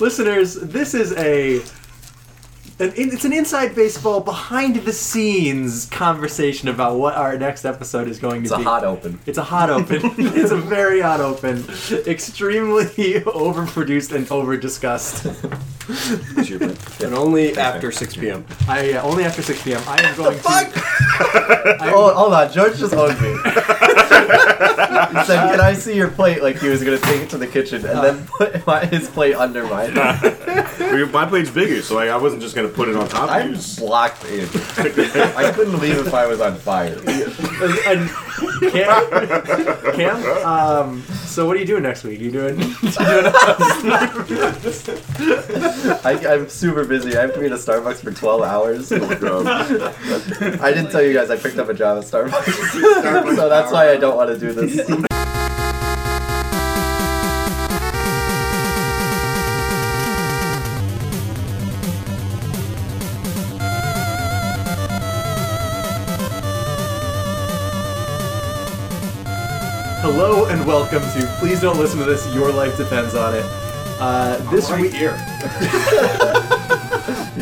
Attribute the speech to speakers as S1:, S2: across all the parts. S1: Listeners, this is a an in, it's an inside baseball behind the scenes conversation about what our next episode is going
S2: It's
S1: to
S2: a
S1: be.
S2: hot open.
S1: It's a hot open. it's a very hot open. Extremely overproduced and overdiscussed.
S3: and only after 6 p.m.
S1: I uh, only after 6 p.m. I am going to.
S4: Oh, hold on, George just owned me. he said, "Can I see your plate?" Like he was gonna take it to the kitchen and then put my, his plate under mine.
S5: Well, My plate's bigger, so like, I wasn't just gonna put it on top of
S4: I'm
S5: yours.
S4: blocked in. I couldn't leave if I was on fire.
S1: And Cam, Cam um, so what are you doing next week? You doing? You doing
S4: I, I'm super busy. I have to be at a Starbucks for 12 hours.
S1: Oh,
S4: I didn't tell you guys I picked up a job at Starbucks, so that's why I don't want to do this.
S1: Hello and welcome to. Please don't listen to this. Your life depends on it. Uh, this week
S4: He's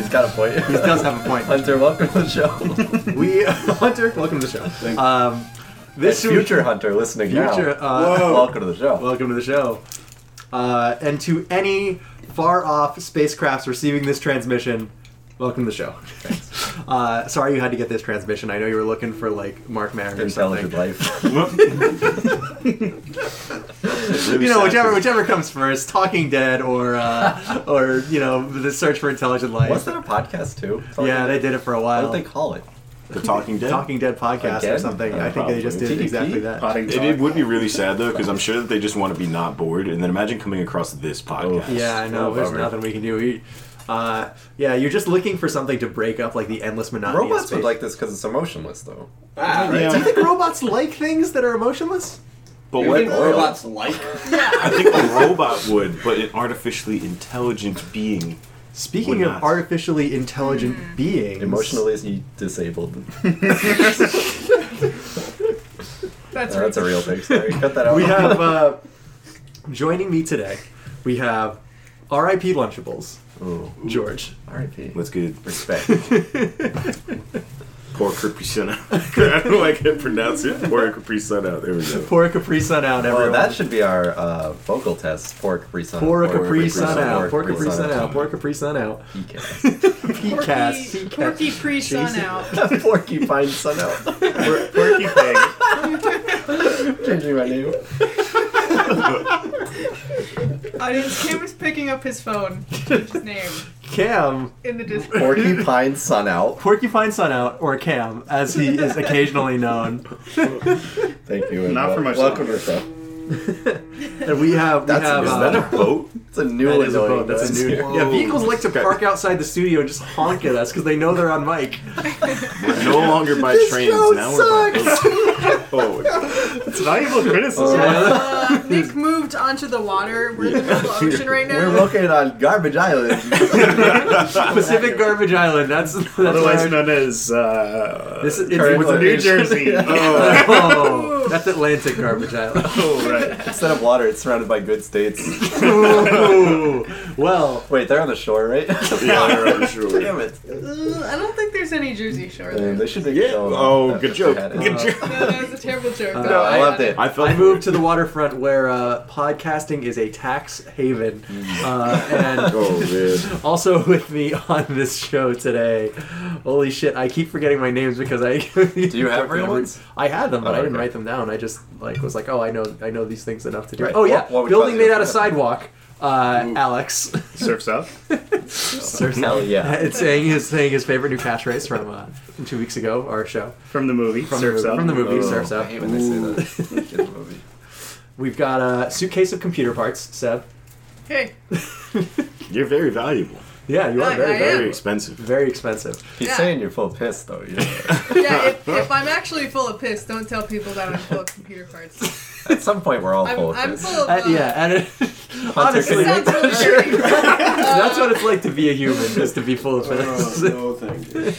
S4: got a point.
S1: he does have a point.
S4: Hunter, welcome to the show.
S1: We Hunter, welcome to the show. Um, this week-
S4: Future Hunter listening
S1: Future,
S4: now.
S1: uh,
S4: welcome to the show.
S1: Welcome to the show. Uh, and to any far off spacecrafts receiving this transmission, welcome to the show. Uh, sorry you had to get this transmission. I know you were looking for like Mark Maron or something.
S4: Intelligent life.
S1: You know, whichever whichever comes first, Talking Dead or uh, or you know the search for intelligent life.
S4: Was that a podcast too?
S1: yeah, they did it for a
S4: What
S1: while.
S4: did they call it?
S5: The Talking Dead.
S1: Talking Dead podcast or
S4: Again?
S1: something.
S4: Uh,
S1: I think they just did
S4: probably.
S1: exactly
S4: TDP?
S1: that.
S5: It, it would be really sad though, because I'm sure that they just want to be not bored. And then imagine coming across this podcast.
S1: Yeah, I know.
S4: Oh,
S1: There's
S4: bummer.
S1: nothing we can do. We, uh, yeah, you're just looking for something to break up like the endless monotony. of
S4: Robots would
S1: space. Ah,
S4: like this because it's emotionless, though.
S5: Yeah.
S1: Do you think robots like things that are emotionless?
S5: But
S2: You
S5: what?
S2: think robots like?
S5: I think a robot would, but an artificially intelligent being.
S1: Speaking
S5: Would
S1: of
S5: not.
S1: artificially intelligent beings,
S4: Emotionally disabled.
S6: That's
S4: No, that's a real thing. Sorry, cut that out.
S1: we have uh, joining me today. We have R.I.P. Lunchables,
S4: Ooh,
S1: George.
S4: R.I.P.
S5: What's good?
S4: Respect.
S5: Poor Capri Sun. I don't like how to pronounce it. Poor Capri Sun out. There we go.
S1: Pour a Capri Sun out,
S4: Well,
S1: everyone.
S4: that should be our uh, vocal test. Pour a Capri Sun.
S1: Pour a
S4: Pour
S1: Capri Sun out. Pour
S4: Pour
S1: a Capri Sun out. Pour a Capri Sun out.
S4: PK.
S1: P-cast.
S6: Porky, Porky pre-sun
S1: Jason.
S6: out.
S4: Porcupine Sun out.
S5: Porky Pig.
S4: Changing my name.
S6: Audience, Kim is picking up his phone. Change his name
S1: Cam.
S6: in the distance.
S4: Porcupine Sun out.
S1: Porcupine Sun out, or Cam, as he is occasionally known.
S4: Thank you. and
S7: Not for
S4: wel-
S7: myself.
S4: Welcome yourself.
S1: And we have we
S4: That's-
S1: have
S4: is
S1: uh,
S5: Is that a boat?
S4: It's a new
S1: that is a boat.
S4: annoying
S1: That's a
S4: noise.
S1: new. Yeah, vehicles like to park outside the studio and just honk at us because they know they're on mic.
S5: We're no longer by trains.
S4: show
S5: now we're by boats. Oh,
S7: It's valuable criticism.
S6: Uh, Nick moved onto the water. We're in the middle of the ocean right now.
S4: We're located on Garbage Island.
S1: Pacific Garbage Island. That's that's
S7: Otherwise
S1: where
S7: known as uh,
S1: this is it's,
S4: Current
S7: with New
S4: location.
S7: Jersey.
S5: oh.
S1: oh, that's Atlantic Garbage Island.
S7: Oh, right.
S4: Instead of water, it's surrounded by good states.
S1: Ooh. Well,
S4: Wait, they're on the shore, right?
S5: Yeah, they're on the shore.
S4: Damn it.
S6: Ugh, I don't think there's any Jersey Shore
S4: Uh,
S6: there.
S4: they should make
S5: Yeah.
S4: a show.
S5: Oh,
S4: That's
S5: good
S4: if
S5: joke.
S4: they had it.
S5: Good
S4: Uh,
S5: joke.
S6: No, that was a terrible joke.
S1: Uh,
S6: though.
S4: I loved it.
S5: I felt.
S1: I moved to the waterfront where uh, podcasting is a tax haven, uh, and
S5: Oh man.
S1: Also with me on this show today. Holy shit! I keep forgetting my names because I. Do
S4: you have real ones?
S1: I had them, but I
S4: Oh,
S1: didn't
S4: okay.
S1: write them down. I just like was like, oh, I know, I know these things enough to do. it.
S4: Right.
S1: Oh yeah,
S4: What- what would
S1: building
S4: cause you
S1: made
S4: to
S1: out of
S4: forget?
S1: sidewalk. Uh, Alex,
S7: Surfs up.
S1: Sir-
S4: Hell yeah.
S1: it's saying his saying his favorite new catchphrase from uh, from two weeks ago, our show
S7: From the movie.
S1: from
S7: surfs
S1: the,
S7: up.
S1: movie- from the movie Surfs
S4: I
S1: Up.
S4: hate when they say that. Get the movie.
S1: We've got a suitcase of computer parts, Seb.
S6: Hey,
S5: You're very valuable.
S1: Yeah, you are
S6: I-
S1: very
S6: I
S1: very
S5: Very
S6: am.
S5: expensive.
S1: very expensive.
S4: He's
S6: Yeah.
S4: saying you're full of piss, though. You know?
S6: yeah. If, if I'm actually full of piss, don't tell people that I'm full of computer parts.
S4: At some point, we're all full
S6: I'm,
S4: of
S6: I'm
S4: piss.
S6: full of.
S1: Uh,
S6: Uh,
S1: yeah, and it,
S4: Hunter,
S1: honestly,
S4: can you
S6: It
S4: make
S6: sounds really dirty.
S1: That's what it's like to be a human, is to be full of piss.
S2: no, thank you.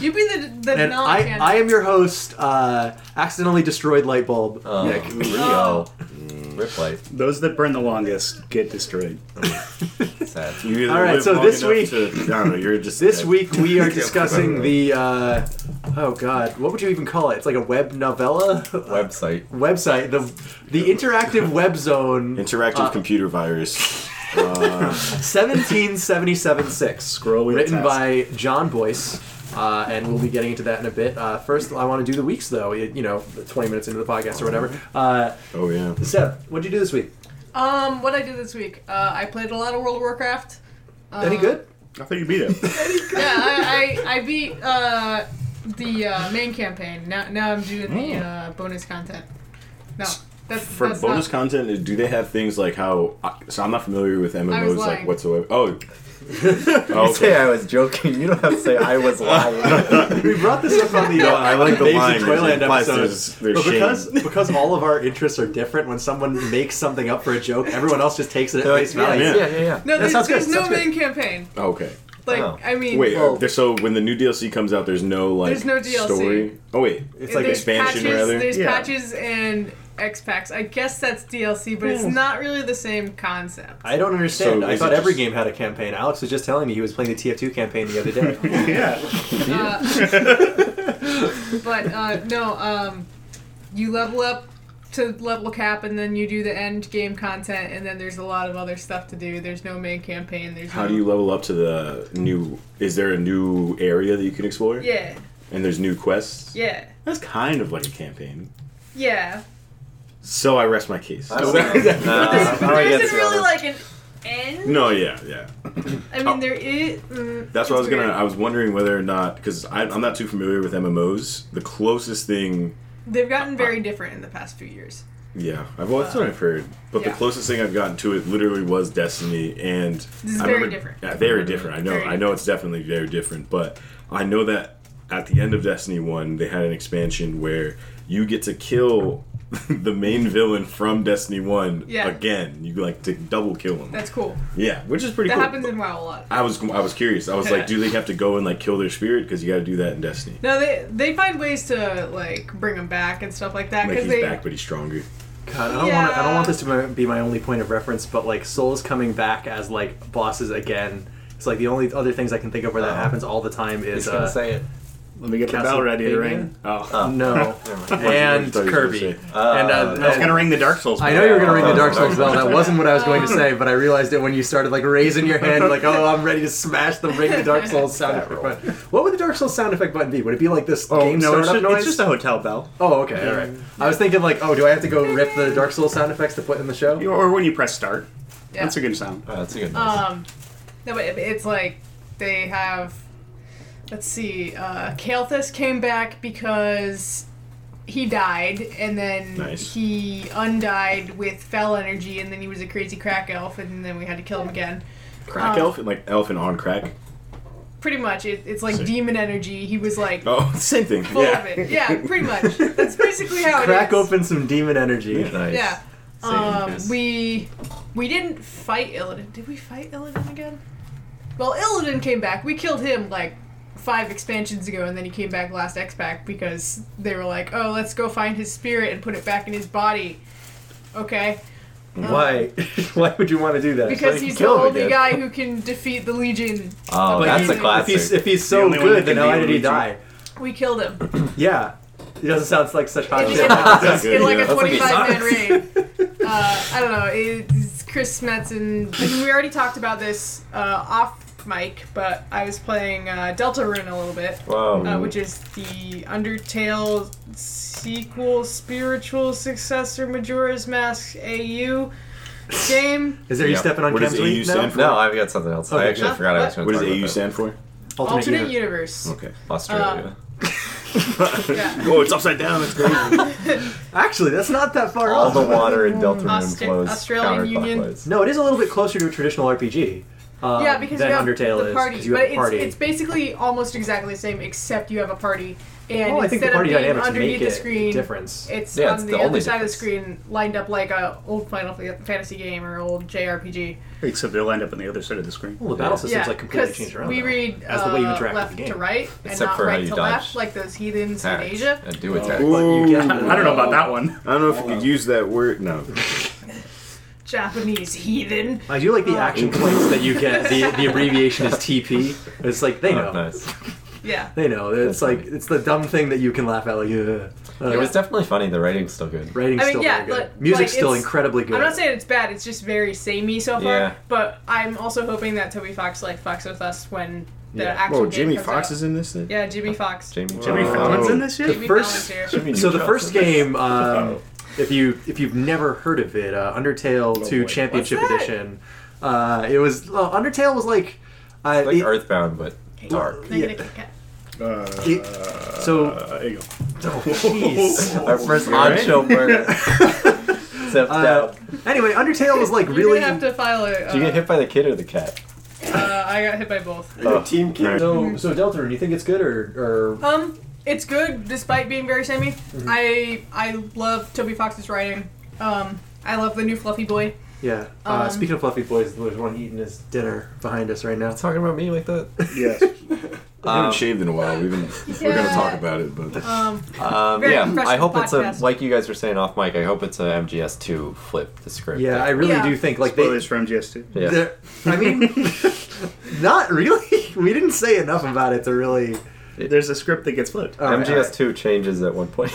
S6: You be the the
S1: and
S6: non
S1: I,
S4: Oh,
S1: I am your host, uh, accidentally destroyed light bulb.
S4: Um,
S1: Nick.
S4: Rio. Rip life.
S2: Those that burn the longest get destroyed.
S4: Sad.
S5: You either
S1: All right,
S5: live
S1: so
S5: long
S1: this
S5: enough
S1: week-
S5: to- I don't know. You're just
S1: This
S5: dead.
S1: week we are discussing the uh, oh god, what would you even call it? It's like a web novella
S4: Website.
S1: website. The the interactive web zone
S5: interactive
S1: Uh,
S5: computer virus. Uh,
S1: seventeen seventy seven six.
S2: Scroll wheel
S1: Written
S2: task.
S1: by John Boyce. Uh, and we'll be getting into that in a bit. Uh, first, I want to do the weeks, though. It, you know, 20 minutes into the podcast or whatever. Uh,
S5: oh yeah.
S1: Seb, what'd you do this week?
S6: Um, what I did this week? Uh, I played a lot of World of Warcraft. Uh,
S1: Any good?
S7: I thought you beat it.
S6: Yeah, I, I, I beat uh, the uh, main campaign. Now now I'm doing
S1: Mm.
S6: the uh, bonus content. No, that's
S5: For
S6: that's
S5: bonus
S6: not,
S5: content, do they have things like how? So I'm not familiar with MMOs like
S6: lying.
S5: whatsoever. Oh.
S4: You
S5: oh
S4: say
S5: okay.
S4: I was joking. You don't have to say I was lying.
S1: We brought this up on the
S5: No,
S1: uh,
S5: I like the
S1: Babes in
S5: line.
S1: Toyland
S5: Plus,
S1: episode.
S5: there's- there's
S1: but because
S5: shame.
S1: because all of our interests are different, when someone makes something up for a joke, everyone else just takes it at face value.
S5: yeah.
S4: yeah.
S6: no, there's,
S1: sounds good,
S6: there's no
S1: sounds good.
S6: main campaign.
S5: Okay.
S6: Like
S4: Oh.
S6: I mean,
S5: Wait.
S1: Well-
S5: uh, there- so when the new DLC comes out, there's no like
S6: There's no DLC.
S5: story. Oh wait.
S1: It's like
S6: there's
S5: expansion,
S6: patches,
S5: rather?
S6: There's
S7: Yeah.
S6: patches and X packs. I guess that's DLC, but it's
S1: Hmm.
S6: not really the same concept.
S1: I don't understand.
S5: So
S1: I
S5: is
S1: thought
S5: it
S1: every
S5: just-
S1: game had a campaign. Alex was just telling me he was playing the TF2 campaign the other day.
S7: yeah.
S6: Uh, but uh, no, um, you level up to level cap, and then you do the end game content, and then there's a lot of other stuff to do. There's no main campaign. There's
S5: How
S6: no,
S5: do you level up to the new? Is there a new area that you can explore?
S6: Yeah,
S5: And there's new quests.
S6: yeah,
S5: That's kind of like a campaign.
S6: yeah.
S5: So I rest my case.
S4: I don't know. Nah,
S5: Uh,
S4: I'm
S6: But
S4: gonna
S6: there
S4: get
S6: isn't
S4: you on
S6: really
S4: this.
S6: like an end.
S5: no, yeah, yeah.
S6: I mean, there is. Mm,
S5: That's what I was
S6: it's
S5: gonna.
S6: weird.
S5: I was wondering whether or not because I'm not too familiar with MMOs. The closest thing,
S6: They've gotten very different in the past few years.
S5: yeah, I've well, that's what I've heard. But
S6: yeah.
S5: the closest thing I've gotten to it literally was Destiny, and
S6: This is
S5: I
S6: very
S5: remember-
S6: different.
S5: Yeah, very different. I know.
S6: Very
S5: I know it's definitely very different. But I know that at the end of Destiny One, they had an expansion where you get to kill the main villain from Destiny One
S6: Yeah.
S5: again. You like to double kill him.
S6: That's cool.
S5: yeah, which is pretty
S6: That
S5: cool.
S6: happens in WoW a lot.
S5: I was I was curious. I was like, do they have to go and like kill their spirit? Because you got to do that in Destiny.
S6: No, they they find ways to like bring him back and stuff like that
S5: Like
S6: because
S5: he's
S6: they
S5: back, but he's stronger.
S1: God, I don't want I don't want this to my- be my only point of reference, but like Souls coming back as like bosses again. It's like the only other things I can think of where that
S4: Oh.
S1: happens all the time
S4: Just
S1: is
S4: gonna
S1: uh,
S4: say it.
S7: Let me get the bell ready to ring. Oh.
S4: Oh.
S1: no
S4: Never mind.
S1: and
S5: Thought you were gonna
S1: Kirby.
S5: say.
S4: Uh,
S1: And, uh,
S7: I was gonna ring the Dark Souls.
S1: I know you were going to ring the Dark Souls bell.
S4: Dark Souls.
S1: That wasn't what I was going to say, but I realized it when you started like raising your hand, like, "Oh, I'm ready to smash the ring the Dark Souls sound
S4: That
S1: effect
S4: roll.
S1: button." What would the Dark Souls sound effect button be? Would it be like this
S7: Oh
S1: game
S7: no,
S1: startup
S7: it's just,
S1: noise?
S7: it's just a hotel bell.
S1: oh, okay, all right. I was thinking like, "Oh, do I have to go rip the Dark Souls sound effects to put in the show?"
S7: Or when you press start.
S6: yeah.
S2: That's a good sound.
S4: Oh, that's a good one.
S6: Um, no, but it- it's like they have. Let's see. Uh, Kalthus came back because he died, and then
S5: Nice.
S6: he undied with foul energy, and then he was a crazy crack elf, and then we had to kill him again.
S5: Crack
S6: Uh,
S5: elf and like elf and on crack.
S6: Pretty much, it, it's like
S5: Sick.
S6: demon energy. He was like
S5: Oh, same thing.
S6: full
S5: yeah.
S6: of it. Yeah, pretty much. That's basically how
S1: Crack
S6: it is.
S1: open some demon energy.
S4: nice.
S6: Yeah.
S4: Same,
S6: Um,
S4: yes.
S6: we we didn't fight Illidan. Did we fight Illidan again? Well, Illidan came back. We killed him like five expansions ago, and then he came back last X pack because they were like, "Oh, let's go find his spirit and put it back in his body." Okay,
S1: Why? Why would you want to do that?
S6: Oh. because
S4: you
S6: he's the
S4: kill him
S6: only
S4: again.
S6: guy who can defeat the Legion.
S4: Oh,
S6: But
S4: that's
S6: he-
S4: a classic.
S1: If he's, if he's
S7: The
S1: so
S7: only one
S1: good,
S7: that
S1: then
S7: can
S1: why
S7: be
S1: did he
S7: Luigi.
S1: die?
S6: We killed him.
S1: Yeah, it doesn't sound like such hot
S6: It
S1: shit.
S6: was
S5: good,
S6: in like
S5: yeah.
S6: a
S5: That's
S4: like he
S6: 25 man
S4: sucks.
S6: raid. Uh, I don't know. It's Chris Smets and I mean, we already talked about this uh, off mic, but I was playing uh, Deltarune a little bit,
S4: Whoa.
S5: Mm-hmm.
S6: uh, which is the Undertale sequel, spiritual successor, Majora's Mask AU game.
S1: Is there you
S4: Yeah.
S1: stepping on
S5: What does
S1: Cam's
S5: AU
S1: lead now?
S5: stand for?
S4: no, I've got something else.
S1: Okay.
S4: I actually forgot I was going
S5: What
S4: to
S5: does
S4: talk about
S5: AU
S4: that.
S5: stand for?
S6: Alternate,
S1: universe.
S6: universe.
S5: Okay.
S4: Australia.
S6: Yeah.
S5: oh, it's upside down. It's crazy.
S1: Actually, that's not that far
S4: All
S1: off.
S4: the water in Deltarune
S6: Austra-
S4: flows
S6: Uh, Australian Union.
S4: counterclockwise.
S1: No, it is a little bit closer to a traditional RPG. Uh,
S6: yeah, because
S1: than
S6: you have
S1: Undertale
S6: the
S1: is,
S6: party,
S1: 'cause you
S6: but
S1: have a
S6: it's,
S1: party.
S6: it's basically almost exactly the same, except you have a party, and
S1: well, I think
S6: instead
S1: the party
S6: of being
S1: dynamics make
S6: underneath the
S1: it
S6: screen,
S1: a difference.
S6: it's
S4: Yeah,
S6: on
S4: it's
S6: the,
S4: the
S6: other
S4: only
S6: side of the
S4: difference.
S6: screen, lined up like a old Final Fantasy game or old JRPG.
S2: Except they'll end up on the other side of the screen.
S1: well, the battle system's
S6: yeah,
S1: like completely
S6: 'cause
S1: changed around.
S6: we
S1: though,
S6: read
S1: as the way you
S6: uh,
S1: interact
S6: left
S1: with the game.
S6: to right and
S4: Except
S6: not
S4: for how
S6: right
S4: you
S6: to
S4: dodge.
S6: left, like those heathens in
S4: Attacks.
S6: Asia.
S5: Oh,
S4: And do Oh, attacks.
S1: But you
S5: Ooh.
S1: get-
S7: I don't know about that one.
S5: I don't know if we could use that word. No.
S6: Japanese heathen.
S1: I do like
S6: Uh,
S1: the action points that you get. The, the abbreviation is TP. It's like they know.
S8: Oh, nice.
S6: Yeah.
S1: They know. It's
S8: That's
S1: like
S8: funny.
S1: it's the dumb thing that you can laugh at. Like, yeah.
S8: It was definitely funny. The writing's still good.
S1: Writing's
S6: I mean,
S1: still
S6: yeah,
S1: very good.
S6: but,
S1: Music's
S6: like,
S1: still
S6: it's-
S1: incredibly good.
S6: I'm not saying it's bad. It's just very samey so far.
S8: Yeah.
S6: But I'm also hoping that Toby Fox like fucks with us when the
S5: Yeah.
S6: actual.
S5: Whoa,
S6: game
S5: Jimmy
S6: comes
S5: Fox
S6: out.
S5: is in this thing.
S6: Yeah,
S1: Oh,
S6: Jimmy Fox.
S8: Jamie.
S5: Jimmy
S4: Oh.
S8: Foxx.
S5: Fallon's in
S2: this
S1: the
S6: Jimmy
S1: first.
S6: Fallon's here.
S8: Jimmy
S1: So the
S8: Fallon.
S1: first game,
S8: Oh.
S1: um, if you if you've never heard of it, uh, Undertale
S2: Oh,
S1: 2
S2: boy.
S1: Championship
S6: What's that?
S1: Edition. Uh, it was uh, Undertale was like. Uh,
S8: Like
S1: it-
S8: Earthbound, but dark.
S6: Can I get a Kit Kat?
S1: it- so
S2: Uh, there you go.
S1: jeez.
S4: Our first on-show burger. Except
S1: Uh,
S4: out.
S1: anyway, Undertale was like
S6: You're
S1: really.
S6: gonna have to file a. Uh,
S4: Did you get hit by the kid or the cat?
S6: uh, I got hit by both.
S5: Uh,
S3: Your team kid.
S1: So, so Deltarune, you think it's good or, or
S6: Um, it's good despite being very samey. I I love Toby Fox's writing. Um, I love the new Fluffy Boy.
S1: yeah? Uh,
S6: Um,
S1: speaking of fluffy boys, there's one eating his dinner behind us right now.
S8: Talking about me like that.
S2: Yes.
S5: I haven't shaved in a while. We've been, We're gonna
S6: Yeah.
S5: talk about it, but
S6: Um,
S8: Um,
S6: Very
S8: yeah,
S6: fresh
S8: I hope it's a
S6: podcast.
S8: like you guys were saying off mic. I hope it's a MGS two flip the script.
S1: Yeah, I really
S6: Yeah.
S1: do think like they.
S2: Spoilers for MGS2.
S8: Yeah.
S1: they're- I mean, not really. We didn't say enough about it to really.
S2: There's a script that gets flipped.
S4: Uh,
S1: All right,
S8: MGS two changes at one point.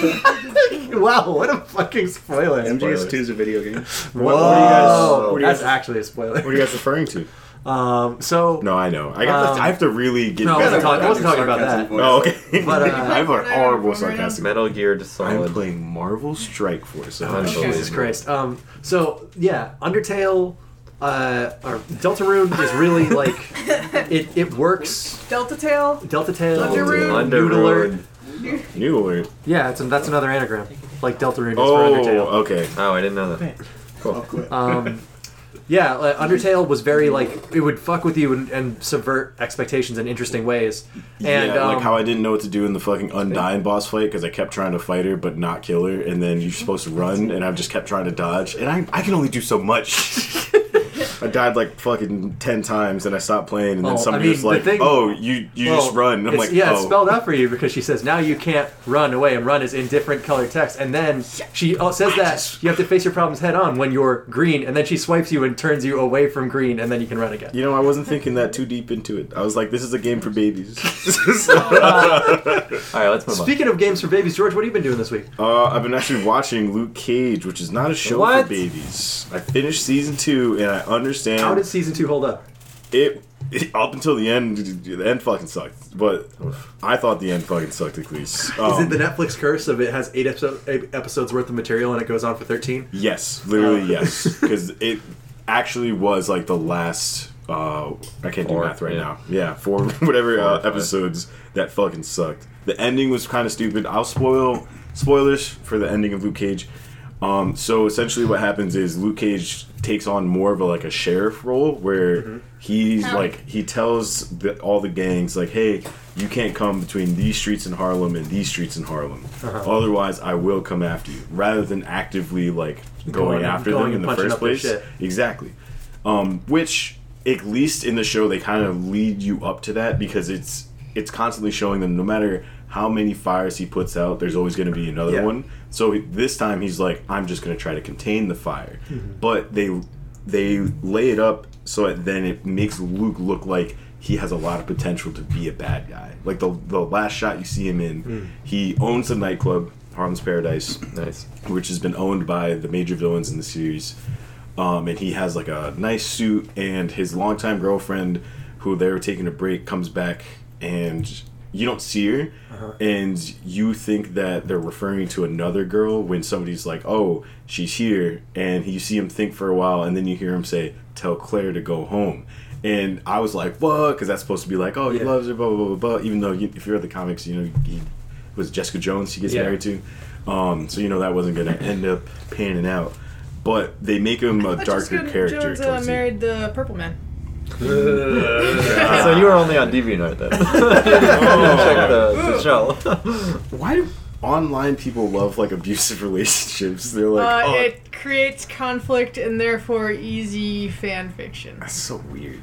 S1: wow, what a fucking spoiler!
S2: MGS2 is a video game.
S1: Whoa,
S5: What- what do you guys-
S2: what do you
S1: that's
S2: guys-
S1: actually a spoiler.
S5: what are you guys referring to?
S1: Um, so
S5: No, I know. I, got
S1: Um,
S5: to, I have to really get
S1: no, I
S5: better.
S1: wasn't talking, I
S5: at
S1: wasn't talking about
S7: sarcasm
S1: that.
S5: that. Oh, okay.
S1: But, uh,
S5: I have a horrible sarcastic.
S8: Metal Gear to
S5: I'm
S8: Solid.
S5: playing Marvel Strike Force. Oh,
S8: Okay.
S5: Jesus
S1: Jesus Christ. Um, so yeah, Undertale, uh, or Deltarune is really like it. It works.
S6: Delta Tail.
S1: Delta Tail,
S6: Underoon.
S1: Noodler.
S8: Underoon.
S5: New alert.
S1: Yeah, it's that's another anagram. Like Deltarune is
S5: Oh, uh,
S1: for Undertale.
S5: okay.
S8: Oh, I didn't know that.
S1: Um, yeah, like, Undertale was very like it would fuck with you and, and subvert expectations in interesting ways. And
S5: yeah, like
S1: um,
S5: how I didn't know what to do in the fucking Undying boss fight because I kept trying to fight her but not kill her, and then you're supposed to run, and I just kept trying to dodge, and I, I can only do so much. I died like fucking ten times, and I stopped playing, and
S1: Oh, I
S5: then somebody
S1: mean,
S5: was
S1: the
S5: like,
S1: thing-
S5: "Oh, you you
S1: well,
S5: just run." And I'm
S1: it's-
S5: like,
S1: yeah,
S5: "Oh,
S1: it's spelled out for you because she says now you can't run away, and run is in different color text. And then she oh, says that you have to face your problems head on when you're green, and then she swipes you and turns you away from green, and then you can run again.
S5: you know, I wasn't thinking that too deep into it. I was like, this is a game for babies."
S8: All right, let's move on.
S1: Speaking of games for babies, George, what have you been doing this week?
S5: Uh, I've been actually watching Luke Cage, which is not a show
S8: What?
S5: for babies. I finished season two, and I understand
S1: How did season two hold up?
S5: it, it- up until the end. The end fucking sucked, but I thought the end fucking sucked at least.
S1: Is
S5: Um,
S1: it the Netflix curse of it has eight, episode, eight episodes worth of material and it goes on for thirteen?
S5: yes, literally
S1: Oh.
S5: yes, because it actually was like the last. Uh, I can't
S8: Four,
S5: do math right
S8: yeah.
S5: now. Yeah, four whatever uh,
S8: five.
S5: episodes that fucking sucked. The ending was kind of stupid. I'll spoil spoilers for the ending of Luke Cage. Um, so essentially, what happens is Luke Cage takes on more of a, like a sheriff role, where
S1: Mm-hmm.
S5: he's like he tells the, all the gangs like, "Hey, you can't come between these streets in Harlem and these streets in Harlem.
S1: Uh-huh.
S5: Otherwise, I will come after you." Rather than actively like going,
S1: Going-
S5: after
S1: going
S5: them in
S1: and
S5: the
S1: punching
S5: first
S1: up their
S5: place,
S1: shit.
S5: exactly. Um, which at least in the show they kind of lead you up to that because it's it's constantly showing them no matter how many fires he puts out there's always going to be another
S1: Yeah.
S5: one so he- this time he's like i'm just going to try to contain the fire but they they lay it up so it, then it makes luke look like he has a lot of potential to be a bad guy like the, the last shot you see him in he owns a nightclub harlem's paradise
S8: Nice.
S5: which has been owned by the major villains in the series. Um, and he has like a nice suit, and his longtime girlfriend, who they're taking a break, comes back, and you don't see her, and you think that they're referring to another girl when somebody's like, "Oh, she's here," and you see him think for a while, and then you hear him say, "Tell Claire to go home." And I was like, "What?" Because that's supposed to be like, "Oh, he
S1: Yeah.
S5: loves her," blah blah blah blah. Even though you, if you're at the comics, you know he was Jessica Jones. He gets
S1: Yeah.
S5: married to. Um, so you know that wasn't gonna end up panning out. But they make him a darker character.
S6: Jones uh,
S5: towards the-
S6: married the Purple Man.
S8: So you were only on DeviantArt then. Check the, the show.
S5: Why do online people love like abusive relationships? They're like,
S6: uh,
S5: oh,
S6: It creates conflict and therefore easy fan fiction.
S5: that's so weird.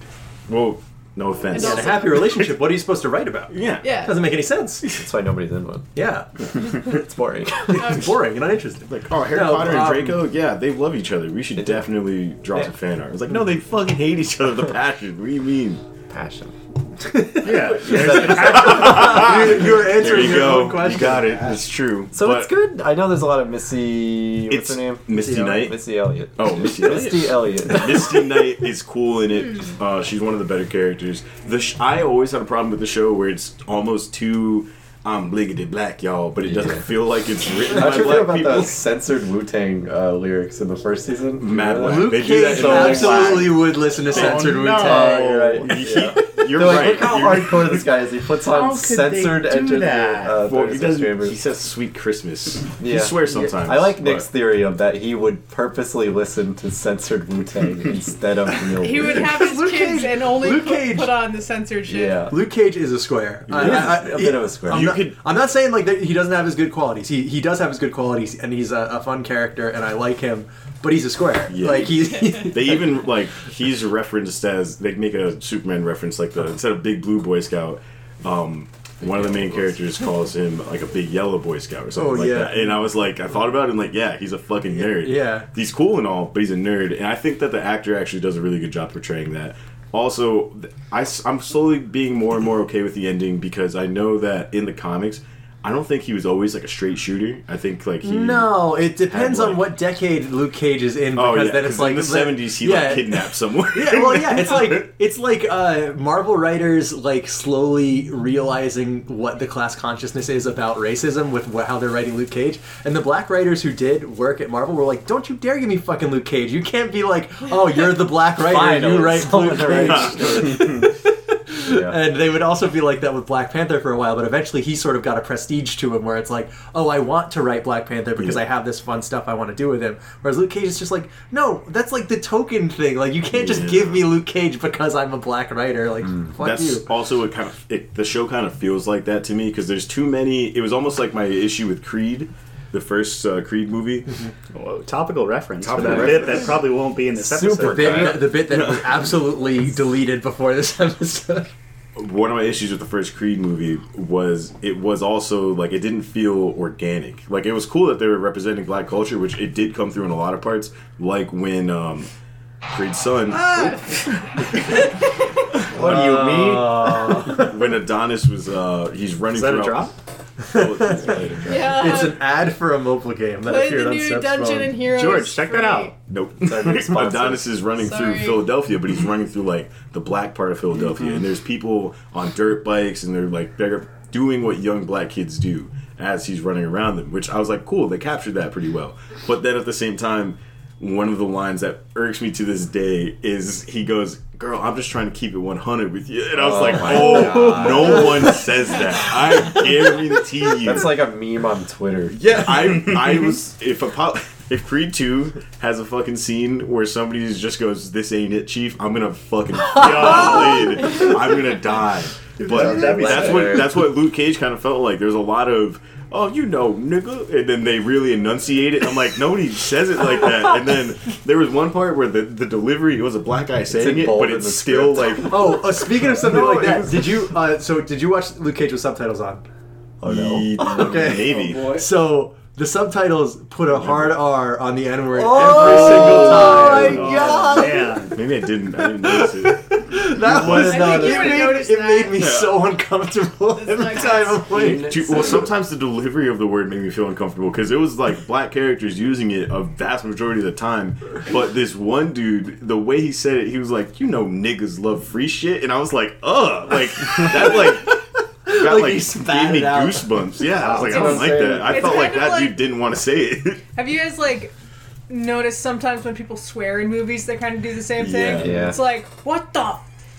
S5: Well, No offense.
S1: Yeah, in a happy relationship, what are you supposed to write about?
S5: Yeah.
S6: Yeah.
S1: Doesn't make any sense.
S8: That's why nobody's in one.
S1: Yeah,
S8: It's boring.
S1: it's boring and uninteresting.
S5: Like, oh, Harry
S1: No,
S5: Potter
S1: um,
S5: and Draco, yeah, they love each other. We should definitely draw some fan art. It's like, no, they fucking hate each other. The passion. What do you mean?
S8: Passion.
S7: Yeah.
S1: you, you were
S5: There
S1: answering
S5: you
S1: your
S5: go.
S1: own question.
S5: You got it. It's true.
S8: So
S5: But
S8: it's good. I know there's a lot of Missy. What's
S5: It's
S8: her name?
S5: Misty Knight.
S8: Missy Elliott.
S5: Oh, Misty
S8: Misty
S5: Elliott.
S8: Elliott.
S5: Misty Knight is cool in it. Uh, she's one of the better characters. The sh- I always had a problem with the show where it's almost too um, liggedy black, y'all, but it doesn't
S8: Yeah.
S5: feel like it's written
S4: How'd
S5: by
S4: you feel
S5: black
S4: about
S5: people.
S4: those censored Wu Tang uh, lyrics in the first season?
S5: Mad
S4: Yeah.
S5: whack.
S1: Luke
S5: They do that
S1: Cage
S5: in all
S1: absolutely would listen to
S5: Oh,
S1: censored Wu Tang.
S4: Oh, you're right.
S5: Uh, He-
S4: Yeah.
S5: You're
S4: They're like,
S5: right.
S4: look how
S5: You're-
S4: hardcore this guy is. He puts
S2: How
S4: on
S2: could they
S4: censored
S2: do
S4: engineered
S2: that?
S4: uh,
S5: Well, he,
S4: Thursday
S5: does,
S4: Chambers.
S5: he says "Sweet Christmas." He
S4: Yeah.
S5: swears sometimes.
S4: I like
S5: but-
S4: Nick's theory of that he would purposely listen to censored Wu Tang instead of real.
S6: He would
S4: Wu-Tang.
S6: have his
S1: Luke
S6: kids
S1: Cage-
S6: and only
S1: Luke
S6: put,
S1: Cage-
S6: put on the censored shit.
S4: Yeah.
S1: Luke Cage is a square. I- I- I-
S4: a bit of a square.
S1: I'm,
S5: You
S1: not,
S5: could-
S1: I'm not saying like that he doesn't have his good qualities. He he does have his good qualities, and he's a, a fun character, and I like him. But he's a square.
S5: Yeah.
S1: Like he.
S5: They even like he's referenced as they make a Superman reference like the instead of Big Blue Boy Scout, um, one of the main characters calls him like a Big Yellow Boy Scout or something
S1: Oh,
S5: like
S1: yeah.
S5: that. And I was like, I thought about it and like, yeah, he's a fucking nerd.
S1: Yeah.
S5: he's cool and all, but he's a nerd. And I think that the actor actually does a really good job portraying that. Also, th- I, am slowly being more and more okay with the ending because I know that in the comics, I don't think he was always like a straight shooter. I think like he
S1: no, it depends
S5: Had,
S1: on
S5: like-
S1: what decade Luke Cage is in because
S5: Oh yeah,
S1: then it's like
S5: in the '70s he
S1: yeah.
S5: like kidnapped someone.
S1: yeah, well, yeah, it's like it's like uh, Marvel writers like slowly realizing what the class consciousness is about racism with wh- how they're writing Luke Cage, and the black writers who did work at Marvel were like, "Don't you dare give me fucking Luke Cage! You can't be like, oh, you're the black writer,
S8: Finally,
S1: you write
S8: someone
S1: Luke Cage."
S5: Ah,
S4: Yeah.
S1: And they would also be like that with Black Panther for a while, but eventually he sort of got a prestige to him where it's like, oh, I want to write Black Panther because
S5: Yeah.
S1: I have this fun stuff I want to do with him. Whereas Luke Cage is just like, no, that's like the token thing. Like, you can't just
S5: Yeah. Mm.
S1: give me Luke Cage because I'm a black writer. Like, fuck
S5: That's
S1: you.
S5: also what kind of it, the show kind of feels like that to me because there's too many. It was almost like my issue with Creed, the first uh, Creed movie.
S1: Mm-hmm.
S2: Whoa, Oh, topical reference
S5: Topical
S2: for that
S5: reference.
S2: bit that probably won't be in this episode.
S1: The bit, the bit that was absolutely deleted before this episode.
S5: One of my issues with the first Creed movie was it was also like it didn't feel organic. Like it was cool that they were representing black culture, which it did come through in a lot of parts. Like when um, Creed's son.
S1: Ah!
S4: What do you mean?
S2: Uh,
S5: Uh, when Adonis was uh he's running
S2: Is that a
S5: throughout-
S2: drop?
S5: Oh, it's later.
S6: Yeah.
S1: It's an ad for a mobile game that
S6: Play
S1: appeared
S6: the
S1: on
S6: new
S1: Seth's
S6: Dungeon
S1: phone.
S6: and Heroes.
S2: George, check that
S6: free.
S2: out.
S5: Nope.
S4: new sponsor.
S5: Adonis is running
S6: Sorry.
S5: through Philadelphia, but he's running through like the black part of Philadelphia, and there's people on dirt bikes, and they're like they're doing what young black kids do as he's running around them. Which I was like, cool, they captured that pretty well. But then at the same time, one of the lines that irks me to this day is he goes, "Girl, I'm just trying to keep it 100 with you," and I was like, "Oh, no one says that. I guarantee you."
S4: That's like a meme on Twitter.
S5: Yeah, I I was if a pop, if Creed Two has a fucking scene where somebody just goes, "This ain't it, Chief," I'm gonna fucking God, dude, I'm gonna die. But
S2: That'd be
S5: that's
S2: better.
S5: what that's what Luke Cage kind of felt like. There's a lot of oh, you know, nigga, and then they really enunciate it. I'm like, nobody says it like that. And then there was one part where the, the delivery it was a black guy saying it,
S4: involved
S5: but
S4: in
S5: it's
S4: the
S5: still like
S1: Oh, uh, speaking of something
S5: No,
S1: like
S5: it
S1: that,
S5: was-
S1: did you? Uh, so, did you watch Luke Cage with subtitles on?
S5: oh, no.
S1: Okay.
S5: maybe.
S4: Oh,
S1: So the subtitles put a hard R on the N word every single time.
S5: my
S2: Oh, man.
S5: Maybe I didn't. I didn't notice it.
S1: That was
S6: I think you
S1: it
S6: would've
S1: made,
S6: noticed
S1: it
S6: that.
S1: made me
S5: Yeah.
S1: so uncomfortable every
S6: like-
S1: time I'm like,
S5: Dude, well, sometimes the delivery of the word made me feel uncomfortable because it was like black characters using it a vast majority of the time. But this one dude, the way he said it, he was like, "You know, niggas love free shit," and I was like, "Ugh!" Like that, like got
S1: Like,
S5: like,
S1: he spat
S5: gave me
S1: it out.
S5: goosebumps. Yeah, I
S4: That's
S5: was like, I
S4: what
S5: don't
S4: I'm
S5: like
S4: saying.
S5: that. I
S6: It's
S5: felt like
S6: kind of
S5: that
S6: like-
S5: dude didn't want to say it.
S6: Have you guys like noticed sometimes when people swear in movies, they kind of do the same
S5: Yeah.
S6: thing?
S8: Yeah.
S6: It's like, what the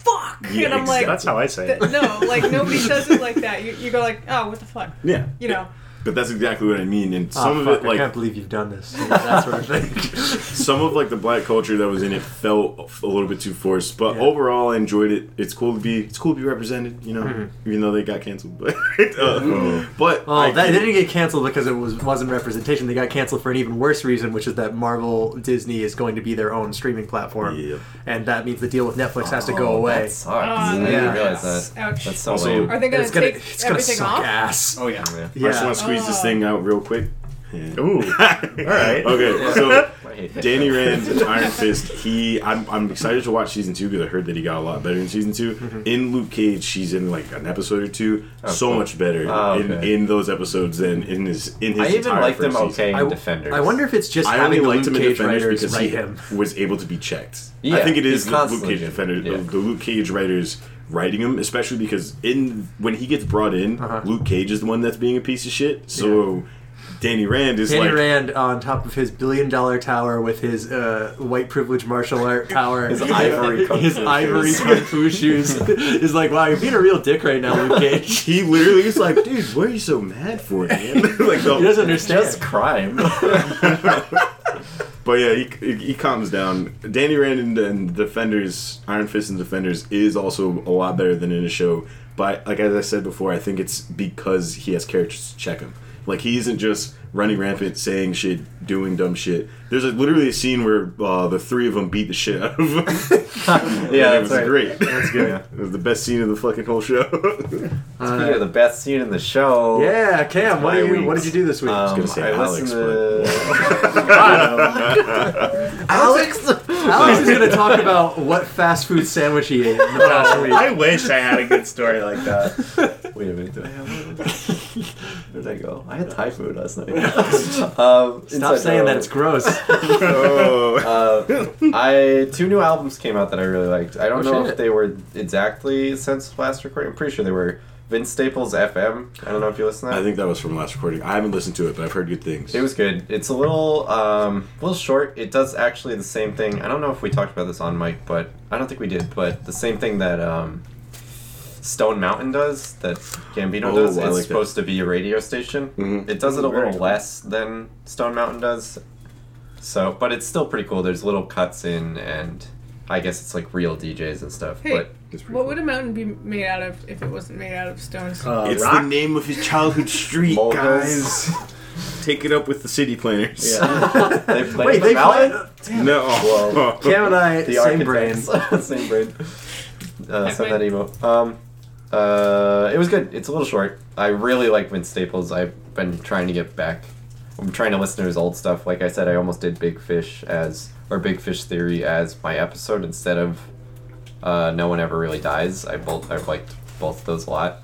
S6: fuck?
S5: Yeah,
S6: and I'm like,
S5: exactly.
S2: That's how I say it.
S6: th- no, like nobody says it like that. You, you go like, oh, what the fuck?
S5: yeah,
S6: You know,
S5: But that's exactly what I mean. And
S1: Ah,
S5: some
S1: fuck,
S5: of it,
S1: I can't
S5: like
S1: believe you've done this. That sort of thing.
S5: some of like the black culture that was in it, felt a little bit too forced. But
S1: Yeah.
S5: overall, I enjoyed it. It's cool to be. It's cool to be represented. You know, even though they got canceled. But, uh, but
S1: Mm-hmm. Oh,
S5: I-
S1: that, they didn't get canceled because it was wasn't representation. They got canceled for an even worse reason, which is that Marvel Disney is going to be their own streaming platform,
S5: Yeah.
S1: and that means the deal with Netflix has to go
S9: Oh,
S1: away.
S9: That sucks.
S6: Oh,
S9: I
S1: yeah.
S9: didn't realize
S6: Yes.
S9: that.
S6: Ouch.
S9: That's so
S5: Also-
S9: lame.
S6: Are they gonna
S1: it's gonna
S6: take
S1: it's gonna
S6: everything
S1: suck
S6: off?
S1: ass.
S2: Oh yeah.
S4: Yeah.
S5: I just
S1: Yeah.
S5: want to squeeze this
S6: Oh.
S5: thing out real quick. Yeah.
S2: Ooh. All right.
S5: Okay, so Danny Rand in Iron Fist, he I'm, I'm excited to watch season two because I heard that he got a lot better in season 2
S1: Mm-hmm.
S5: In Luke Cage, she's in like an episode or two, so
S4: cool.
S5: much better
S4: Oh,
S5: in,
S4: okay.
S5: in those episodes than in his in his.
S4: I even
S5: entire
S4: liked
S5: first
S4: him
S5: season.
S4: okay
S1: I,
S4: in Defenders.
S1: I wonder if it's just
S5: I
S1: having
S5: only
S1: the Luke
S5: liked him in
S1: Cage
S5: Defenders
S1: writers
S5: because
S1: write
S5: he
S1: him.
S5: was able to be checked. I
S4: Yeah,
S5: think it
S4: he's
S5: is the Luke
S4: constantly
S5: Cage
S4: good.
S5: Defender,
S4: Yeah.
S5: the Luke Cage writers writing him, especially because in when he gets brought in,
S1: Uh-huh.
S5: Luke Cage is the one that's being a piece of shit. So Danny Rand is
S1: Danny
S5: like.
S1: Rand on top of his billion dollar tower with his uh, white privilege martial art power, his
S4: ivory kung
S1: his
S4: fu
S1: ivory
S4: shoes.
S1: kung fu shoes, is like, wow, you're being a real dick right now, Luke Cage.
S5: He literally is like, dude, what are you so mad for, man? like,
S1: He doesn't
S5: the,
S1: understand.
S4: Just crime.
S5: but yeah, he, he, he calms down. Danny Rand and, and Defenders, Iron Fist and Defenders, is also a lot better than in the show. But like as I said before, I think it's because he has characters to check him. Like he isn't just running rampant, saying shit, doing dumb shit. There's a, literally a scene where uh, the three of them beat the shit out of him.
S9: Yeah,
S5: it
S9: that's
S5: was
S9: right.
S5: great.
S4: That's good.
S5: It was the best scene of the fucking whole show.
S4: Speaking of the best scene in the show.
S1: Yeah, Cam, what,
S4: my
S1: do you, what
S4: weeks.
S1: did you do this week?
S4: Um,
S5: gonna say
S4: I
S5: Alex,
S4: listened
S1: Alex, Alex is going to talk about what fast food sandwich he ate in the past week.
S2: I wish I had a good story like that.
S4: to. Wait a minute. Do I have one? Where did I go? I had Thai food last night. um,
S1: Stop
S4: Inside
S1: saying
S4: Joke.
S1: that; it's gross.
S5: oh.
S4: Uh, I two new albums came out that I really liked. I don't
S1: Oh,
S4: know
S1: shit.
S4: if they were exactly since last recording. I'm pretty sure they were. Vince Staples FM. I don't know if you listen to that.
S5: I think that was from last recording. I haven't listened to it, but I've heard good things.
S4: It was good. It's a little, um, a little short. It does actually the same thing. I don't know if we talked about this on mic, but I don't think we did. But the same thing that um, Stone Mountain does, that Gambino
S5: Oh,
S4: does,
S5: I
S4: it's
S5: like that.
S4: supposed to be a radio station.
S5: Mhm.
S4: It does it a
S2: Very
S4: little
S2: cool.
S4: less than Stone Mountain does. So, but it's still pretty cool. There's little cuts in, and I guess it's like real DJs and stuff.
S6: Hey,
S4: But
S5: It's pretty
S6: what
S5: cool.
S6: would a mountain be made out of if it wasn't made out of stones?
S5: It's the name of his childhood street,
S4: Mulgas.
S5: guys. Take it up with the city planners.
S4: they play
S1: Wait,
S4: the
S1: they
S4: ballad?
S1: played
S5: No.
S4: Well,
S1: Cam and I same brain.
S4: brain. same brain. Uh, send that
S6: brain.
S4: email. Um, uh, it was good. It's a little short. I really like Vince Staples. I've been trying to get back. I'm trying to listen to his old stuff. Like I said, I almost did Big Fish as or Big Fish Theory as my episode instead of uh, No One Ever Really Dies. I both I've liked both of those a lot.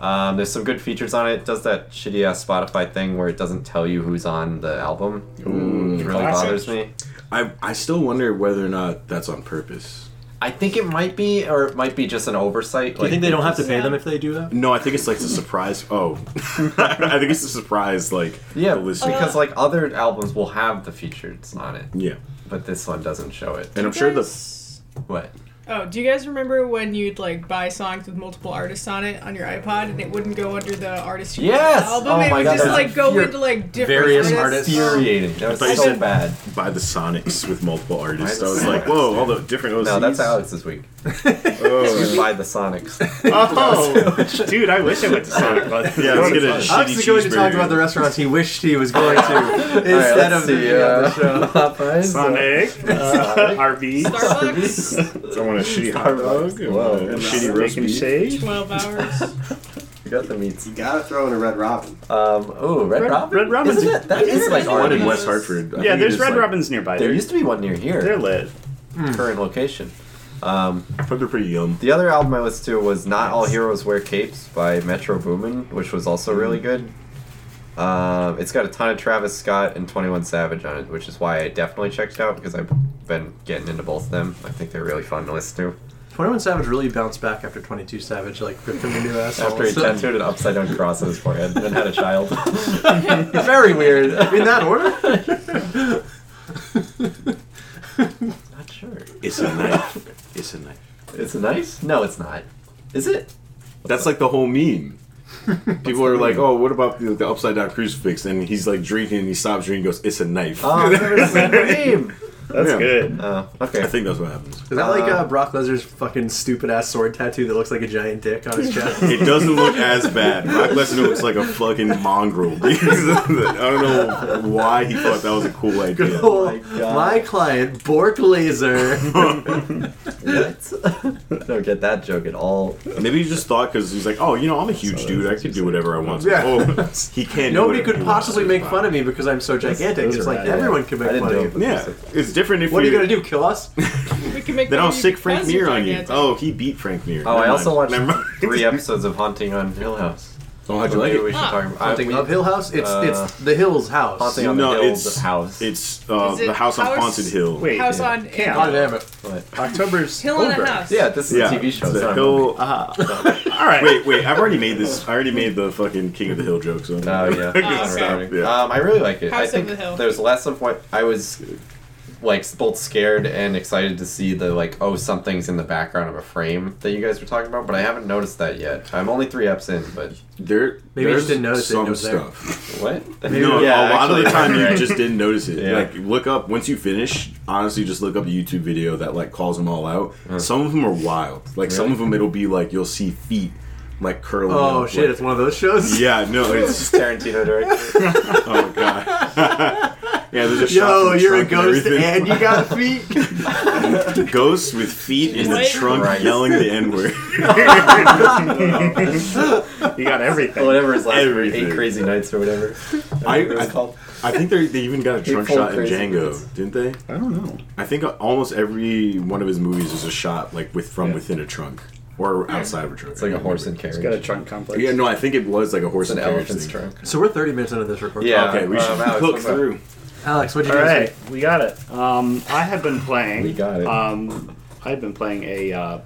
S4: Um, there's some good features on it. It does that shitty ass Spotify thing where it doesn't tell you who's on the album.
S5: Mm.
S4: it really
S2: Classic.
S4: bothers me.
S5: I, I still wonder whether or not that's on purpose.
S4: I think it might be, or it might be just an oversight.
S1: Do you think they don't have to pay them if they do that?
S5: No, I think it's like a surprise. Oh, I think it's a surprise. Like
S4: Yeah,
S5: the listening.
S4: because like other albums will have the features on it,
S5: yeah,
S4: but this one doesn't show it.
S5: and I'm sure the
S6: Guys-
S4: What?
S6: Oh, do you guys remember when you'd like buy songs with multiple artists on it on your iPod and it wouldn't go under the artist you
S4: Yes!
S6: album?
S4: Oh
S6: it
S4: my
S6: would
S4: God,
S6: just
S4: that was
S6: like go
S4: pure-
S6: into like different
S1: Various artists.
S6: artists.
S4: Infuriating. That
S5: But
S4: was
S5: it's
S4: so
S5: a-
S4: bad.
S5: by the Sonics with multiple artists,
S4: the
S5: I was like,
S4: Sonics,
S5: whoa, all the different OCs.
S4: No, that's Alex's week.
S5: Oh.
S4: By the Sonics.
S2: Oh, dude, I wish I went to Sonic. But
S5: Yeah, let's get a shitty
S1: Alex is going to talk
S5: cheeseburger.
S1: about the restaurants he wished he was going to
S4: All right,
S1: instead
S4: let's
S1: of
S4: see,
S1: the,
S4: uh,
S1: uh, show.
S4: Popeyes,
S2: Sonic, uh, RV,
S6: Starbucks,
S5: I want a shitty hot dog. I
S4: Wow.
S5: want a shitty roast
S2: Bacon
S5: beef.
S2: Shake.
S6: twelve hours.
S4: You got the meats.
S9: You gotta throw in a Red Robin.
S4: Um, oh, Red,
S2: Red-
S4: Robin.
S2: Red Robin's
S4: Isn't it? That is like
S5: One in
S4: orange.
S5: West Hartford. I
S2: Yeah,
S5: think it
S2: there's
S5: is,
S2: Red
S5: like-
S2: Robins nearby.
S4: There
S2: They're,
S4: used to be one near
S2: they're
S4: here.
S2: lit.
S4: Current location. Um,
S5: But they're pretty yum.
S4: The other album I listened to was Not All Heroes Wear Capes by Metro Boomin, which was also really good. Um, it's got a ton of Travis Scott and 21 Savage on it, which is why I definitely checked it out because I've been getting into both of them. I think they're really fun to listen to.
S1: Twenty One Savage really bounced back after Twenty Two Savage, like ripped him a new asshole.
S4: After he
S1: Oh, So-
S4: tattooed an upside down cross on his forehead and then had a child.
S1: Very weird. In that order?
S4: Not sure.
S5: It's a knife. It's a knife.
S4: It's a knife? No, it's not. Is it?
S5: That's like the whole meme. People are like, "Oh, what about the, the upside down crucifix?" And he's like drinking, and he stops drinking, and goes, "It's a knife."
S4: Oh, I've never seen the name.
S2: That's
S5: Yeah.
S2: good.
S4: Oh,
S5: I
S4: okay.
S5: think that's what happens.
S1: Is that like uh, Brock Lesnar's fucking stupid ass sword tattoo that looks like a giant dick on his
S4: Oh
S1: chest?
S5: It doesn't look as bad. Brock Lesnar looks like a fucking mongrel. I don't know why he thought that was a cool idea.
S1: Oh my,
S4: God.
S1: client Bork Laser.
S4: I don't get that joke at all. Oh,
S5: Maybe he just thought because he's like, oh, you know, I'm a huge dude. I could do whatever I want.
S1: Yeah.
S5: Oh, he can't. do
S1: Nobody
S5: whatever
S1: could
S5: he wants,
S1: possibly
S5: so
S1: make
S5: it's
S1: fun
S5: fine.
S1: of me because I'm so gigantic.
S2: those
S1: It's
S2: are
S1: like
S2: right.
S1: everyone can
S4: I
S1: make
S4: didn't
S1: fun
S4: know.
S1: of you.
S5: Yeah, it's different if.
S1: What are you
S5: you're-
S1: gonna do? Kill us?
S6: We can make fun
S5: Then I'll
S6: of you
S5: sick Frank
S6: because you're
S5: Mir on you.
S6: gigantic.
S5: Oh, he beat Frank Mir.
S8: Oh, I also watched
S5: Remember?
S8: three episodes of Haunting on Hill House.
S5: Oh, how'd you
S8: So
S5: like
S8: maybe
S5: it?
S8: We should
S6: Ah.
S8: talk about
S1: Haunting
S8: we-
S1: of Hill House? It's
S8: Uh,
S1: it's the Hill's house.
S8: Haunting on
S5: No,
S8: the
S5: it's-
S8: Hill's house.
S5: It's uh,
S6: Is it
S5: the house on
S6: House-
S5: Haunted Hill.
S2: Wait,
S6: House
S8: yeah.
S6: on
S2: Can't.
S1: God damn it.
S8: But-
S2: October's
S6: Hill on
S2: over.
S6: a house.
S8: yeah, this is
S5: Yeah,
S8: a TV show.
S5: it's
S8: It's
S5: the
S8: not a movie.
S5: Hill.
S2: All right.
S5: Wait, wait! I've already made this. I already made the fucking King of the Hill joke. So
S8: Oh yeah.
S5: I can
S6: Oh, okay.
S5: stop. Yeah.
S8: Um, I really like it.
S6: House
S8: I
S6: of
S8: think
S6: the Hill.
S8: there's less of what I was like both scared and excited to see the like oh something's in the background of a frame that you guys were talking about, but I haven't noticed that yet. I'm only three eps in, but
S5: There,
S1: Maybe you
S5: there's
S1: just didn't notice it,
S5: some
S1: it was there.
S5: stuff.
S8: what?
S5: no,
S8: Yeah,
S5: a lot of
S8: actually,
S5: the time
S8: you're
S5: you
S8: right.
S5: just didn't notice it.
S8: Yeah.
S5: Like, look up once you finish. Honestly, just look up a YouTube video that like calls them all out.
S8: Hmm.
S5: Some of them are wild. Like some of them, it'll be like you'll see feet like curling.
S1: Oh
S5: up,
S1: shit,
S5: like-
S1: it's one of those shows?
S5: yeah, no, it's
S8: Tarantino director.
S5: oh god. yeah, there's a shot
S1: Yo,
S5: from
S1: you're a
S5: trunk and
S1: ghost and,
S5: everything.
S1: you got feet?
S5: Ghost with feet in the
S6: What?
S5: trunk
S8: Christ.
S5: yelling the N word.
S2: You got everything.
S8: Whatever his last
S5: Everything.
S8: eight crazy nights or whatever.
S5: I,
S8: It was
S5: I,
S8: called.
S5: I think they they even got a trunk
S8: pulled
S5: shot in
S8: crazy
S5: Django,
S8: moves.
S5: didn't they?
S2: I don't know.
S5: I think almost every one of his movies is a shot like with from within a trunk or outside of a trunk.
S8: It's like a horse and
S2: Got a
S8: carriage.
S2: trunk complex.
S5: Yeah, no, I think it was like a horse
S8: It's an
S5: and carriage
S8: elephant's
S5: thing. Uh,
S8: trunk.
S1: so we're 30 minutes into this recording. Oh,
S8: Yeah.
S5: Okay, we
S8: Um,
S5: should
S8: Alex,
S5: look
S8: what's up?
S5: through.
S1: Alex, what'd you
S2: All
S1: do? this
S2: right,
S1: week?
S2: we got it. Um, I have been playing.
S8: We got it.
S2: Um, I've been playing a uh,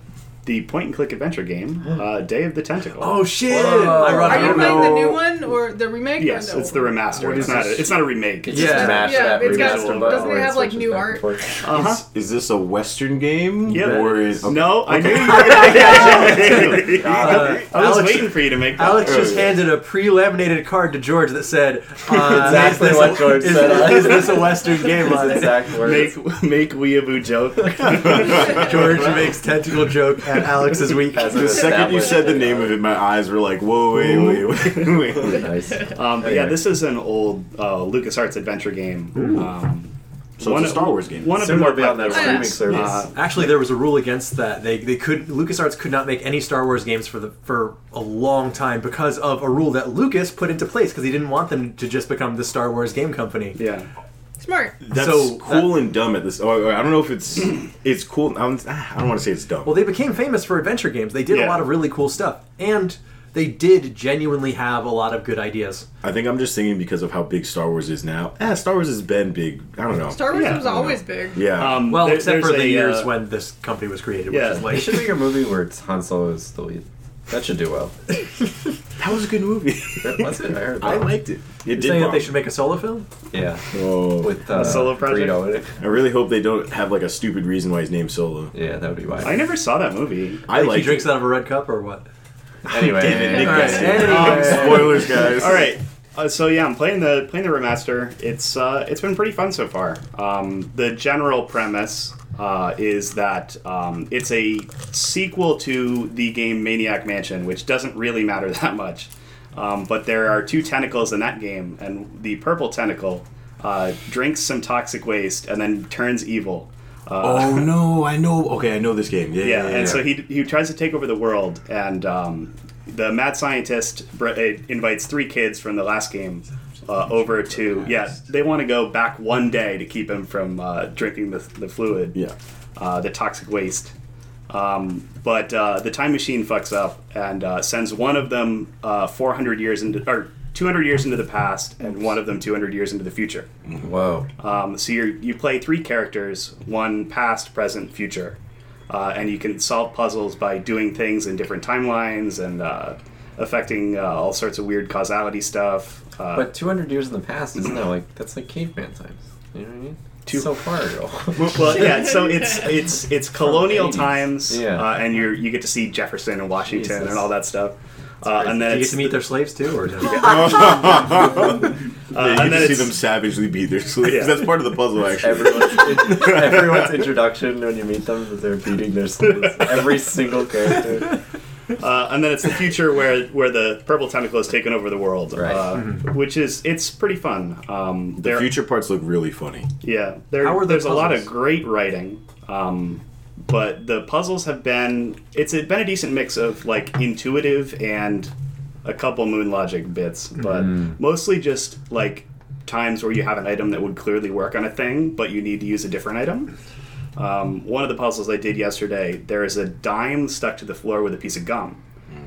S2: the point and click adventure game, uh, Day of the Tentacle.
S1: Oh shit!
S8: Whoa.
S1: I
S6: Are
S1: run
S6: you
S1: out
S6: playing the new
S1: know.
S6: one or the remake?
S2: yes,
S6: or the
S2: it's the remaster. It's not. A, it's not a remake.
S8: It's
S2: It's
S1: Yeah.
S8: just smash
S6: Yeah,
S8: that
S6: it's got-
S8: remaster
S6: doesn't
S8: button
S6: it
S8: where
S6: have, like,
S8: switches
S6: new
S8: back
S6: art?
S8: and forth.
S2: uh-huh.
S5: Is this a Western game?
S2: Yeah.
S5: Or is,
S2: No, I knew you were gonna get it. I was
S1: Alex-
S2: waiting for you to make that.
S1: Alex just handed a pre-laminated card to George that said, uh,
S4: Exactly
S1: is this
S4: what
S1: a-
S4: George
S1: is-
S4: said.
S1: Is this a Western game on
S4: His
S1: it?
S4: exact words.
S2: make make weeaboo joke.
S1: George makes tentacle joke at Alex's week.
S5: the second you
S4: Established.
S5: said the name of it, my eyes were like, whoa, wait, wait, wait, wait.
S8: Nice.
S2: Um, but yeah, this is an old uh, LucasArts adventure game. Um,
S5: So it's a Star Wars game.
S2: One of the
S8: Similar
S2: more
S8: beyond that
S2: popular
S8: streaming
S2: ones.
S8: service.
S2: Uh,
S1: Actually, there was a rule against that. They they could LucasArts could not make any Star Wars games for the for a long time because of a rule that Lucas put into place because he didn't want them to just become the Star Wars game company.
S2: yeah.
S6: Smart.
S5: That's
S1: So,
S5: cool and dumb at this. Oh, I don't know if it's it's cool. I don't, I don't want to say it's dumb.
S1: Well, they became famous for adventure games. They did a
S2: Yeah.
S1: lot of really cool stuff, and they did genuinely have a lot of good ideas.
S5: I think I'm just singing because of how big Star Wars is now. Ah, Star Wars has been big. I don't know.
S6: Star Wars
S2: Yeah.
S6: was always big.
S5: yeah.
S2: Um,
S1: Well,
S2: there-
S1: except for
S2: there's
S1: the
S2: a,
S1: years
S2: uh,
S1: when this company was created,
S2: yeah.
S8: They
S1: which is
S8: should
S1: like
S8: make a movie where it's Han Solo is the lead. That should do well.
S5: that was a good movie.
S8: That's it. I heard that.
S5: I liked it. It
S1: You're
S5: did.
S1: saying that
S5: bomb.
S1: they should make a solo film.
S8: Yeah.
S5: Oh,
S8: With uh,
S2: solo project?
S8: Greedo in it.
S5: I really hope they don't have like a stupid reason why his name's Solo.
S8: Yeah, that would be why.
S2: I never saw that movie.
S5: I
S1: Like he
S5: like
S1: drinks out of a red cup or what?
S8: Anyway,
S5: Damn it, Nick
S1: All right,
S5: Bessie.
S1: anyway.
S5: Spoilers, guys.
S2: All right. Uh, so yeah, I'm playing the playing the remaster. It's uh, it's been pretty fun so far. Um, the general premise uh, is that um, it's a sequel to the game Maniac Mansion, which doesn't really matter that much. Um, but there are two tentacles in that game, and the purple tentacle uh, drinks some toxic waste and then turns evil.
S5: Oh no, I know. Okay, I know this game. Yeah,
S2: Yeah, and so he, he tries to take over the world, and um, the mad scientist br- uh, invites three kids from the last game uh, over to. Yeah, they want to go back one day to keep him from uh, drinking the, the fluid,
S5: yeah.
S2: uh, the toxic waste. Um, but uh, the time machine fucks up and uh, sends one of them uh, 400 years into, or 200 years into the past, and one of them 200 years into the future.
S8: Whoa.
S2: Um, so you you play three characters: one past, present, future, uh, and you can solve puzzles by doing things in different timelines and uh, affecting uh, all sorts of weird causality stuff. Uh,
S8: But 200 years in the past, isn't that like that's like caveman times? You know what I mean? Too so far ago.
S2: well, yeah. So it's it's it's colonial
S8: 80s.
S2: times,
S8: Yeah.
S2: uh, and you are you get to see Jefferson and Washington
S8: Jesus.
S2: and all that stuff. Uh, and
S1: Do
S2: then
S1: you get
S2: it's
S1: to meet their slaves too, or no?
S2: uh,
S5: you
S2: and then
S5: just see
S2: it's-
S5: them savagely beat their sleeves.
S2: Yeah.
S5: That's part of the puzzle, actually.
S4: Everyone's, everyone's introduction when you meet them is they're beating their sleeves. Every single character.
S2: uh, and then it's the future where where the purple tentacle has taken over the world,
S4: Right.
S2: uh, which is it's pretty fun. Um,
S5: the
S2: there-
S5: future parts look really funny.
S2: Yeah, there,
S1: How are the
S2: there's a lot of
S1: puzzles?
S2: great writing, um, but the puzzles have been it's been a decent mix of like intuitive and a couple moon logic bits, but mostly just like times where you have an item that would clearly work on a thing, but you need to use a different item. Um, one of the puzzles I did yesterday, there is a dime stuck to the floor with a piece of gum,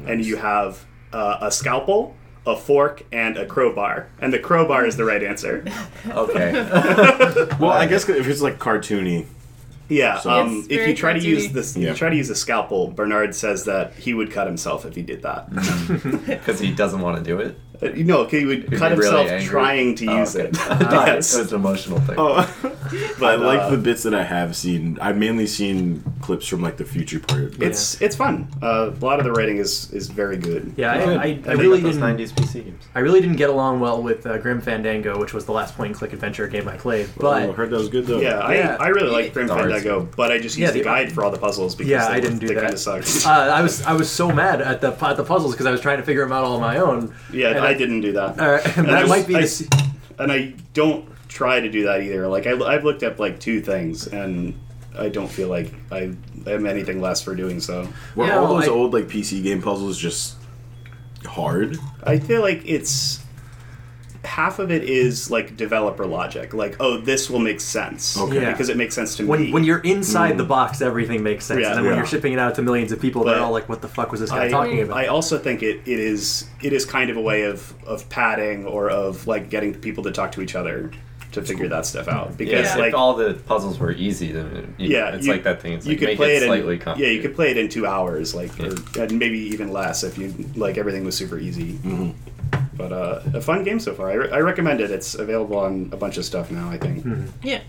S2: and you have uh, a scalpel. A fork and a crowbar, and the crowbar is the right answer.
S4: Okay.
S5: Well, I guess if it's like cartoony,
S2: Yeah,
S5: So-
S2: um,
S6: It's
S2: if
S6: very
S2: you try to use
S6: cartoony.
S2: this,
S5: Yeah.
S2: you try to use a scalpel. Bernard says that he would cut himself if he did that.
S4: Because he doesn't want to do it.
S2: Uh, no, he would
S4: be
S2: cut
S4: really
S2: himself
S4: angry.
S2: trying to
S4: Oh,
S2: use
S4: okay.
S2: it.
S4: Got it.
S2: yes.
S4: It was an emotional thing.
S5: but uh, I like the bits that I have seen. I've mainly seen clips from like the future part.
S2: It's it's fun. Uh, a lot of the writing is is very good.
S1: Yeah,
S2: Uh,
S1: I, I, I
S4: I
S1: really
S4: those
S1: didn't.
S4: 90s PC games.
S1: I really didn't get along well with uh, Grim Fandango, which was the last point-and-click adventure game I played. But
S5: oh, I heard that was good though.
S2: yeah, I,
S1: Yeah.
S2: I really like Grim
S4: No, it's-
S2: Fandango, but I just used
S1: Yeah,
S2: the
S1: the-
S2: guide for all the puzzles because
S1: Yeah,
S2: they,
S1: I didn't do
S2: they
S1: that.
S2: kind of sucks.
S1: uh, I was I was so mad at the at the puzzles because I was trying to figure them out all on my own. and
S2: yeah, I didn't do that.
S1: Uh, and
S2: And I
S1: that
S2: was-
S1: might be.
S2: I-
S1: the se-
S2: and I don't try to do that either. Like I, I've looked up like two things, and I don't feel like I am anything less for doing so.
S5: Were
S1: Yeah,
S5: all those
S1: I-
S5: old like PC game puzzles just hard?
S2: I feel like it's half of it is like developer logic, like oh, this will make sense
S5: Okay.
S1: Yeah.
S2: because it makes sense to
S1: when
S2: me.
S1: when you're inside the box, everything makes sense.
S2: Mm. Yeah.
S1: and then when
S5: Yeah.
S1: you're shipping it out to millions of people,
S2: But
S1: they're all like, "What the fuck was this guy
S2: I,
S1: talking about?"
S2: I also think it, it is it is kind of a way of of padding or of like getting people to talk to each other to figure that stuff out because
S4: Yeah,
S2: like
S4: if all the puzzles were easy, then it, you know,
S2: yeah,
S4: it's
S2: you-
S4: like that thing. It's
S2: you
S4: like
S2: could
S4: make
S2: play
S4: it
S2: in-
S4: slightly
S2: yeah, you
S4: complicated.
S2: could play it in two hours, like or, and maybe even less if you like everything was super easy.
S4: Mm-hmm.
S2: But uh, a fun game so far. I, re- I recommend it. It's available on a bunch of stuff now. I think.
S4: Hmm.
S6: Yeah.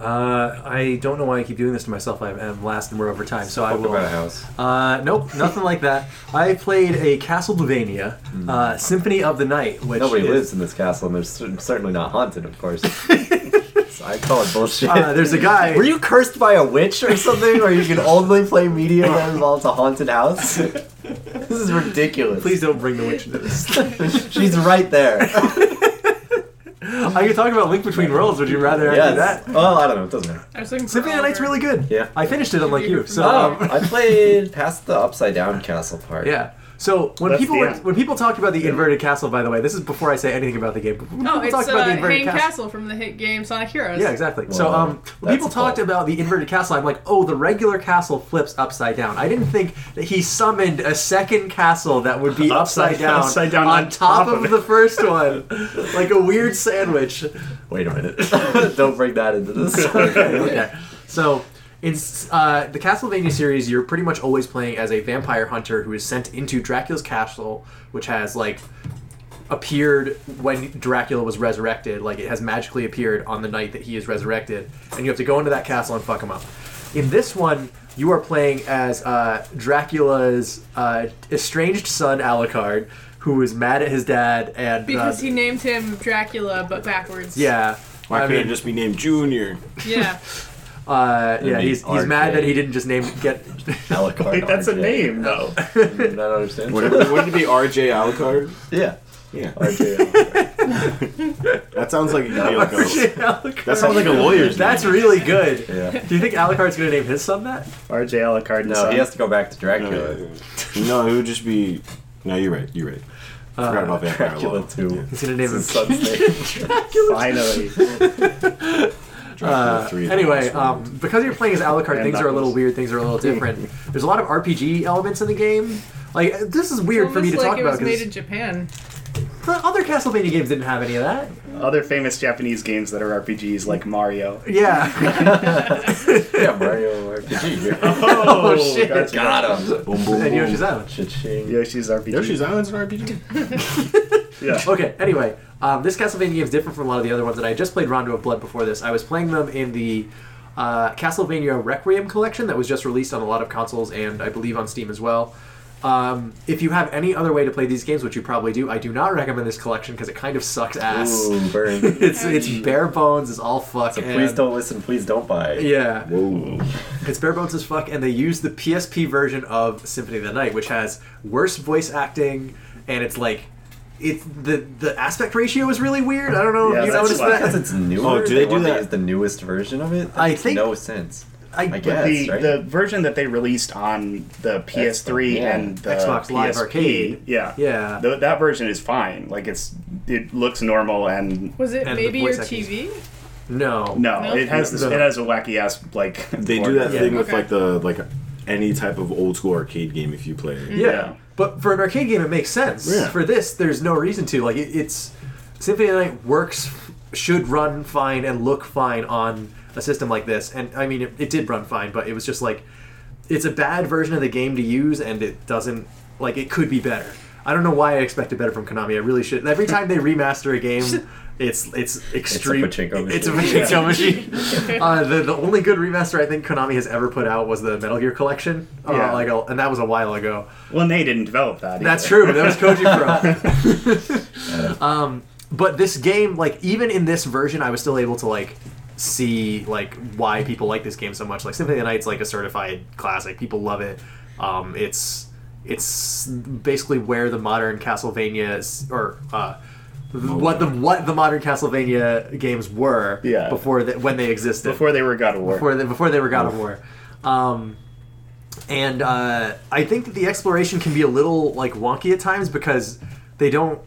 S1: Uh, I don't know why I keep doing this to myself. I am last and we're over time, so I
S4: Talk
S1: will.
S4: about a house.
S1: Uh, nope, nothing like that. I played a Castlevania uh, Symphony of the Night, which
S4: Hmm. Nobody
S1: is-
S4: lives in this castle, and they're cer- certainly not haunted, of course. so I call it bullshit.
S1: Uh, there's a guy.
S4: Were you cursed by a witch or something, where you can only play media that involves a haunted house? this is ridiculous.
S1: Please don't bring the witch into this.
S4: She's right there.
S1: I could talk Oh, about Link Between Worlds. Would you rather I do
S4: yes.
S1: that?
S4: Well, I don't know. It doesn't matter.
S6: I was looking for
S1: Symphony of the Night's
S6: Oliver.
S1: really good.
S4: Yeah.
S1: I finished it unlike you. So
S4: Um,
S1: um,
S4: I played past the upside down castle part.
S1: yeah. So when
S2: That's
S1: people
S2: the
S1: were,
S2: end.
S1: when people talked about the inverted castle, by the way, this is before I say anything about the game. but When
S6: Oh,
S1: people talked
S6: it's uh,
S1: about the
S6: Hayden
S1: inverted
S6: Castle.
S1: castle.
S6: from the hit game Sonic Heroes.
S1: Yeah, exactly. so,
S4: Wow.
S1: um, when
S4: That's
S1: people
S4: a
S1: talked
S4: fault.
S1: about the inverted castle, I'm like, oh, the regular castle flips upside down. I didn't think that he summoned a second castle that would be upside,
S2: Upside-
S1: down,
S2: upside down
S1: on,
S2: on
S1: top,
S2: top of
S1: of
S2: it.
S1: the first one, like a weird sandwich.
S4: Wait a minute. don't bring that into this.
S1: okay. So in uh, the Castlevania series, you're pretty much always playing as a vampire hunter who is sent into Dracula's castle, which has like appeared when Dracula was resurrected. Like it has magically appeared on the night that he is resurrected, and you have to go into that castle and fuck him up. In this one, you are playing as uh, Dracula's uh, estranged son Alucard, who is mad at his dad and
S6: Because
S1: uh,
S6: he named him Dracula, but backwards.
S1: yeah.
S5: Why
S1: I
S5: can't
S1: mean-
S5: it just be named Junior?
S6: Yeah.
S1: Uh, yeah,
S4: be
S1: he's, he's mad
S4: RJ.
S1: that he didn't just name get.
S4: Alucard.
S2: Wait, that's a
S4: RJ.
S2: name though.
S4: I don't understand.
S5: Whatever. Wouldn't it be RJ Alucard?
S4: Yeah.
S5: Yeah,
S4: RJ. Alucard.
S5: that sounds like it could be like a,
S1: Alucard.
S5: that sounds like a lawyer's
S1: That's really good.
S4: Yeah.
S1: Do you think Alucard's gonna name his son that?
S2: R.J. Alucard.
S4: No, he has to go back to Dracula.
S5: name. No, it would just be. No, you're right. You're right.
S1: Uh,
S5: I forgot about vampire
S4: Dracula
S5: law.
S4: too.
S1: He's gonna name him.
S4: His son's name.
S2: finally.
S5: Dracula three.
S1: Uh, Anyway, um, because you're playing as Alucard,
S2: And
S1: things are a little
S2: Knuckles.
S1: weird. Things are a little different. There's a lot of RPG elements in the game. Like uh, this is weird for me to talk
S6: Almost like it
S1: about
S6: was made in
S1: because
S6: Japan.
S1: the other Castlevania games didn't have any of that.
S2: Other famous Japanese games that are RPGs like Mario.
S1: Yeah.
S4: yeah, Mario RPG.
S2: Oh,
S1: shit.
S2: gotcha.
S4: Got him.
S5: boom, boom,
S1: and
S5: boom.
S1: Yoshi's Island.
S4: Cha-ching.
S2: Yoshi's RPG.
S5: Yoshi's Island's an RPG.
S2: Yeah.
S1: Okay, anyway, um, this Castlevania game is different from a lot of the other ones that I just played Rondo of Blood before this. I was playing them in the uh, Castlevania Requiem collection that was just released on a lot of consoles and I believe on Steam as well. Um, if you have any other way to play these games, which you probably do, I do not recommend this collection because it kind of sucks ass.
S4: Ooh, burn.
S1: it's it's bare bones. It's all fuck. and-
S4: Please don't listen. Please don't buy.
S1: Yeah,
S5: Whoa.
S1: it's bare bones as fuck, and they use the PSP version of Symphony of the Night, which has worse voice acting, and it's like, it's the the aspect ratio is really weird. I don't know.
S2: Yeah,
S1: if you
S2: that's
S1: noticed
S2: why.
S1: that?
S4: Because it's newer.
S5: Oh, do they do
S4: want to
S5: that?
S4: use the newest version of it? That
S1: I
S4: makes
S1: think-
S4: no sense.
S1: I,
S4: I
S2: But
S4: guess
S2: the,
S4: right.
S2: the version that they released on the PS3
S4: yeah.
S2: and the
S1: Xbox Live
S2: PSP,
S1: Arcade.
S2: yeah,
S1: Yeah.
S2: Th- that version is fine. Like it's it looks normal and
S6: Was it
S1: And the
S6: maybe your
S1: voice acting.
S6: TV?
S1: no,
S2: no,
S6: No?
S2: it has this,
S1: No.
S2: it has a wacky ass like
S5: They do that
S1: Yeah.
S5: thing with
S6: Okay.
S5: like the like any type of old school arcade game if you play it.
S1: Yeah.
S2: Yeah.
S1: But for an arcade game, it makes sense.
S5: Yeah.
S1: For this, there's no reason to. Like, it, it's Symphony of the Night works, should run fine and look fine on a system like this. And I mean, it, it did run fine, but it was just like it's a bad version of the game to use, and it doesn't like it could be better. I don't know why I expected better from Konami. I really should. Every time they remaster a game, it's it's extreme.
S4: pachinko
S1: It's a
S4: machine.
S1: pachinko machine. uh, the, the only good remaster I think Konami has ever put out was the Metal Gear Collection, uh,
S2: Yeah.
S1: like, a, and that was a while ago.
S2: Well, they didn't develop that. Either.
S1: That's true. That was Koji Pro. um, but this game, like even in this version, I was still able to like see like why people like this game so much. Like Symphony of the Night's like a certified classic. People love it. Um, it's it's basically where the modern Castlevania is, or uh, what the what the modern Castlevania games were
S2: Yeah.
S1: before the, when they existed
S2: Before they were God of War.
S1: before they, before they were God of War. Um, and uh, I think that the exploration can be a little like wonky at times because they don't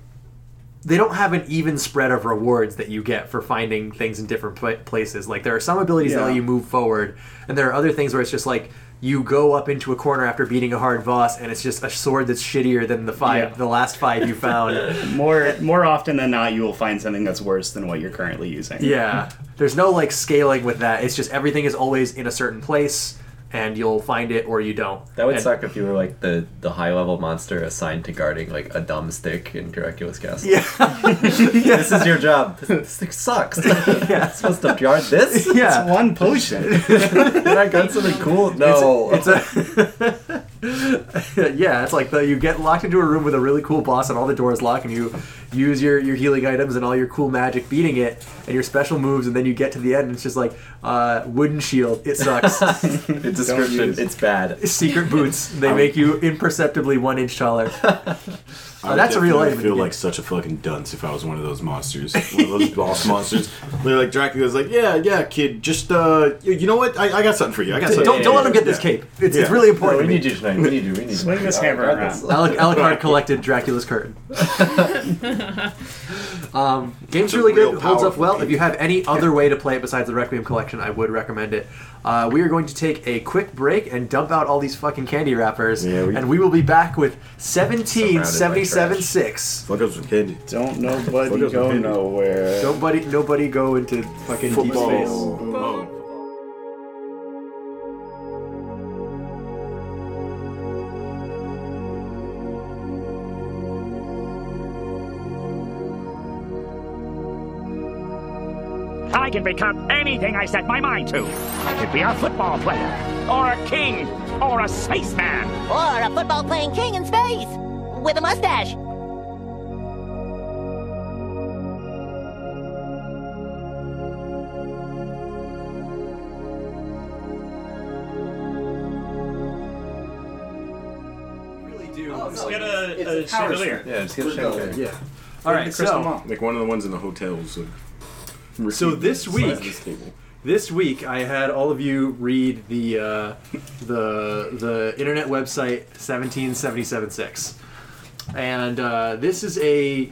S1: they don't have an even spread of rewards that you get for finding things in different pla places. Like there are some abilities that
S2: Yeah.
S1: let you move forward, and there are other things where it's just like you go up into a corner after beating a hard boss, and it's just a sword that's shittier than the five
S2: Yeah.
S1: the last five you found.
S2: more more often than not, you will find something that's worse than what you're currently using.
S1: Yeah. There's no like scaling with that. It's just everything is always in a certain place and you'll find it or you don't.
S4: That would
S1: And-
S4: suck if you were like the the high level monster assigned to guarding like a dumb stick in Dracula's castle.
S1: Yeah.
S4: This is your job. This, this stick sucks. yeah. supposed to guard this.
S2: It's
S1: yeah.
S2: one potion.
S4: Did I got something cool? No.
S1: It's a, yeah, it's like the, you get locked into a room with a really cool boss, and all the doors lock, and you use your, your healing items and all your cool magic beating it, and your special moves, and then you get to the end, and it's just like uh, wooden shield. It sucks.
S4: the description.
S2: use-
S4: It's bad.
S1: Secret boots. They make you imperceptibly one inch taller.
S5: I
S1: Oh,
S5: would
S1: that's a real
S5: definitely
S1: life
S5: feel
S1: game.
S5: like such a fucking dunce if I was one of those monsters, one of those boss monsters. They're like Dracula's like, yeah, yeah, kid, just uh, you, you know what? I, I got something for you. I got something.
S1: don't
S5: for
S1: don't
S5: you."
S1: let him get this
S5: Yeah.
S1: cape. It's, it's
S5: Yeah.
S1: really
S4: No,
S1: important.
S4: we
S1: to me.
S4: need you tonight. We need you. We need you.
S2: Swing this
S4: Oh,
S2: hammer
S4: I got
S2: around.
S4: this.
S1: Alec, Alucard collected Dracula's curtain. um, game's really
S5: real
S1: good. Holds up
S5: powerful
S1: well.
S5: game.
S1: If you have any other way to play it besides the Requiem collection, I would recommend it. Uh, we are going to take a quick break and dump out all these fucking candy wrappers,
S5: Yeah, we-
S1: and we will be back with seventeen
S4: Surrounded by
S1: seventy seven
S4: trash.
S1: six.
S5: Fuck up with kid.
S2: Don't nobody
S5: Photos
S2: go
S5: of him.
S2: nowhere.
S1: Nobody, nobody go into fucking deep space.
S10: I can become anything I set my mind to. I could be a football player, or a king, or a spaceman.
S11: Or a football playing king in space with a mustache.
S2: Just get a, a
S4: It's
S2: chandelier.
S4: Yeah, just get a chandelier.
S1: Yeah. All right.
S2: Crystal
S1: So,
S2: Mall.
S5: Like one of the ones in the hotels. Like,
S1: So this week-
S5: This table.
S1: this week I had all of you read the uh, the the internet website seventeen seventy seven six, and uh, this is a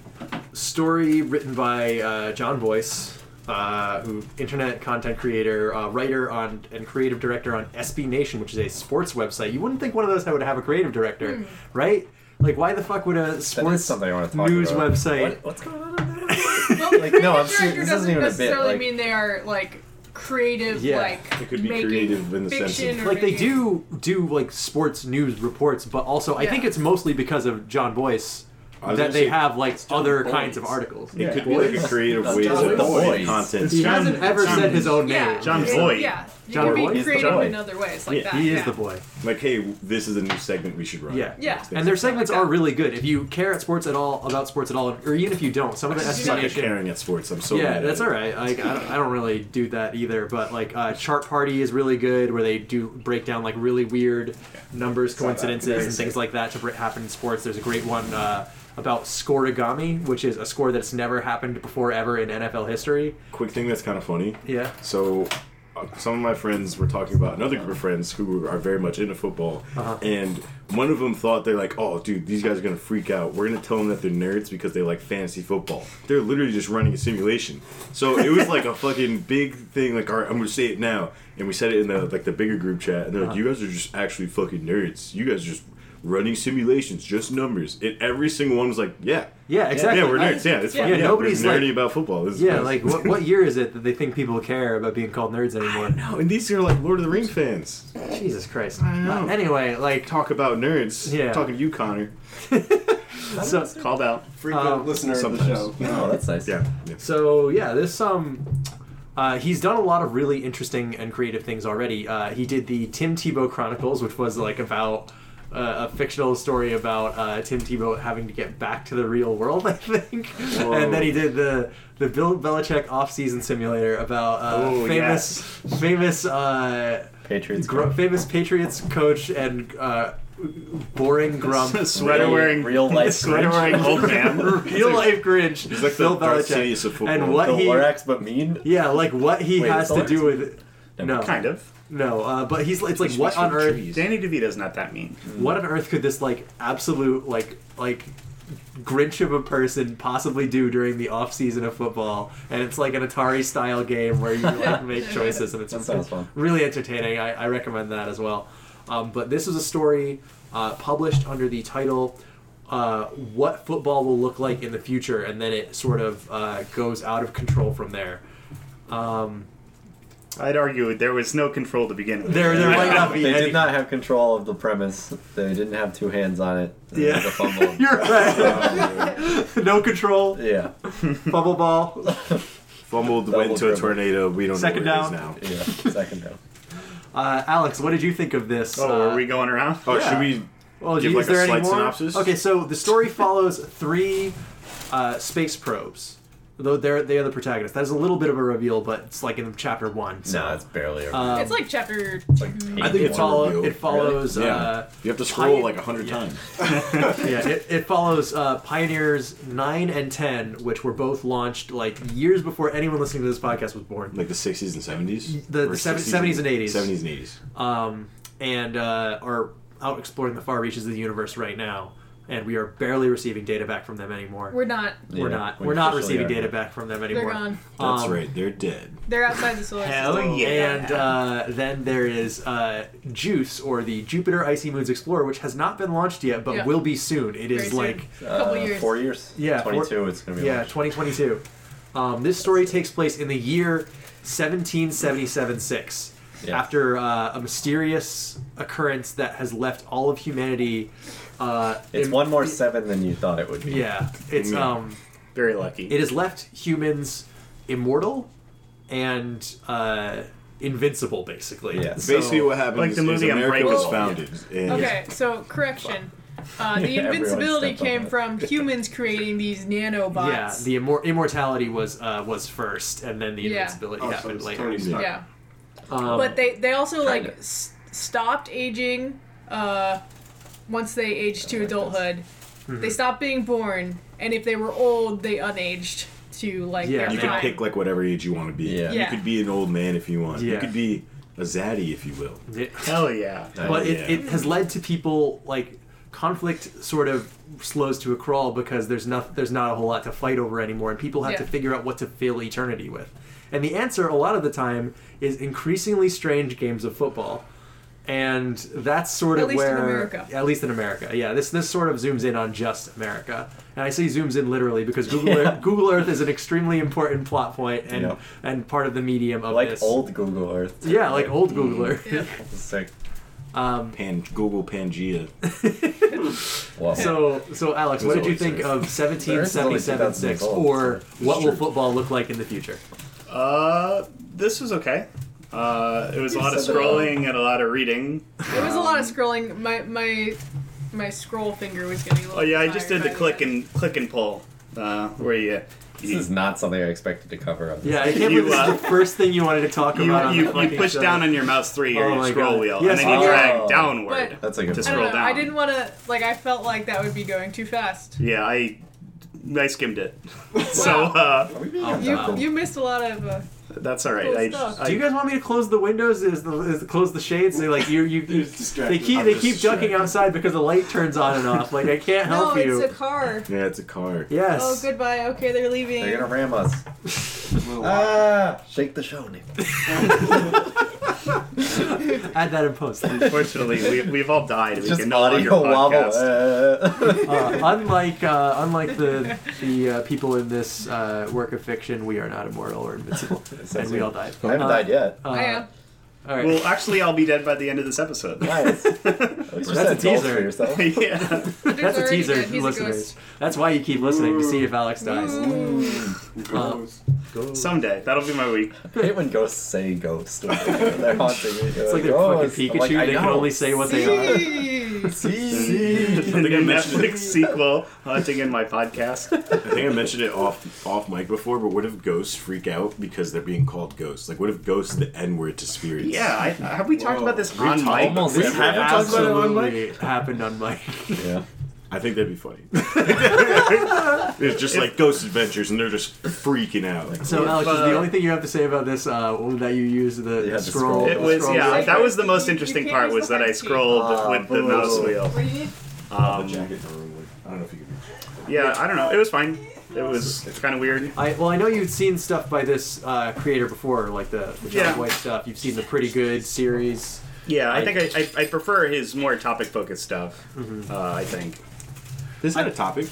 S1: story written by uh, John Boyce, uh, who internet content creator, uh, writer on and creative director on SB Nation, which is a sports website. You wouldn't think one of those would have a creative director, right? Like, why the fuck would a
S4: Hmm. That is
S1: sports
S4: something I want to talk
S1: news
S4: about.
S1: website?
S4: What, what's going on in there?
S6: Well, the
S4: Like,
S6: creative
S4: no, I'm
S6: director
S4: serious. This
S6: doesn't
S4: isn't even a bit,
S6: necessarily
S4: like-
S6: mean they are like creative.
S1: Yeah.
S6: like
S5: It could be
S6: making
S5: creative in the
S6: fiction
S5: sense of-
S6: or
S1: like they
S6: making-
S1: do do like sports news reports, but also I
S6: Yeah.
S1: think it's mostly because of John Boyce
S5: I was
S1: that
S5: gonna
S1: they
S5: say,
S1: have like other
S3: Boyce.
S1: kinds of articles.
S5: It could be like a creative way
S4: John
S5: to
S4: Boyce.
S5: content.
S1: He
S2: John-
S1: hasn't ever
S2: John-
S1: said his own name.
S6: Yeah,
S2: John
S6: it's-
S2: Boyd.
S6: Yeah, You
S5: John
S6: can
S5: Boy
S6: be
S5: is the
S6: creative
S5: boy.
S6: in other ways like that.
S1: he is
S6: yeah.
S1: the boy.
S5: Like, hey, this is a new segment we should run.
S1: Yeah.
S6: Yeah.
S1: And their segments are really good. If you care at sports at all, about sports at all, or even if you don't, some of the
S5: I suck at
S1: explanation.
S5: caring at sports. I'm so
S1: yeah,
S5: bad at
S1: that's
S5: it.
S1: all right. Like I don't, I don't really do that either. But like uh, chart party is really good, where they do break down like really weird numbers,
S2: that.
S1: coincidences, and things like that to br- happen in sports. There's a great one uh, about scoregami, which is a score that's never happened before ever in NFL history.
S5: Quick thing that's kind of funny.
S1: Yeah.
S5: So, uh, some of my friends were talking about another group of friends who are very much into football,
S1: Uh-huh.
S5: and one of them thought they're like, "Oh, dude, these guys are gonna freak out. We're gonna tell them that they're nerds because they like fantasy football. They're literally just running a simulation." So it was like a fucking big thing. Like, all right, I'm gonna say it now, and we said it in the like the bigger group chat, and they're like,
S1: Uh-huh.
S5: "You guys are just actually fucking nerds. You guys are just." Running simulations, just numbers. And every single one was like, "Yeah,
S1: Yeah, exactly.
S5: Yeah, we're
S1: I-
S5: nerds. Yeah, it's
S1: yeah,
S5: fine. Yeah,
S1: nobody's
S5: nobody's nerdy
S1: like-
S5: about football. This is
S1: Yeah,
S5: nice.
S1: like what, what year is it that they think people care about being called nerds anymore?
S5: No, and these are like Lord of the Rings fans.
S1: Jesus Christ.
S5: I know.
S1: Uh, anyway, like
S5: Talk about nerds.
S1: Yeah.
S5: Talking to you, Connor.
S1: so
S2: Called out.
S3: Frequent
S1: Um,
S3: listener of the
S5: sometimes.
S3: show.
S4: Oh, that's nice.
S5: Yeah. yeah.
S1: So yeah, this um, uh, he's done a lot of really interesting and creative things already. Uh, he did the Tim Tebow Chronicles, which was like about uh, a fictional story about uh, Tim Tebow having to get back to the real world, I think. And then he did the the Bill Belichick off-season simulator about uh,
S2: Oh,
S1: famous famous uh,
S4: Patriots.
S1: gr- famous Patriots coach and uh, boring grump.
S2: Sweater wearing,
S4: Real life
S2: sweater wearing old man.
S1: Real life Grinch,
S5: like the
S1: Bill
S5: Darth Sidious of
S1: Belichick,
S5: football.
S1: and what
S4: the
S1: he
S4: Lorax, but mean.
S1: yeah, like what he
S4: Wait,
S1: has
S4: it's
S1: to do with no,
S2: Kind of.
S1: no. Uh, but he's it's like what on earth?
S2: Danny DeVito's not that mean.
S1: What on earth could this like absolute like like Grinch of a person possibly do during the off season of football? And it's like an Atari style game where you like make choices, and it's
S4: That sounds fun.
S1: really entertaining. I, I recommend that as well. Um, but this is a story uh, published under the title uh, "What Football Will Look Like in the Future," and then it sort of uh, goes out of control from there. Um,
S2: I'd argue there was no control to begin with.
S1: there, there might not be
S4: They
S1: any.
S4: did not have control of the premise. They didn't have two hands on it. It
S1: Yeah.
S4: was a fumble.
S1: You're right. no control.
S4: yeah.
S1: Bubble ball.
S5: Fumbled, went into a
S4: dribble.
S5: tornado. We don't
S1: Second
S5: know where
S1: down.
S5: it is now.
S4: Yeah. Second down.
S1: Uh, Alex, what did you think of this?
S2: Oh,
S1: Uh,
S2: are we going around?
S5: Oh,
S1: Yeah.
S5: should we?
S1: well,
S5: give,
S1: gee,
S5: like,
S1: is
S5: a
S1: there any
S5: slight
S1: more?
S5: synopsis?
S1: Okay, so the story follows three uh, space probes. Though they're they are the protagonists. That is a little bit of a reveal, but it's like in chapter one. So.
S4: No, it's barely. A,
S1: um,
S6: It's like chapter two.
S1: I think it,
S5: it's a
S1: follow,
S5: reveal.
S1: it follows.
S5: Yeah.
S1: Uh,
S5: you have to scroll
S1: Titan-
S5: like a hundred times.
S1: yeah, it, it follows uh, Pioneers nine and ten, which were both launched like years before anyone listening to this podcast was born.
S5: Like the 60s and 70s?
S1: The-
S5: Or
S1: the seven-
S5: 60s
S1: 70s and 80s.
S5: 70s and 80s.
S1: um, and uh, are out exploring the far reaches of the universe right now. And we are barely receiving data back from them anymore.
S6: We're not.
S1: We're
S4: Yeah,
S1: not.
S4: we
S1: We're not
S4: officially
S1: receiving
S4: are.
S1: data back from them anymore.
S6: They're gone.
S5: That's
S1: Um,
S5: right. They're dead.
S6: They're outside the solar
S2: Hell
S4: Oh,
S6: system.
S2: yeah.
S1: And uh, then there is uh, Juice, or the Jupiter Icy Moons Explorer, which has not been launched yet, but
S6: Yeah.
S1: will be soon. It is
S6: Very soon.
S1: like
S6: a couple
S4: Uh,
S6: years.
S4: Four years.
S1: Yeah, four-
S4: Twenty-two. It's gonna be.
S1: yeah,
S4: like-
S1: 2022. Um, this story takes place in the year 1777-6,
S4: Yeah.
S1: after uh, a mysterious occurrence that has left all of humanity. Uh,
S4: It's
S1: in-
S4: one more seven than you thought it would be.
S1: Yeah, it's um,
S2: Very lucky.
S1: it has left humans immortal and uh, invincible, basically.
S4: Yeah.
S1: So-
S5: Basically, what happened
S2: Like
S5: is,
S2: the movie
S5: is America was
S2: Unbreakable.
S5: founded. And
S6: Okay, so correction. Uh, the
S4: everyone
S6: invincibility
S4: stepped on
S6: came
S4: that.
S6: from humans creating these
S1: Yeah,
S6: nanobots.
S1: the immor- immortality was uh, was first, and then the
S6: Yeah.
S1: invincibility
S3: Oh, so
S1: happened
S3: it's
S1: later.
S3: Tony Stark.
S6: Yeah.
S1: Um,
S6: But they they also like
S4: Kinda.
S6: s- stopped aging uh, once they aged to adulthood.
S1: Mm-hmm.
S6: They stopped being born, and if they were old, they unaged to like
S1: Yeah.
S6: their
S5: you
S6: prime.
S5: can pick like whatever age you want to be.
S4: Yeah.
S5: You
S6: Yeah.
S5: could be an old man if you want.
S1: Yeah.
S5: You could be a zaddy if you will.
S1: it-
S2: Hell yeah.
S1: but it,
S5: Yeah.
S1: it has led to people like conflict sort of slows to a crawl because there's not there's not a whole lot to fight over anymore and people have to
S6: Yeah.
S1: figure out what to fill eternity with and the answer a lot of the time is increasingly strange games of football and that's sort
S6: At
S1: of
S6: least in
S1: where
S6: America.
S1: at least in America yeah this this sort of zooms in on just America and I say zooms in literally because Google Earth, Google Earth is an extremely important plot point and
S4: Yeah.
S1: and part of the medium of
S4: Like
S1: this
S4: old Google Earth.
S1: yeah like old Google Earth
S6: Mm-hmm. Yeah.
S4: Sick.
S1: um
S5: Pan Google Pangea.
S4: Wow.
S1: So, so Alex, what did you
S5: It's always
S1: think
S5: safe.
S1: of seventeen seventy seven six,
S4: There's only 2000
S1: or
S4: years old,
S1: what will
S4: true.
S1: football look like in the future?
S2: Uh, this was okay. Uh, it was a lot of
S6: Said that wrong.
S2: scrolling and a lot of reading.
S6: There was a lot of scrolling. My my my scroll finger was getting a little.
S2: Oh yeah, I
S6: tired
S2: just did
S6: by
S2: the click and click and pull. Uh, where you. This
S4: is not something I expected to cover. On this.
S1: Yeah, I can't believe this is the first thing uh, you wanted to talk
S2: you,
S1: about. on
S2: you,
S1: the
S2: you
S1: fucking
S2: push
S1: show.
S2: down on your mouse three or
S1: Oh
S2: your
S1: my
S2: scroll
S1: God.
S2: wheel,
S1: Yes,
S2: and then you
S1: I-
S2: drag
S6: But-
S2: downward
S6: That's
S4: a good
S2: to
S6: I
S2: scroll
S6: don't know.
S2: down.
S6: I didn't want to. Like I felt like that would be going too fast.
S2: Yeah, I I skimmed it. so uh,
S6: You you missed a lot of. Uh,
S2: that's all right.
S6: Cool
S2: I,
S6: stuff.
S2: I-
S1: Do you guys want me to close the windows? Is the is close the shades? They like you you. you they
S5: distracted.
S1: keep
S5: I'm
S1: they keep
S5: distracted.
S1: ducking outside because the light turns on and off. Like I can't
S6: no,
S1: help
S6: it's
S1: you.
S6: a car.
S5: Yeah, it's a car.
S1: yes.
S6: Oh goodbye. Okay, they're leaving.
S4: They're gonna ram us. ah, shake the show, Nick.
S1: Add that in post. Uh,
S2: Unfortunately, we, we've all died. We
S4: Just
S2: can no longer
S4: audio wobble.
S2: podcast.
S1: Uh, unlike uh, unlike the the uh, people in this uh, work of fiction, we are not immortal or invincible, and we all died.
S4: I haven't
S1: Uh,
S4: died yet.
S1: uh,
S6: I am.
S1: all right.
S2: Well, actually, I'll be dead by the end of this episode.
S4: Nice.
S1: That's a teaser.
S4: yourself.
S2: yeah.
S1: That's a
S6: already
S1: teaser,
S6: dead. He's a
S1: listeners.
S6: ghost.
S1: That's why you keep listening to see if Alex dies. Uh,
S2: Someday. That'll be my week.
S4: I hate when ghosts say ghost. they're haunting me.
S1: it's like they're
S5: Oh
S1: fucking Pikachu. they can only say what they are.
S2: the Netflix sequel, Hunting in My Podcast.
S5: I think I mentioned it off off mic before, but what if ghosts freak out because they're being called ghosts? Like, what if ghosts are the N word to spirits?
S2: Yeah, I, have we talked about this
S5: We've
S2: on
S5: talked-
S2: mic?
S5: we haven't talked about it on mic.
S1: Absolutely happened on mic.
S4: Yeah.
S5: I think that'd be funny. it's just like ghost adventures, and they're just freaking out.
S1: So Alex, is the
S2: uh,
S1: only thing you have to say about this uh, that you use the,
S4: Yeah, the
S1: scroll?
S4: scroll.
S2: It was
S1: scroll
S2: yeah.
S1: wheel?
S2: That was the most
S6: You- you
S2: interesting
S6: can't
S2: part
S6: use
S2: was
S6: the
S2: that I
S6: hide key.
S2: scrolled
S4: Ah,
S2: with the
S4: boo.
S2: mouse wheel.
S6: What do you need?
S5: the jacket in the room. like, I don't know if you can. reach
S2: Yeah, I don't know. It was fine. It was it's kind of weird.
S1: I, well, I know you've seen stuff by this uh, creator before, like the, the John
S2: Yeah.
S1: White stuff. You've seen the Pretty Good series.
S2: Yeah, I think I, I, I prefer his more topic focused stuff. Uh, I think
S5: it. Is that a topic?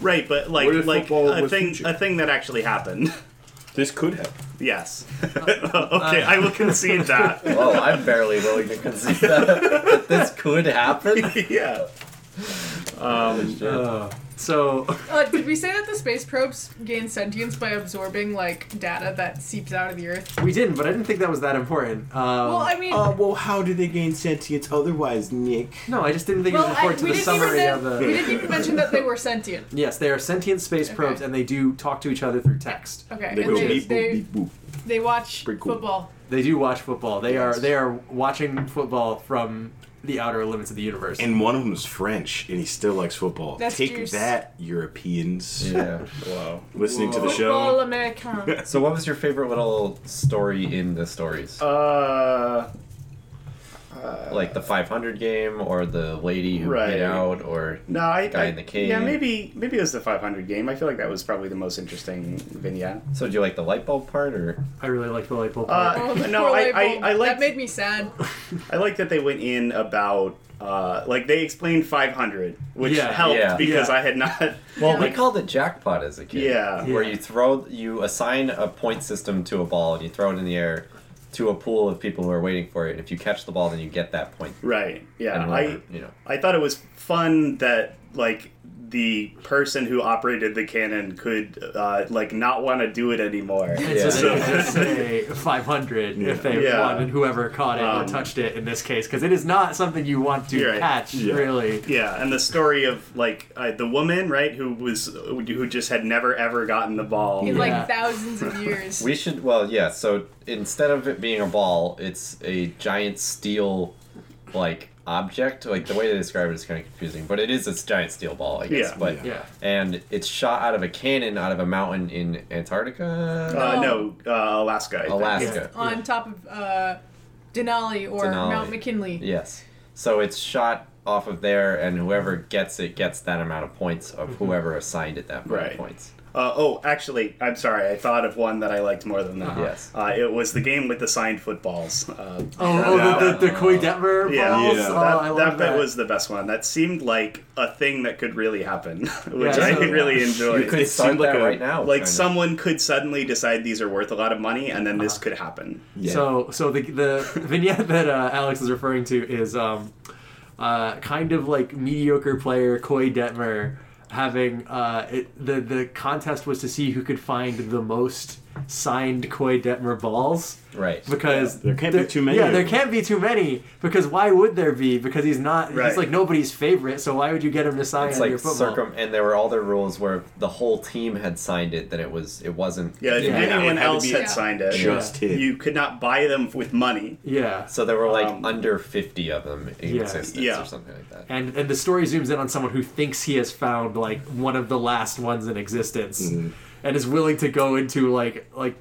S2: right, but like
S5: What if
S2: like
S5: football
S2: a
S5: was
S2: thing
S5: future?
S2: a thing that actually happened.
S5: This could happen.
S2: yes. okay, I will concede that.
S4: Oh, I'm barely willing to concede that, that this could happen.
S2: yeah.
S1: Uh, so
S6: Uh, did we say that the space probes gain sentience by absorbing like data that seeps out of the Earth?
S1: we didn't, but I didn't think that was that important. Um,
S6: Well, I mean,
S5: Uh, well, how do they gain sentience otherwise, Nick?
S1: no, I just didn't think it
S6: well,
S1: was
S6: I,
S1: important
S6: we
S1: to the
S6: didn't even
S1: summary
S6: men-
S1: of the.
S6: we didn't even mention that they were sentient.
S1: Yes, they are sentient space probes,
S6: Okay.
S1: and they do talk to each other through text.
S6: Okay,
S5: They
S6: and
S5: go
S6: they,
S5: beep
S6: they,
S5: boop beep boop.
S6: they watch
S5: Pretty cool.
S6: football.
S1: They do watch football. They are they are watching football from the outer limits of the universe.
S5: And one of them is French, and he still likes football.
S6: That's
S5: Take
S6: juice.
S5: that, Europeans.
S4: Yeah.
S5: Listening to the
S6: Football
S5: show.
S6: American.
S4: So, what was your favorite little story in the stories?
S2: Uh,
S4: like the 500 game, or the lady who
S2: Right.
S4: hid out, or
S2: no, I,
S4: Guy
S2: I-
S4: in the cave.
S2: Yeah, maybe maybe it was the 500 game. I feel like that was probably the most interesting vignette.
S4: so? Do you like the light bulb part, or
S1: I really like the light bulb. part.
S2: Uh, no, I I, I
S6: that
S2: like
S6: made me sad.
S2: I like that they went in about uh, like they explained 500, which
S1: Yeah,
S2: helped
S4: yeah.
S2: because
S1: Yeah.
S2: I had not.
S4: Well, we called it jackpot as a kid.
S2: Yeah.
S4: Where
S1: Yeah.
S4: you throw, you assign a point system to a ball and you throw it in the air to a pool of people who are waiting for it. And if you catch the ball, then you get that point.
S2: Right. Yeah.
S4: And
S2: I
S4: whatever, you know.
S2: I thought it was fun that like the person who operated the cannon could uh, like not want to do it anymore.
S1: and
S4: yeah.
S1: so they could just say 500 if they
S2: Yeah.
S1: wanted whoever caught it or
S2: Um,
S1: touched it in this case, because it is not something you want to
S2: You're right.
S1: catch, really.
S2: Yeah, and the story of like uh, the woman, right, who was who just had never ever gotten the ball.
S6: In
S1: Yeah.
S6: like thousands of years.
S4: We should, well, yeah. So instead of it being a ball, it's a giant steel, like, object. Like, the way they describe it is kind of confusing, but it is a giant steel ball, I guess.
S2: Yeah.
S4: But,
S1: Yeah.
S4: And it's shot out of a cannon out of a mountain in Antarctica,
S2: Uh,
S6: No.
S2: no, uh, Alaska. I think.
S4: Alaska.
S6: on top of uh, Denali or
S4: Denali.
S6: Mount McKinley.
S4: Yes. So it's shot off of there, and whoever gets it gets that amount of points of whoever assigned it that amount
S2: Mm-hmm. Right.
S4: of points.
S2: Uh, oh, actually, I'm sorry. I thought of one that I liked more than
S1: Uh-huh.
S2: that.
S4: Yes.
S2: Uh, it was the game with the signed footballs. Uh,
S1: Oh, oh the, the, the Koi Detmer
S2: yeah,
S1: balls?
S5: Yeah.
S1: Oh,
S2: that,
S1: I love
S2: that
S1: that.
S2: bit was the best one. That seemed like a thing that could really happen, which
S1: Yeah,
S2: I
S1: so-
S2: really enjoyed.
S4: You could start
S5: like
S4: that
S5: a-
S4: right now.
S2: like
S4: kind of.
S2: someone could suddenly decide these are worth a lot of money, and then
S1: Uh-huh.
S2: this could happen.
S1: So, so the the vignette that uh, Alex is referring to is um, uh, kind of like mediocre player Coy Detmer having uh, it, the the contest was to see who could find the most signed Coy Detmer balls.
S4: Right.
S1: Because
S5: There can't be too many
S1: Yeah,
S5: of
S1: there
S5: them.
S1: can't be too many because why would there be? Because he's not.
S4: Right.
S1: He's like nobody's favorite. So why would you get him to sign
S4: It's
S1: on
S4: like
S1: your football?
S4: circum, and there were all the rules where if the whole team had signed it, then it was it wasn't.
S2: Yeah, if Yeah. anyone It had to else be had signed it, just
S4: him.
S2: You could not buy them with money.
S1: Yeah.
S4: So there were like
S2: Um,
S4: under fifty of them in
S1: Yeah.
S4: existence
S1: Yeah.
S4: or something like that.
S1: and and the story zooms in on someone who thinks he has found like one of the last ones in existence
S4: Mhm.
S1: and is willing to go into like like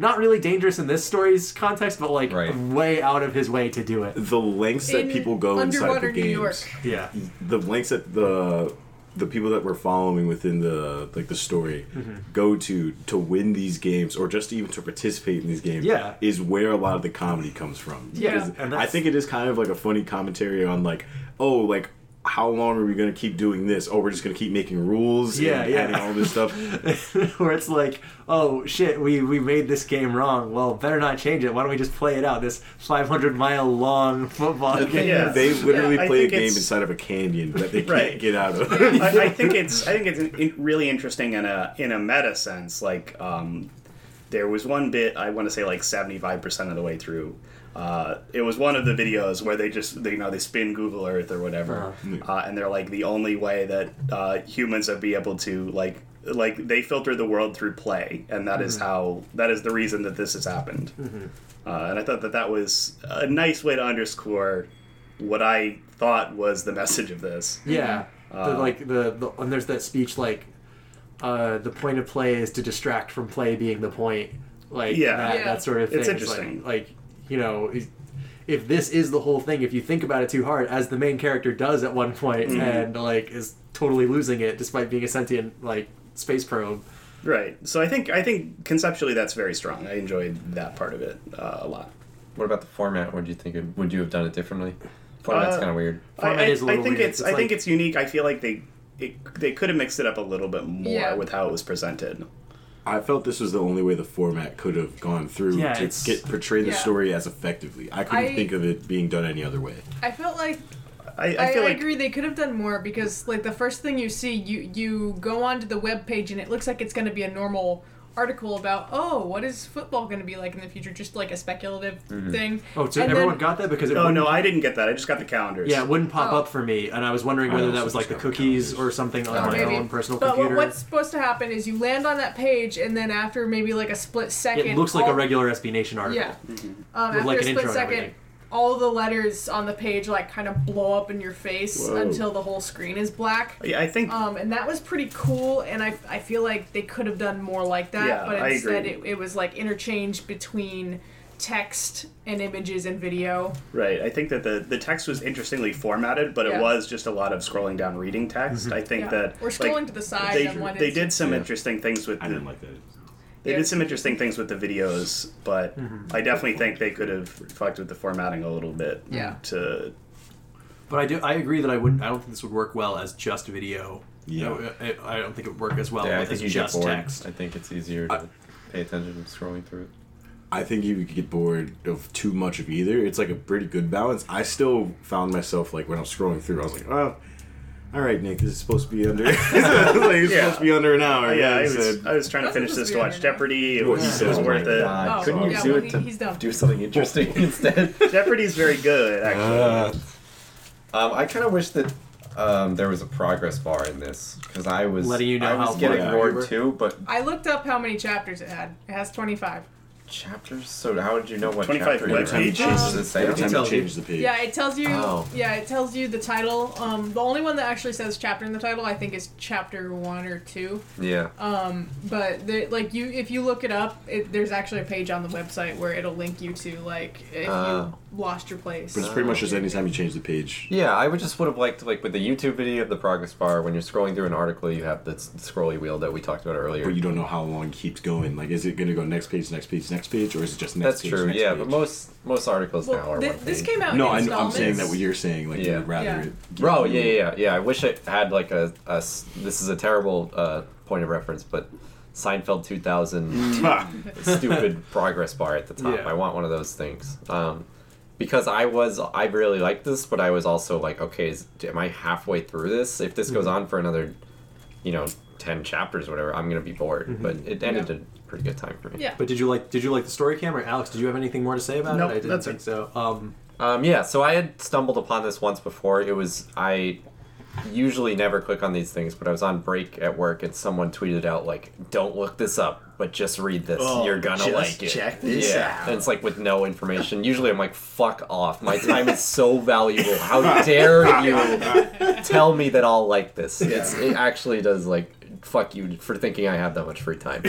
S1: not really dangerous in this story's context but like way out of his way to do it
S5: the lengths that
S1: In
S5: people go inside
S1: underwater New
S5: the games.
S1: York. Yeah.
S5: The lengths that the the people that we're following within the like the story
S1: Mhm.
S5: go to to win these games or just even to participate in these games
S1: Yeah.
S5: is where a lot of the comedy comes from.
S1: Yeah,
S5: Because
S1: and
S5: I think it is kind of like a funny commentary on like, oh, like how long are we gonna keep doing this? Oh, we're just gonna keep making rules
S1: Yeah,
S5: and
S1: yeah.
S5: adding all this stuff.
S1: where it's like oh shit we we made this game wrong well better not change it why don't we just play it out this 500 mile long football game
S5: They literally
S2: Yeah, I
S5: play a
S2: think
S5: game
S2: it's-
S5: inside of a canyon that they can't
S2: Right.
S5: get out of.
S2: I, I think it's I think it's an, in, really interesting in a in a meta sense. Like um, there was one bit I want to say like seventy five percent of the way through. Uh, it was one of the videos where they just they, you know they spin Google Earth or whatever, uh and they're like the only way that uh, humans would be able to like like they filter the world through play, and that is
S12: Mhm.
S2: how that is the reason that this has happened.
S12: Mhm.
S2: Uh, and I thought that that was a nice way to underscore what I thought was the message of this.
S1: Yeah, the,
S2: Uh,
S1: like the, the and there's that speech like, uh, the point of play is to distract from play being the point, like
S2: Yeah.
S1: that,
S2: Yeah.
S1: that sort of thing.
S2: It's
S1: like-
S2: interesting.
S1: Like, you know, is- if this is the whole thing, if you think about it too hard, as the main character does at one point,
S2: Mhm.
S1: and like is totally losing it despite being a sentient like space probe.
S2: Right. So I think I think conceptually that's very strong. I enjoyed that part of it uh, a lot.
S4: What about the format? Would you think? It, would you have done it differently? Format's
S2: Uh,
S4: kind of weird.
S2: I, I, I think it's, I think it's unique. I feel like they it, they could have mixed it up a little bit more
S1: Yeah.
S2: with how it was presented.
S5: I felt this was the only way the format could have gone through
S1: Yeah,
S5: to
S1: it's-
S5: get portray the
S6: yeah.
S5: story as effectively. I couldn't
S6: I-
S5: think of it being done any other way.
S6: I felt like
S2: I,
S6: I, I agree they could have done more because like the first thing you see you you go onto the web page and it looks like it's going to be a normal article about oh what is football going to be like in the future just like a speculative
S1: Mhm.
S6: thing
S1: Oh, so
S6: And
S1: everyone
S6: then-
S1: got that because it
S2: Oh no,
S1: wouldn't-
S2: I didn't get that. I just got the calendars.
S1: Yeah, it wouldn't pop
S6: Oh.
S1: up for me, and I was wondering
S2: I
S1: whether
S2: also
S1: that was like the
S2: just got
S1: cookies or something on
S6: Oh,
S1: my
S6: maybe.
S1: own personal
S6: but what,
S1: computer.
S6: what's supposed to happen is you land on that page and then after maybe like a split second
S1: it looks like
S6: all-
S1: a regular SB Nation article.
S6: yeah um,
S1: With,
S6: after
S1: like,
S6: a
S1: an
S6: split
S1: intro and
S6: second
S1: everything.
S6: all the letters on the page like kind of blow up in your face
S2: Whoa.
S6: until the whole screen is black
S2: Yeah, I think-
S6: um, and that was pretty cool and I, I feel like they could have done more like that
S2: Yeah,
S6: but
S2: I
S6: instead
S2: agree.
S6: it, it was like interchange between text and images and video
S2: Right. I think that the the text was interestingly formatted, but
S6: Yeah.
S2: it was just a lot of scrolling down reading text. I think
S6: Yeah.
S2: that
S6: Or scrolling to the side
S2: They,
S6: on one
S2: they did
S6: instance.
S2: some
S6: Yeah.
S2: interesting things with. I didn't
S5: like that.
S2: They did some interesting things with the videos, but I definitely think they could have fucked with the formatting a little bit.
S1: Yeah.
S2: To
S1: But I do. I agree that I wouldn't. I don't think this would work well as just video.
S4: Yeah.
S1: No, I, I don't think it would work as well
S4: yeah, I
S1: with
S4: think
S1: as
S4: you
S1: just
S4: get bored.
S1: text.
S4: I think it's easier to pay attention to scrolling through it.
S5: I think you could get bored of too much of either. It's like a pretty good balance. I still found myself like when I was scrolling through, I was like, oh, all right, Nick, this is supposed to be under. like, it's
S2: Yeah.
S5: supposed to be under an hour.
S2: yeah, I
S5: he
S2: was,
S5: said.
S2: I was trying to finish this to watch Jeopardy. It
S5: Well,
S2: was,
S5: he
S2: it
S5: said,
S2: was
S5: oh my
S2: worth it.
S5: God,
S6: Oh, couldn't you yeah, do well, it he- to he's dumb.
S4: do something interesting instead?
S2: Jeopardy's very good, actually.
S4: Um, I kind of wish that um, there was a progress bar in this because I was
S1: Letting you know
S4: I was
S1: how
S4: getting
S1: far you were.
S4: bored too. But
S6: i looked up how many chapters it had it has 25
S4: chapters, so how did you know what
S2: 25
S4: chapter you
S2: web
S4: were in?
S2: pages.
S4: Does it say
S2: Every
S4: on
S2: time
S4: it?
S2: you change the
S6: Yeah, it tells you.
S4: Oh.
S6: Yeah, it tells you the title. Um, the only one that actually says chapter in the title, I think, is chapter one or two.
S4: Yeah.
S6: Um, but the, like you, if you look it up, it, there's actually a page on the website where it'll link you to like if
S4: Ah.
S6: you lost your place.
S5: But it's pretty much just anytime you change the page.
S4: Yeah, I would just would have liked like with the YouTube video of the progress bar when you're scrolling through an article, you have the s- scrolly wheel that we talked about earlier.
S5: But you don't know how long it keeps going. Like, is it going to go next page, next page, next page, or is it just next
S4: That's
S5: page?
S4: true.
S5: next
S4: Yeah,
S5: page?
S4: but most most articles
S6: Well,
S4: now are
S6: thi-
S4: one
S6: this
S4: page.
S6: came out in
S5: No, I know, I'm saying
S6: installments.
S5: that what you're saying. Like, you would rather
S6: Yeah.
S5: it.
S4: Bro, yeah, yeah, yeah, yeah. I wish it had like a, a s- this is a terrible uh, point of reference, but Seinfeld 2000 stupid progress bar at the top.
S5: Yeah.
S4: I want one of those things. Um, because I was I really liked this, but I was also like, okay, is, am I halfway through this? If this goes on for another, you know, 10 chapters or whatever, I'm going to be bored. But it ended pretty good time for me.
S6: Yeah.
S1: But did you like did you like the story, Cam or Alex? Did you have anything more to say about
S4: Nope,
S1: it? I didn't
S4: that's
S1: think so. Um,
S4: Um, yeah, so I had stumbled upon this once before. It was I usually never click on these things, but I was on break at work and someone tweeted out like, "Don't look this up, but just read this.
S13: Oh,
S4: You're gonna
S13: just
S4: like it."
S13: check this
S4: yeah,
S13: out.
S4: and it's like with no information. Usually I'm like, "Fuck off! My time is so valuable. How dare you tell me that I'll like this?" It's, it actually does like. Fuck you for thinking I have that much free time,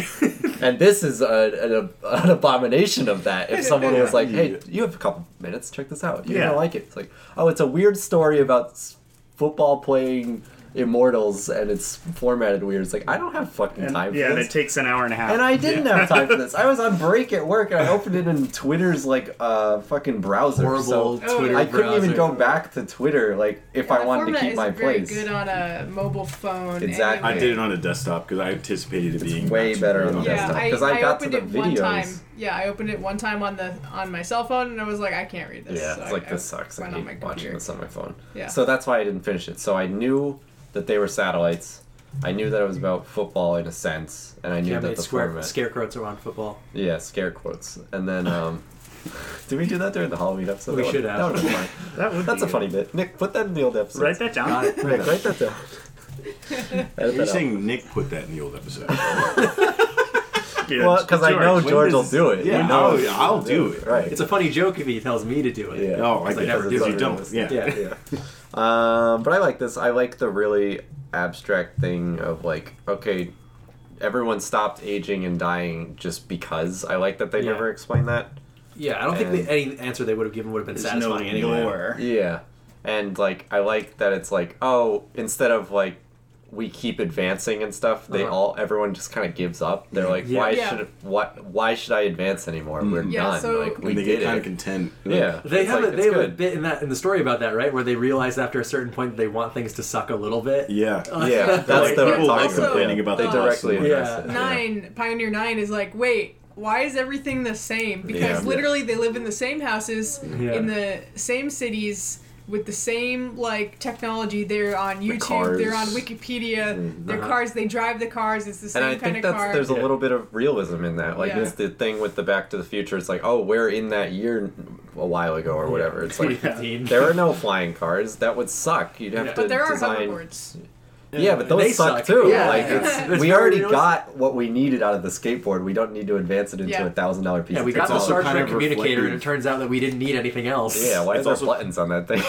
S4: and this is a, an, an abomination of that. If someone was like, "Hey, you have a couple minutes. Check this out. You're
S13: Yeah.
S4: gonna like it." It's like, oh, it's a weird story about s- football playing immortals, and it's formatted weird. It's like I don't have fucking time.
S2: yeah,
S4: for
S2: and
S4: this.
S2: it takes an hour and a half.
S4: And I didn't
S2: Yeah.
S4: have time for this. I was on break at work, and I opened it in Twitter's like uh fucking browser. so
S6: Horrible Twitter
S4: Oh, I couldn't even
S6: browser.
S4: go back to Twitter, like if I wanted to
S6: Fortnite
S4: keep my
S6: isn't very
S4: place.
S6: good on a mobile phone.
S5: I
S6: anyway.
S5: did it on a desktop because I anticipated it being
S4: way
S5: not
S4: better
S5: too
S4: on
S5: long.
S4: the desktop.
S6: I,
S4: 'Cause I
S6: I
S4: got to
S6: opened it
S4: the
S6: one
S4: videos.
S6: time. Yeah, I opened it one time on the on my cell phone, and I was like, I can't read this.
S4: Yeah,
S6: so
S4: it's
S6: I-
S4: like
S6: I
S4: this sucks. I
S6: went on my
S4: hate watching
S6: computer.
S4: this on my phone.
S6: Yeah.
S4: So that's why I didn't finish it. So I knew that they were satellites. I knew that it was about football in a sense, and I knew
S1: Cam
S4: that
S1: made
S4: the
S1: square,
S4: format.
S1: scarecrows are on football.
S4: yeah, scare quotes, and then um, did we do that during the Halloween episode?
S1: We
S4: That
S1: should
S4: would-
S1: have.
S4: That would have fun.
S2: that would
S4: That's
S2: be
S4: a funny bit. Nick, put that in the old episode.
S2: Write that down. Got it.
S4: Nick, write that down.
S5: Are
S4: Edit
S5: you
S4: that out.
S5: saying Nick put that in the old episode?
S2: Yeah,
S4: well, because I
S2: George,
S4: know
S2: when
S4: George will
S2: does-
S4: do it.
S5: Yeah,
S4: You know
S5: I'll,
S4: he's
S5: I'll
S4: gonna
S5: do it.
S4: Oh, Right.
S1: It's a funny joke if he tells me to do it.
S4: Yeah.
S5: Oh, I
S1: Because I
S5: get
S1: never
S5: that.
S1: do
S5: Because
S1: it.
S5: you don't. Yeah.
S1: Yeah.
S4: yeah. Um, but I like this. I like the really abstract thing of like, okay, everyone stopped aging and dying just because. I like that they
S1: Yeah.
S4: never explain that.
S1: Yeah, I don't think
S4: And-
S1: the, any answer they would have given would have been
S2: There's no
S1: satisfying anyway.
S2: lore.
S4: Yeah. And like, I like that it's like, oh, instead of like, we keep advancing and stuff. They
S1: Uh-huh.
S4: all, everyone just kind of gives up. They're like,
S1: Yeah.
S4: why
S6: Yeah.
S4: should, what, why should I advance anymore? We're
S6: Yeah,
S4: done.
S6: so-
S4: like, we
S5: And they
S4: did
S5: get kind
S4: it.
S5: of content.
S4: yeah.
S1: They
S4: It's
S1: have
S4: like,
S1: a,
S4: it's
S1: they have a
S4: good.
S1: bit in that in the story about that, right? Where they realize after a certain point that they want things to suck a little bit.
S5: Yeah.
S4: Yeah, that's
S5: Like,
S4: the
S5: people
S4: talking
S5: like complaining about
S4: they
S5: the
S4: directly
S5: cost and
S1: whatnot.
S4: address it.
S6: Nine Pioneer Nine is like, wait, why is everything the same? Because
S5: Yeah.
S6: literally they live in the same houses,
S1: Yeah.
S6: in the same cities, with the same like technology. They're on YouTube,
S5: cars.
S6: they're on Wikipedia, their
S1: Uh-huh.
S6: cars. They drive the cars. It's the same
S4: and I
S6: kind
S4: think
S6: of
S4: that's
S6: car.
S4: there's a little bit of realism in that. Like
S6: Yeah.
S4: it's the thing with the Back to the Future. It's like, oh, we're in that year a while ago or whatever. It's like
S1: 2015.
S4: there are no flying cars. That would suck. You'd have
S1: Yeah.
S4: to
S6: but there are
S4: design.
S6: hoverboards.
S4: Yeah, but those
S1: They suck.
S4: suck, too.
S6: Yeah.
S4: like
S6: Yeah.
S4: It's,
S1: It's
S4: we
S1: very
S4: already
S1: realistic.
S4: got what we needed out of the skateboard. We don't need to advance it into
S6: Yeah.
S4: a thousand dollar piece.
S1: Yeah,
S4: of
S1: we got the
S5: also
S1: Star
S5: kind
S1: Trek
S5: of
S1: communicator, and
S5: reflective.
S1: it turns out that we didn't need anything else.
S4: technology. Yeah, why is
S5: It's
S4: there
S5: also-
S4: buttons on that thing?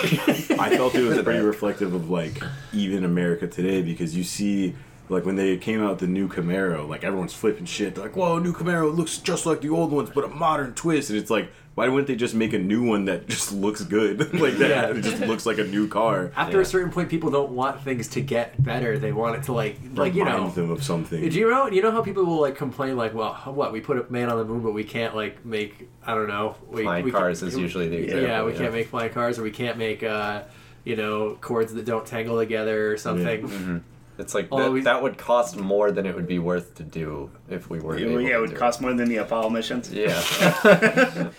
S5: I felt it was pretty reflective of like even America today because you see like when they came out with the new Camaro, like everyone's flipping shit. They're like, "Whoa, new Camaro looks just like the old ones, but a modern twist." And it's like, why wouldn't they just make a new one that just looks good like that?
S1: Yeah.
S5: It just looks like a new car.
S1: After a certain point, people don't want things to get better. They want it to like, like you
S5: Remind
S1: know,
S5: them of something.
S1: Do you know? You know how people will like complain, like, "Well, what? We put a man on the moon, but we can't like make I don't know." We,
S4: Flying
S1: we
S4: cars
S1: can't-
S4: is usually the
S1: yeah,
S4: example.
S1: we can't make flying cars, or we can't make uh, you know cords that don't tangle together or something.
S4: mm-hmm. It's like
S1: Although
S4: that,
S1: we-
S4: that would cost more than it would be worth to do if we were.
S2: Yeah,
S4: able
S2: well, yeah,
S4: to
S2: it would
S4: do
S2: cost more than the Apollo missions.
S4: Yeah.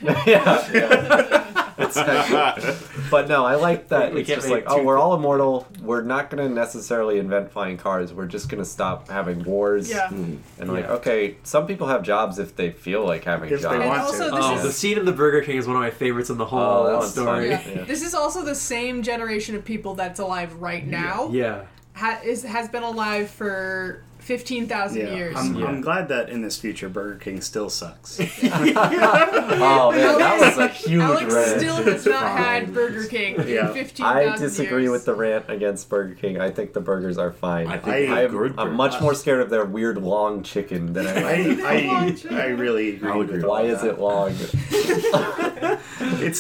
S4: yeah. yeah. It's like- but no, I like that.
S1: We
S4: it's
S1: can't
S4: just like,
S1: make
S4: oh,
S1: two-
S4: we're all immortal. We're not going to necessarily invent flying cars. We're just going to stop having wars.
S6: Yeah.
S4: And like,
S1: Yeah.
S4: okay, some people have jobs if they feel like having
S2: If they
S4: jobs.
S6: And
S2: want
S6: also,
S2: to.
S6: this
S1: Oh,
S6: is
S1: the scene in the Burger King is one of my favorites in the whole
S4: Oh, that one's
S1: story.
S4: funny.
S6: Yeah.
S4: Yeah.
S6: This is also the same generation of people that's alive right now.
S1: Yeah.
S6: Ha- is, has been alive for 15,000 years.
S2: I'm,
S1: Yeah.
S2: I'm glad that in this future Burger King still sucks.
S4: Oh man, that was a huge
S6: Alex
S4: rant.
S6: still has not had Burger King
S2: Yeah.
S6: in 15,000
S4: I disagree
S6: years.
S4: with the rant against Burger King. I think the burgers are fine.
S5: I think
S2: I-
S5: they're
S4: I'm,
S5: good
S4: I'm
S5: burgers.
S4: much more scared of their weird long chicken than I am.
S2: I, I, I really agree.
S5: I'll
S2: with
S5: agree.
S2: all
S4: Why is
S2: that.
S4: it long?
S2: It's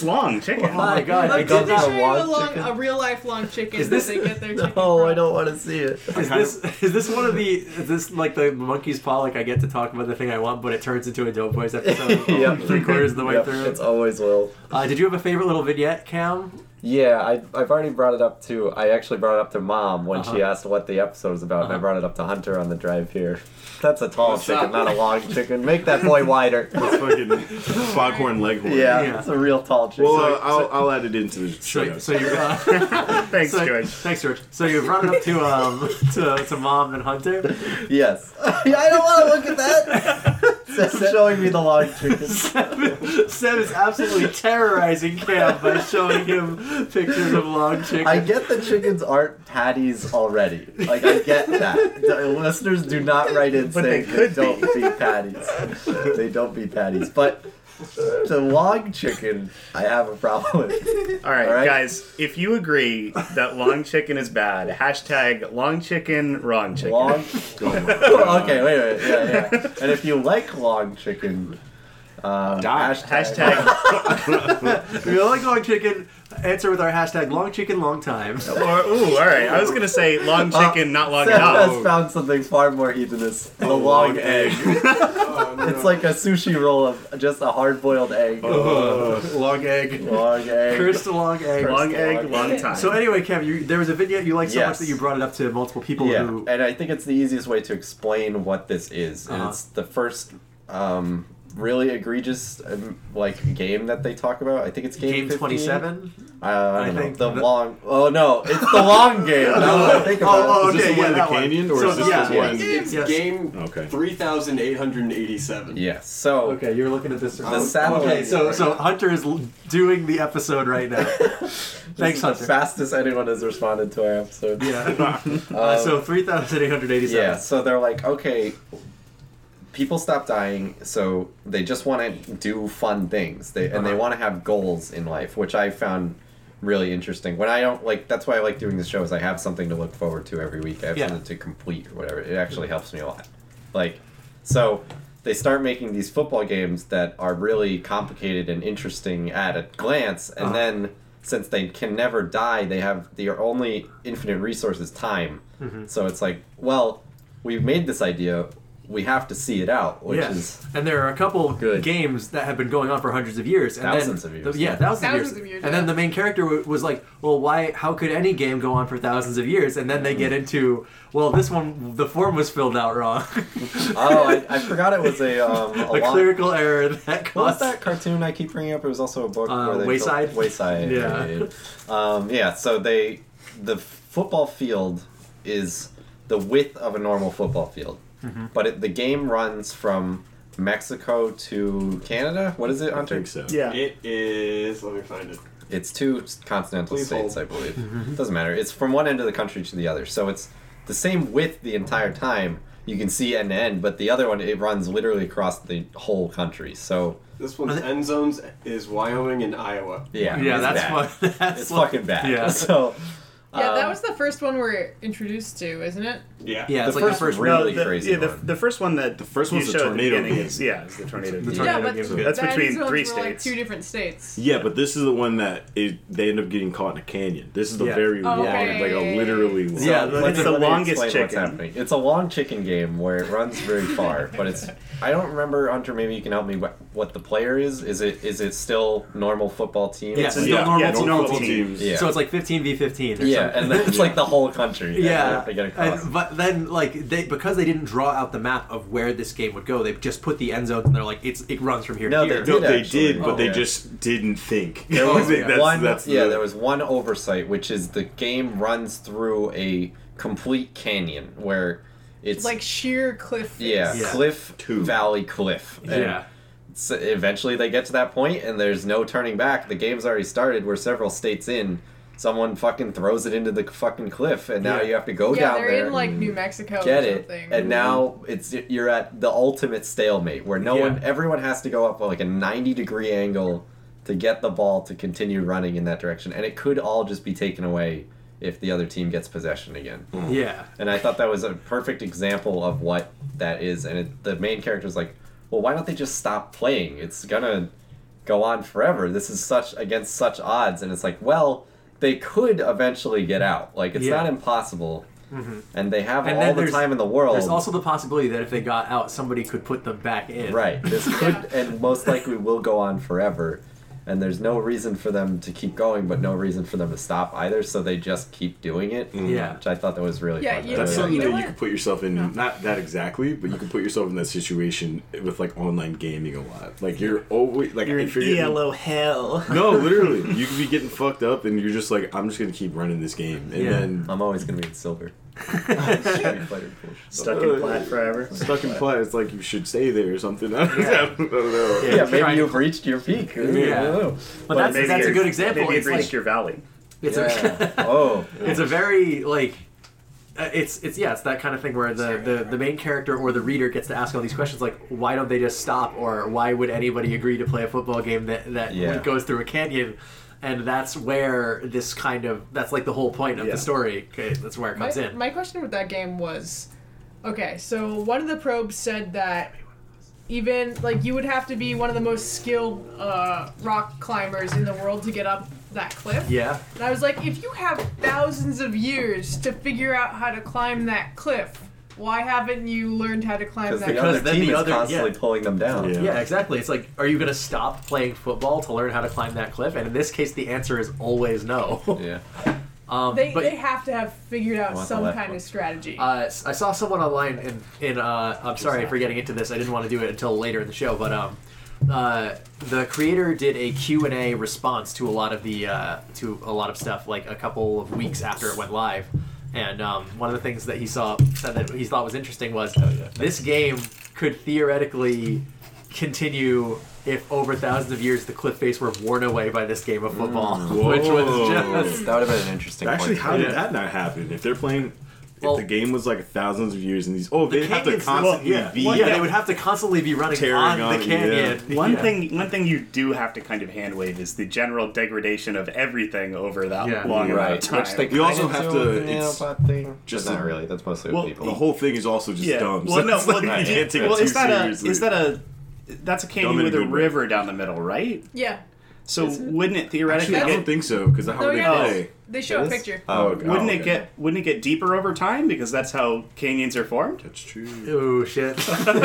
S2: long chicken.
S1: Oh my god!
S6: Like,
S1: it comes
S6: did they
S4: got
S1: out-
S4: a
S6: show you a,
S4: long
S6: long,
S4: chicken.
S6: a real life long chicken
S1: Is
S6: that
S1: this-
S6: they get their chicken
S4: no, I
S6: from?
S4: don't want to see it.
S1: Is this is this one of the is this like the monkey's paw? Like I get to talk about the thing I want, but it turns into a Doughboys episode.
S4: Yep.
S1: three quarters of the way
S4: Yep,
S1: through.
S4: It's always will.
S1: Uh, did you have a favorite little vignette, Cam?
S4: Yeah, I, I've already brought it up to. I actually brought it up to mom when she
S1: Uh-huh.
S4: asked what the episode was about, and I
S1: Uh-huh.
S4: brought it up to Hunter on the drive here. That's a tall chicken, not a long chicken. Make that boy wider.
S5: It's fucking foghorn leghorn.
S4: yeah,
S1: Yeah.
S4: it's a real tall chicken.
S5: Well, uh, I'll, I'll add it into the show.
S1: So,
S5: notes.
S1: so you. Uh,
S2: Thanks,
S1: so,
S2: George.
S1: Thanks, George. So you brought it up to um to, to mom and Hunter.
S4: yes. I don't want to look at that. Sam's showing me the long trees.
S1: Sam, Sam is absolutely terrorizing Cam by showing him pictures of long chicken.
S4: I get the chickens aren't patties already. Like I get that. The listeners do not write in
S2: But
S4: saying
S2: they
S4: they,
S2: could
S4: don't be patties. They don't be patties. But the long chicken, I have a problem with.
S2: All right,
S4: All right.
S2: guys, if you agree that long chicken is bad, hashtag long chicken, wrong chicken.
S4: Long. Oh, okay, wait, wait, yeah, yeah. And if you like long chicken, um,
S1: Ah,
S5: Die.
S2: Hashtag
S1: We like long chicken. Answer with our hashtag long chicken long time.
S2: or ooh, all right. I was gonna say long chicken, not long
S4: Sam
S2: enough.
S4: has found something far more hedonist: the
S5: Oh,
S4: long egg. It's like a sushi roll of just a hard-boiled egg.
S14: Long egg.
S4: Long egg.
S1: Cursed long egg.
S2: Long egg,
S4: Long
S2: long time.
S1: So anyway, Cam, you, there was a vignette you liked so much
S4: Yes.
S1: that you brought it up to multiple people
S4: yeah,
S1: who
S4: and I think it's the easiest way to explain what this is. And
S1: Uh-huh.
S4: it's the first um, really egregious um, like game that they talk about. I think it's game
S1: game
S4: 15?
S1: twenty seven.
S4: Uh, I,
S1: I
S4: don't know.
S1: think
S4: the
S1: the-
S4: long. Oh no, it's the long game. Now that I think about
S1: Oh,
S4: it.
S5: Is
S1: okay,
S5: this the
S1: yeah,
S5: one in the
S1: that one.
S5: canyon, or
S1: So,
S5: is this
S1: yeah,
S5: the
S1: yeah.
S5: one?
S7: It's
S1: Yes.
S7: game
S5: Okay.
S7: 3887.
S4: Yeah. So
S1: Okay, you're looking at this. Oh,
S4: the satellite.
S1: Okay, so so Hunter is l- doing the episode right now. Thanks,
S4: the
S1: Hunter.
S4: fastest anyone has responded to our episode.
S1: Yeah. Uh, so three thousand eight hundred eighty-seven.
S4: Um, Yeah, so they're like, okay, people stop dying, so they just want to do fun things. They
S1: Uh-huh.
S4: and they want to have goals in life, which I found really interesting. When I don't like, that's why I like doing this show is I have something to look forward to every week. I have
S1: Yeah.
S4: something to complete or whatever. It actually helps me a lot. Like, so they start making these football games that are really complicated and interesting at a glance, and then since they can never die, they have their only infinite resource is time. So it's like, well, we've made this idea, we have to see it out, which
S1: Yes,
S4: is
S1: and there are a couple
S4: Good.
S1: games that have been going on for hundreds of years, and
S4: Thousands
S1: then,
S4: of years.
S1: the- yeah, thousands,
S6: Thousands
S1: of years.
S6: of years,
S1: And then
S6: yeah.
S1: the main character w- was like, "Well, why? How could any game go on for thousands of years?" And then they get into, "Well, this one, the form was filled out wrong,
S4: oh, I, I forgot it was a um, a,
S1: a
S4: long-
S1: clerical error that
S4: What was
S1: caused."
S4: that cartoon I keep bringing up? It was also a book.
S1: Uh,
S4: where they
S1: Wayside?
S4: built- Wayside.
S1: Yeah.
S4: right. Um, yeah. So they, the football field is the width of a normal football field,
S1: Mm-hmm.
S4: but it, the game runs from Mexico to Canada. What is it,
S5: I
S4: Hunter?
S5: think so.
S2: yeah.
S7: It is. Let me find it.
S4: It's two continental
S7: Please
S4: states,
S7: hold.
S4: I believe.
S1: Mm-hmm.
S4: Doesn't matter. It's from one end of the country to the other, so it's the same width the entire time. You can see end to end, but the other one it runs literally across the whole country. So
S7: This one's end zones is Wyoming and Iowa.
S4: yeah,
S1: yeah,
S4: it's
S1: that's
S4: bad.
S1: what. That's
S4: It's
S1: what-
S4: fucking bad.
S1: Yeah.
S4: So
S6: Yeah, that
S4: um,
S6: was the first one we're introduced to, isn't it?
S7: Yeah.
S1: Yeah, it's
S4: The
S1: like
S4: first
S1: the first
S4: re-
S1: round.
S4: really
S2: the,
S4: crazy
S2: yeah, the,
S4: one.
S2: the first one that the
S5: first one's the
S2: showed at
S5: tornado
S2: beginning
S5: game.
S2: is yeah, is the tornado.
S1: The
S2: game.
S1: tornado
S6: yeah, but
S1: games.
S5: good.
S2: That's
S6: that
S2: between
S6: these ones
S2: three
S6: were like
S2: states.
S6: two different states.
S5: Yeah, but this is the one that is, they end up getting caught in a canyon. This is the
S1: Yeah.
S5: very long,
S6: Okay.
S5: like a literally long.
S1: Yeah,
S4: So
S1: the-
S4: let's-
S2: it's the
S4: let me
S2: longest
S4: explain what's
S2: chicken.
S4: happening. It's a long chicken game where it runs very far, but it's. I don't remember, Hunter. Maybe you can help me. What, what the player is? Is it is it still normal football team?
S1: Yeah, it's
S5: Yeah,
S1: still
S5: yeah,
S1: normal
S5: normal
S2: normal
S5: football
S2: team.
S5: teams.
S4: Yeah.
S1: So it's like fifteen v fifteen. Or
S4: yeah,
S1: something.
S4: and then it's like the whole country. that
S1: Yeah,
S4: they get across.
S1: and, but then like they because they didn't draw out the map of where this game would go, they just put the end zones and they're like it's it runs from here
S4: No,
S1: to
S4: they
S1: here.
S5: No,
S4: Did
S5: they
S4: actually.
S5: did, but
S4: Oh,
S5: they
S4: yeah.
S5: just didn't think.
S4: There
S5: I
S4: was
S5: think that's,
S4: one,
S5: that's
S4: yeah,
S5: the-
S4: there was one oversight, which is the game runs through a complete canyon where it's
S6: Like sheer cliff. face.
S4: yeah,
S1: Yeah.
S4: cliff
S5: Two.
S4: valley cliff. And
S1: yeah,
S4: so eventually they get to that point and there's no turning back. The game's already started. We're several states in. Someone fucking throws it into the fucking cliff, and now
S1: Yeah.
S4: you have to go
S6: yeah,
S4: down
S6: they're
S4: there.
S6: in like New Mexico
S4: get
S6: or
S4: it
S6: something.
S4: and now it's you're at the ultimate stalemate where no
S1: Yeah.
S4: one everyone has to go up like a 90 degree angle to get the ball to continue running in that direction and it could all just be taken away if the other team gets possession again
S1: yeah.
S4: and i thought that was a perfect example of what that is and it, the main character is like well why don't they just stop playing it's gonna go on forever this is such against such odds and it's like well they could eventually get out like it's
S1: Yeah. Mm-hmm.
S4: not impossible and they have
S1: And
S4: all
S1: then
S4: the
S1: there's-
S4: time in the world
S1: There's also the possibility that if they got out, somebody could put them back in.
S4: Right. This could and most likely will go on forever. And there's no reason for them to keep going, but no reason for them to stop either. So they just keep doing it.
S1: Yeah.
S4: Which I thought that was really
S6: Yeah,
S4: fun.
S6: you
S4: I
S6: know
S5: That's
S4: really
S6: what?
S5: something
S6: You know
S5: that you
S6: what?
S5: could put yourself in, not that exactly, but you could put yourself in that situation with like online gaming a lot. Like you're always like
S2: You're
S5: if you're
S2: in E
S5: getting-
S2: ELO hell.
S5: No, literally, you could be getting fucked up, and you're just like, I'm just gonna keep running this game, and
S1: Yeah.
S5: then
S4: I'm always gonna be in silver.
S2: Stuck in Plaid forever.
S5: Stuck in play. It's like you should stay there or something. I don't, I don't know.
S4: Yeah, maybe
S1: trying-
S4: you've reached your peak. I don't know.
S1: But that's
S2: Maybe
S1: that's a
S2: you're-
S1: good example.
S2: Maybe you've
S1: It's
S2: reached
S1: like-
S2: your valley.
S1: it's
S4: Yeah.
S1: a
S4: Oh,
S1: it's a very like uh, it's it's yeah it's that kind of thing where the, the the main character or the reader gets to ask all these questions like why don't they just stop or why would anybody agree to play a football game that that
S4: Yeah.
S1: goes through a canyon and that's where this kind of that's like the whole point of
S2: Yeah.
S1: the story okay, that's where it comes
S6: my,
S1: in
S6: my question with that game was okay, so one of the probes said that even like you would have to be one of the most skilled uh, rock climbers in the world to get up that cliff.
S1: yeah
S6: And I was like, if you have thousands of years to figure out how to climb that cliff, why haven't you learned how to climb
S4: because
S6: that
S4: the
S6: cliff?
S4: other
S1: then
S4: team
S1: the
S4: is
S1: other-
S4: constantly
S1: yeah.
S4: pulling them down.
S5: Yeah.
S1: yeah exactly it's like are you gonna stop playing football to learn how to climb that cliff and in this case the answer is always no
S4: Yeah.
S1: um,
S6: They,
S1: but
S6: they have to have figured out
S4: want the
S6: some
S4: left
S6: kind
S4: one.
S6: of strategy.
S1: Uh, s- I saw someone online, and in, uh, I'm sorry for getting into this. I didn't want to do it until later in the show, but um, uh, the creator did a Q and A response to a lot of the uh, to a lot of stuff, like a couple of weeks after it went live. And um, one of the things that he saw said that he thought was interesting was this game could theoretically continue if over thousands of years the cliff face were worn away by this game of football, which was
S5: Whoa.
S1: just
S4: That would have been an interesting
S5: Actually,
S4: point.
S5: how did
S1: Yeah.
S5: that not happen? If they're playing,
S1: Well-
S5: if the game was like thousands of years and these, oh, they have to
S1: canyons-
S5: constantly
S2: well, yeah.
S5: be.
S2: Well,
S1: yeah, they would have to constantly be running
S5: Tearing
S1: on,
S5: on,
S1: the
S5: yeah.
S1: canyon.
S2: One
S1: Yeah.
S2: thing, one thing you do have to kind of hand wave is the general degradation of everything over that
S1: Yeah.
S2: long amount of
S4: Right,
S2: time.
S4: which they
S5: We also
S4: kinda
S5: have
S4: do
S5: to-
S4: with the
S5: it's
S4: nanobot thing.
S5: just
S4: Just
S5: a-
S4: not really. That's mostly
S2: Well,
S4: with people.
S5: The whole thing is also just dumb. so
S2: Well, no,
S5: it's
S2: well,
S5: like, you
S2: you-
S5: can't take
S2: well,
S5: it too
S2: is that
S5: seriously.
S2: a is that a that's a canyon
S5: Dumb in a
S2: with a
S5: good way.
S2: river down the middle, right?
S6: yeah.
S2: So wouldn't it theoretically
S5: Actually, I don't
S2: get,
S5: think so because how
S6: No,
S5: would they
S6: yeah,
S5: play?
S6: They show a picture.
S5: Oh,
S2: wouldn't it get wouldn't it get deeper over time because that's how canyons are formed?
S5: That's true.
S1: Oh shit.
S4: Maybe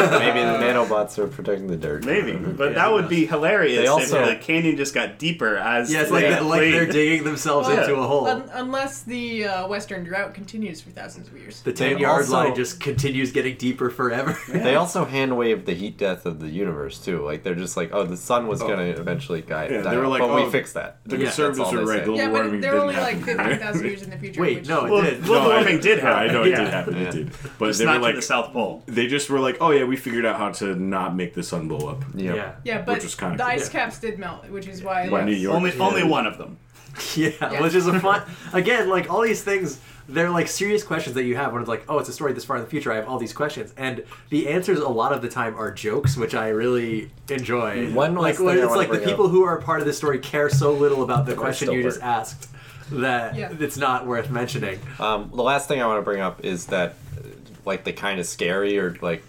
S4: the nanobots are protecting the dirt.
S2: Maybe, but that would be
S4: They
S2: hilarious
S4: also-
S2: if the canyon just got deeper as
S1: Yeah, it's like,
S2: they
S1: that, like they're
S2: played.
S1: digging themselves
S6: Well,
S1: into a hole.
S6: Un- unless the uh, Western drought continues for thousands of years.
S1: the 10
S4: They
S1: yard
S4: also-
S1: line just continues getting deeper forever.
S4: They also hand waved the heat death of the universe too. Like they're just like, oh, the sun was gonna eventually die.
S5: Yeah,
S4: die
S5: they were
S4: out,
S5: like,
S4: but
S5: oh,
S4: we fixed that.
S5: The
S4: Yeah,
S5: conservatives
S4: that's all
S5: are
S4: they
S5: right.
S4: say.
S5: Global
S6: yeah,
S5: warming
S6: but they're
S5: didn't
S6: only like
S5: happen.
S6: 15,000 years in the future.
S1: Wait,
S6: which-
S1: no, it
S2: Well,
S1: did.
S2: well, Global
S5: I-
S2: warming did
S5: I
S2: happen,
S5: know it
S2: yeah.
S5: did happen.
S4: Yeah.
S5: It did. But
S2: It's
S5: they were
S2: not
S5: like,
S2: to the South Pole.
S5: they just were like, oh yeah, we figured out how to not make the sun blow up.
S4: Yeah.
S1: Yeah.
S6: Yeah, but
S5: Which was kinda
S6: the
S5: cool.
S6: ice caps did melt, which is why.
S5: Why
S6: that's-
S5: New York?
S2: Only, only one of them.
S1: Yeah, which is a fun. Again, like all these things, they're like serious questions that you have when it's like, oh, it's a story this far in the future. I have all these questions. And the answers a lot of the time are jokes, which I really enjoy.
S4: Mm-hmm. One
S1: like,
S4: last thing I
S1: it's
S4: wanna
S1: like the
S4: bring
S1: people
S4: up.
S1: who are part of this story care so little about the question
S4: still
S1: you just
S4: work.
S1: asked that
S6: Yeah.
S1: it's not worth mentioning.
S4: Um, the last thing I want to bring up is that, uh, like, the kind of scary or like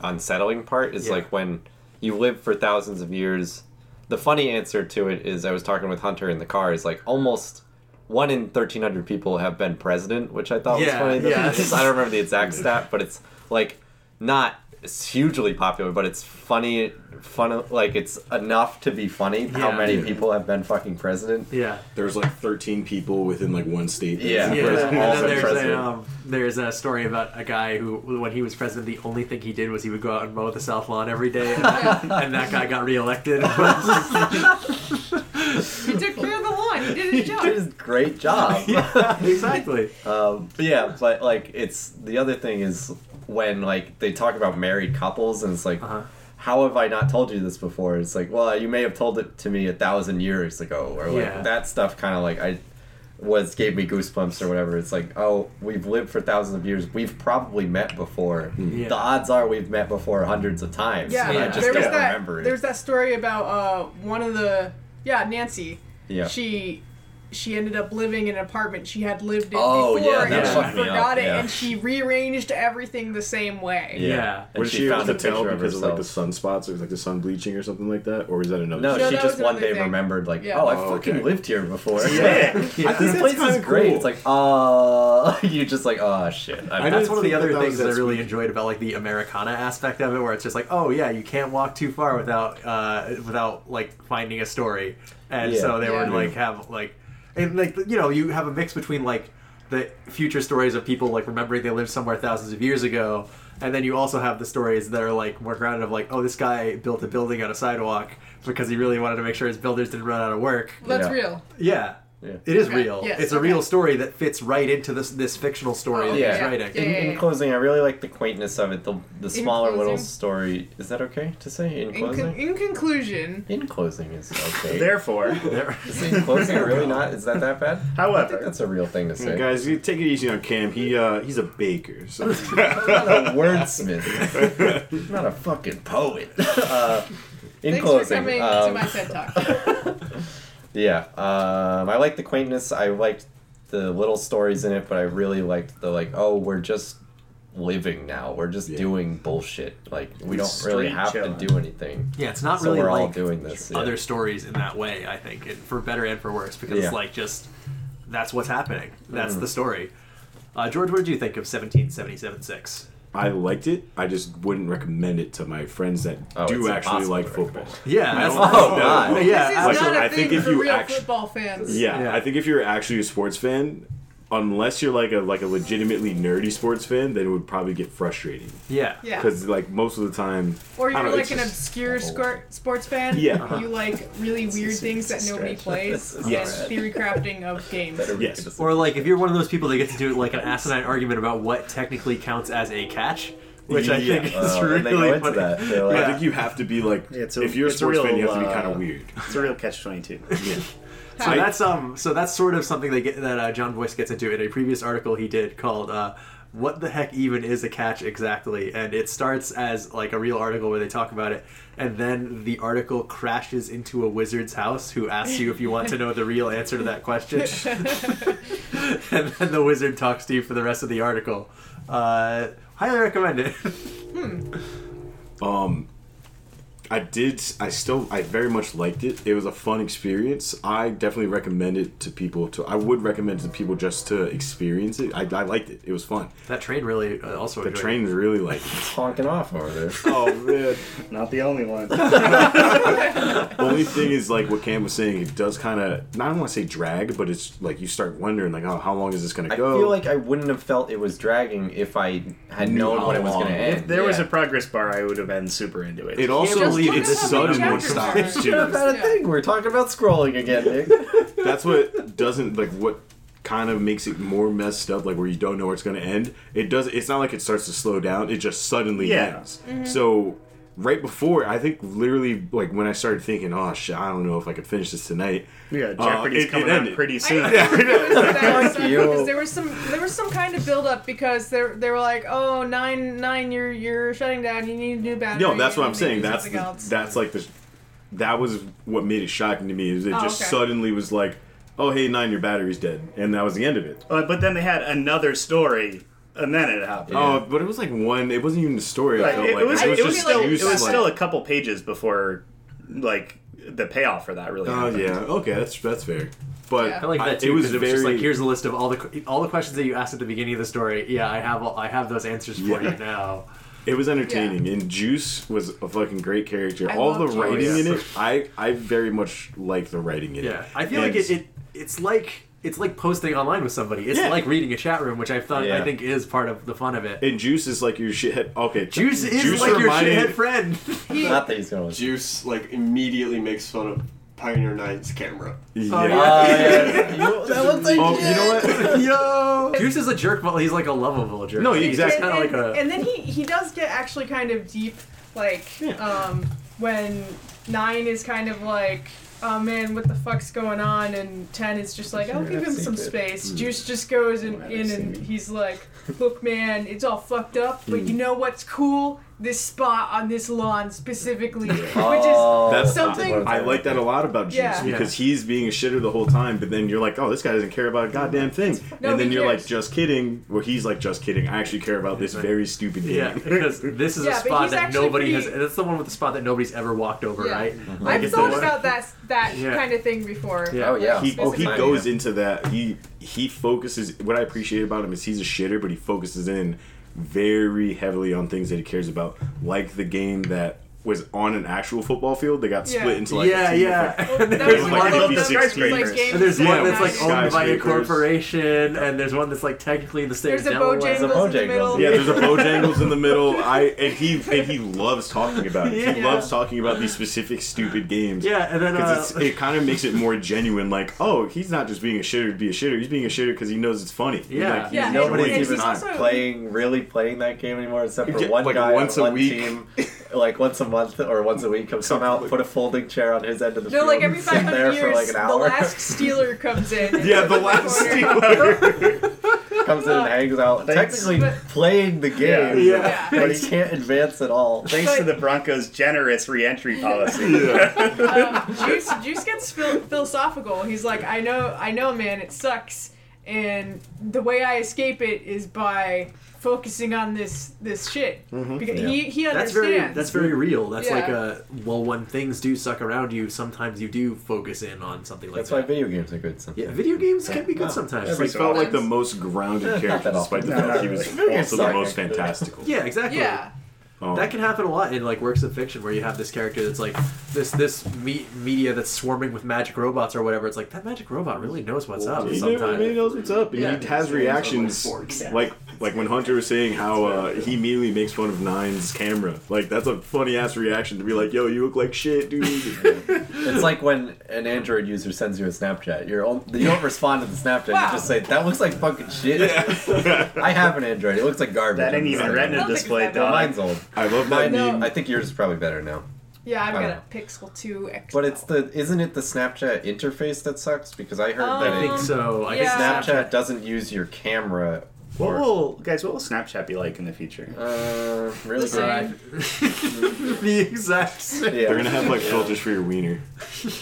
S4: unsettling part is
S1: Yeah.
S4: like when you live for thousands of years. The funny answer to it is I was talking with Hunter in the car. Is like almost one in thirteen hundred people have been president, which I thought
S1: Yeah,
S4: was funny.
S1: yeah.
S4: It's- I don't remember the exact stat, but it's like not it's hugely popular, but it's funny, fun like it's enough to be funny. How
S1: Yeah.
S4: many people have been fucking president?
S1: Yeah.
S5: There's like 13 people within like one state. that
S4: Yeah.
S5: was
S1: Yeah,
S5: the
S4: President
S1: and
S5: president.
S4: Hall's
S1: then
S4: been
S1: there's
S4: president.
S1: a
S5: uh,
S1: um, there's a story about a guy who, when he was president, the only thing he did was he would go out and mow the south lawn every day, and, and that guy got reelected.
S6: He took care of the lawn. He did his job.
S4: It is great job.
S1: exactly.
S4: Um, but yeah, but like it's the other thing is when like they talk about married couples and it's like,
S1: Uh-huh.
S4: how have I not told you this before? It's like, well, you may have told it to me a thousand years ago, or like
S1: Yeah.
S4: that stuff. Kind of like I was gave me goosebumps or whatever. It's like, oh, we've lived for thousands of years. We've probably met before.
S5: Mm-hmm.
S1: Yeah.
S4: The odds are we've met before hundreds of times.
S6: Yeah,
S4: and I
S1: yeah.
S4: just
S6: there
S4: don't
S6: was that.
S4: remember it.
S6: There's that story about uh, one of the yeah Nancy.
S4: Yeah.
S6: She she ended up living in an apartment she had lived in
S4: Oh,
S6: before,
S4: yeah,
S6: and
S4: that
S1: fucked
S6: she
S4: me up,
S6: forgot it,
S4: yeah.
S6: and she rearranged everything the same way.
S4: yeah.
S1: Yeah.
S4: And
S5: Was
S4: she,
S5: she, able
S4: found a
S5: to
S4: picture
S5: tell
S4: of
S5: because of like
S4: herself.
S5: the sunspots or like the sun bleaching or something like that? Or was that another?
S4: no,
S5: story?
S6: No,
S4: she
S6: that
S4: just
S6: was
S4: one
S6: another
S4: day
S6: thing.
S4: remembered, like,
S6: Yeah.
S4: oh, I
S5: Oh,
S4: fucking
S5: okay.
S4: lived here before.
S1: Yeah.
S4: I think
S5: That's
S4: this place
S5: kinda
S4: is great.
S5: cool.
S4: It's like, oh, you're just like, oh shit. I,
S5: I
S1: That's
S5: didn't
S1: one of the
S5: think
S1: other
S5: that that
S1: things
S5: was
S1: that I
S5: that
S1: really enjoyed about like the Americana aspect of it, where it's just like, oh yeah, you can't walk too far without uh, without like finding a story, and
S4: Yeah.
S1: so they would
S6: Yeah.
S1: like have like, and like you know you have a mix between like the future stories of people like remembering they lived somewhere thousands of years ago, and then you also have the stories that are like more grounded of like, oh, this guy built a building on a sidewalk because he really wanted to make sure his builders didn't run out of work.
S6: That's
S4: Yeah.
S6: real.
S1: Yeah.
S15: It is
S6: Okay.
S15: real.
S6: Yes,
S15: it's a
S6: okay.
S15: real story that fits right into this this fictional story
S6: Oh,
S15: that
S6: okay,
S15: he's
S6: yeah.
S15: writing.
S6: Yeah,
S4: In,
S6: yeah,
S4: in
S6: yeah.
S4: closing, I really like the quaintness of it. The the smaller little
S6: closing?
S4: story. Is that okay to say? In
S6: In, con-
S4: closing.
S6: in conclusion,
S4: In closing is okay.
S2: Therefore,
S4: Is in closing really not? Is that that bad? I think
S2: however,
S4: that's a real thing to say.
S5: Guys, you take it easy on Cam. He uh, he's a baker. So
S4: I'm not a wordsmith. I'm not a fucking poet. Uh, in
S6: thanks for
S4: closing,
S6: coming to
S4: um,
S6: my TED talk.
S4: yeah, um, I liked the quaintness. I liked the little stories in it, but I really liked the like, oh, we're just living now. We're just
S5: Yeah.
S4: doing bullshit. Like we don't
S2: Street
S4: really have
S2: chillin'.
S4: to do anything.
S1: Yeah, it's not
S4: so
S1: really
S4: we're
S1: like
S4: all doing this. yeah.
S1: other stories in that way. I think, and for better and for worse, because
S4: Yeah. Mm-hmm.
S1: it's like just that's what's happening. That's the story. Uh, George, what did you think of 1777 6?
S5: I liked it. I just wouldn't recommend it to my friends that
S4: Oh,
S5: do
S4: it's
S5: actually
S4: impossible
S5: like
S4: to
S5: football.
S4: recommend.
S1: Yeah,
S5: I
S1: that's
S5: don't
S4: Oh,
S5: know.
S1: yeah,
S4: God.
S6: this is
S5: like,
S1: absolutely.
S5: so
S6: not a
S5: I
S6: thing
S5: think if
S6: for
S5: you
S6: real
S5: actu-
S6: football fans.
S5: Yeah,
S1: Yeah.
S5: I think if you're actually a sports fan, unless you're like a like a legitimately nerdy sports fan, then it would probably get frustrating
S1: yeah.
S6: Yeah.
S5: because like most of the time,
S6: Or
S5: I don't
S6: you're
S5: know,
S6: like
S5: it's
S6: an
S5: just-
S6: obscure squir- sports fan.
S5: Yeah.
S6: You like really weird things that nobody plays.
S4: This is
S6: And theory crafting of games.
S5: Yes.
S1: Or like if you're one of those people that gets to do like an asinine argument about what technically counts as a catch, which I think
S5: Yeah.
S1: is
S4: Uh, and
S1: really
S4: they go into
S1: funny.
S4: that. They're like,
S5: I think you have to be like
S2: It's a-
S5: if you're a
S2: it's a
S5: sports fan, you
S2: real,
S5: have to be
S2: uh,
S5: kind of weird.
S2: it's a real catch twenty two.
S5: Yeah.
S1: So that's um. So that's sort of something that get, that uh, John Boyce gets into in a previous article he did called uh, "What the heck even is a catch exactly?" And it starts as like a real article where they talk about it, and then the article crashes into a wizard's house who asks you if you want to know the real answer to that question, and then the wizard talks to you for the rest of the article. Uh, highly recommend it.
S5: Um, I did. I still. I very much liked it. It was a fun experience. I definitely recommend it to people. To I would recommend it to people just to experience it. I, I liked it. It was fun.
S1: that train really uh, also
S5: The
S1: enjoyed it.
S5: train was really like.
S4: honking off over there.
S5: oh man.
S2: Not the only one.
S5: Only thing is like what Cam was saying. It does kind of. I don't want to say drag, but it's like you start wondering like, oh, how long is this gonna
S4: I
S5: go?
S4: feel like I wouldn't have felt it was dragging if I had
S5: Knew
S4: known
S5: how
S4: when it was
S5: long.
S4: going to end.
S2: There was
S4: yeah.
S2: a progress bar. I would have been super into it.
S5: it also
S6: just
S5: it
S6: look at how many
S5: suddenly
S6: chapters there are.
S5: stops
S4: Should've
S5: too.
S4: had a
S6: Yeah.
S4: thing. We're talking about scrolling again, Nick.
S5: that's what doesn't like what kind of makes it more messed up like where you don't know where it's going to end it does it's not like it starts to slow down it just suddenly
S2: Yeah.
S5: ends
S6: Mm-hmm.
S5: so right before i think literally like when i started thinking oh shit i don't know if i could finish this tonight
S2: yeah,
S5: uh,
S2: Jeopardy's
S5: it- it
S2: coming out
S5: ended.
S2: pretty
S6: I
S2: soon.
S6: noticed that stuff
S4: you.
S6: because there was some there was some kind of build up because they they were like oh nine nine you're you're shutting down you need a new battery
S5: no that's
S6: you
S5: what i'm
S6: need
S5: saying
S6: to do
S5: that's
S6: something
S5: the,
S6: else.
S5: that's like the that was what made it shocking to me is it
S6: Oh,
S5: just
S6: okay.
S5: suddenly was like oh hey nine your battery's dead and that was the end of it
S2: Uh, but then they had another story, and then it happened.
S5: oh but it was like one it wasn't even a story i
S2: Like,
S5: felt
S2: it,
S5: like
S2: it was, it was,
S5: just
S2: still, it
S5: useless.
S2: was still a couple pages before, like the payoff for that really.
S5: Oh
S2: happened.
S5: yeah, okay, that's that's fair. But
S6: Yeah.
S1: I like that too.
S5: it was
S1: 'cause
S5: very.
S1: it was just like here's a list of all the que- all the questions that you asked at the beginning of the story. Yeah, I have all, I have those answers for
S5: Yeah.
S1: you now.
S5: it was entertaining, and Juice was a fucking great character.
S6: I
S5: All
S6: love
S5: the
S6: Juice.
S5: writing in it, I I very much like the writing in it.
S1: Yeah, I feel
S5: And-
S1: like it, it it's like it's like posting online with somebody. It's
S5: Yeah.
S1: like reading a chat room, which I thought I
S4: Yeah.
S1: think is part of the fun of it.
S5: And Juice is like your shithead. Okay,
S1: Juice is like your
S5: reminded-
S1: shithead friend.
S6: He-
S4: Not that he's going to.
S7: Juice like immediately makes fun of Pioneer Nine's camera.
S5: Yeah.
S4: Uh,
S1: Oh,
S4: that looks like
S5: Oh, you know what?
S1: Yo, Juice is a jerk, but he's like a lovable jerk.
S5: No,
S1: he,
S5: he- exactly.
S6: And,
S1: Kinda
S6: and-
S1: like a-
S6: and then he he does get actually kind of deep, like um, when nine is kind of like, oh man, what the fuck's going on, and ten is just like, I'll give him some space. Juice just goes in, in and he's like, look, man, it's all fucked up, but you know what's cool? This spot on this lawn specifically, which is
S5: That's
S6: Something-
S5: I like that a lot about Juice
S6: Yeah.
S5: because he's being a shitter the whole time, but then you're like, oh, this guy doesn't care about a goddamn thing,
S6: No,
S5: and then
S6: he
S5: you're
S6: cares.
S5: like, just kidding. Well, he's like, just kidding. I actually care about this very stupid game.
S1: yeah, because this is
S6: Yeah,
S1: a
S6: but
S1: spot
S6: he's
S1: that
S6: actually
S1: nobody
S6: pretty-
S1: has. That's the one with the spot that nobody's ever walked over,
S6: Yeah.
S1: right? Like,
S6: I've
S1: it's
S6: thought
S1: the-
S6: about that that
S1: Yeah.
S6: kind of thing before.
S1: Yeah.
S4: Oh, yeah.
S5: he, oh, he
S6: Specifically.
S5: goes into that. He he focuses. What I appreciate about him is he's a shitter, but he focuses in very heavily on things that he cares about, like the game that was on an actual football field. They got
S6: Yeah.
S5: split into like
S1: yeah,
S5: a team of,
S1: yeah.
S5: like,
S1: And
S6: That
S1: there's one
S6: was one
S1: of
S6: of
S1: the-
S6: the first,
S2: skyscrapers.
S6: like, games
S1: and there's
S6: that
S1: one
S6: were
S1: that's like
S6: nice.
S1: owned by a
S5: Skyscrapers.
S1: corporation, and there's one that's like technically the state
S6: There's a
S1: of Delaware.
S6: Bojangles in the middle.
S5: Yeah, there's a Bojangles in the middle. I and he and he loves talking about it. He
S1: Yeah.
S5: loves talking about these specific stupid games.
S1: Yeah, and then,
S5: because
S1: uh,
S5: it kind of makes it more genuine. Like, oh, he's not just being a shitter to be a shitter. He's being a shitter because he knows it's funny.
S1: Yeah.
S5: like, he's
S6: Yeah, and
S5: enjoying
S6: it's
S5: his
S6: even-
S5: time.
S6: also-
S4: playing really playing that game anymore except for
S5: Yeah,
S4: one
S5: like
S4: guy
S5: once
S4: on
S5: a
S4: one
S5: week.
S4: team like once a month or once a week he'll come out put a folding chair on his end of the
S6: No,
S4: field
S6: like every
S4: and sit
S6: 500
S4: there for
S6: years,
S4: like an hour
S6: the last stealer comes in. and
S5: Yeah, the
S6: sits in
S5: last
S6: corner.
S5: Steeler.
S4: comes in and hangs out technically
S6: But-
S4: playing the game
S1: Yeah.
S4: but he can't advance at all
S2: Thanks to
S6: But-
S2: the Broncos' generous reentry policy.
S6: Juice, Juice gets phil- philosophical. He's like, I know, I know, man, it sucks, and the way I escape it is by focusing on this this shit.
S4: Mm-hmm.
S6: Because he he
S3: That's
S6: understands.
S3: very that's very real. That's
S6: Yeah.
S3: like a well, when things do suck around you, sometimes you do focus in on something like
S4: that's why
S3: that.
S4: video games are good sometimes
S3: yeah, video games can be good sometimes.
S5: He
S3: Like,
S5: felt like the most grounded character,
S4: that
S5: despite the
S4: often.
S5: fact he
S2: No,
S5: was
S4: really.
S5: also the
S4: Sorry.
S5: most fantastical.
S3: yeah, exactly.
S6: yeah.
S5: Um,
S3: That can happen a lot in like works of fiction where you have this character that's like this this me- media that's swarming with magic robots or whatever. It's like that magic robot really knows what's up
S5: He never really
S3: sometimes.
S5: knows what's up. and
S3: Yeah.
S5: He has reactions like like when Hunter was saying how uh, he immediately makes fun of Nine's camera. Like that's a funny ass reaction to be like, "Yo, you look like shit, dude."
S4: It's like when an Android user sends you a Snapchat. You're on- you don't respond to the Snapchat.
S6: Wow.
S4: You just say that looks like fucking shit. I have an Android. It looks like garbage.
S2: That ain't
S4: I'm
S2: even
S4: sorry.
S6: I
S2: retina
S6: don't think
S2: display,
S6: it's that
S2: dog.
S4: Mine's old.
S5: I love that
S4: Mine,
S5: meme.
S4: I think yours is probably better now.
S6: Yeah, I've
S4: I
S6: got
S4: don't
S6: a Pixel 2 X.
S4: But it's the isn't it the Snapchat interface that sucks? Because I heard
S3: I
S6: Oh,
S4: that
S3: think
S4: it,
S3: so. I guess
S6: yeah.
S4: Snapchat doesn't use your camera.
S2: What
S4: or-
S2: will guys? What will Snapchat be like in the future?
S4: uh, really?
S6: Listen.
S4: good.
S3: the exact same.
S4: Yeah.
S5: They're gonna have like filters for your wiener.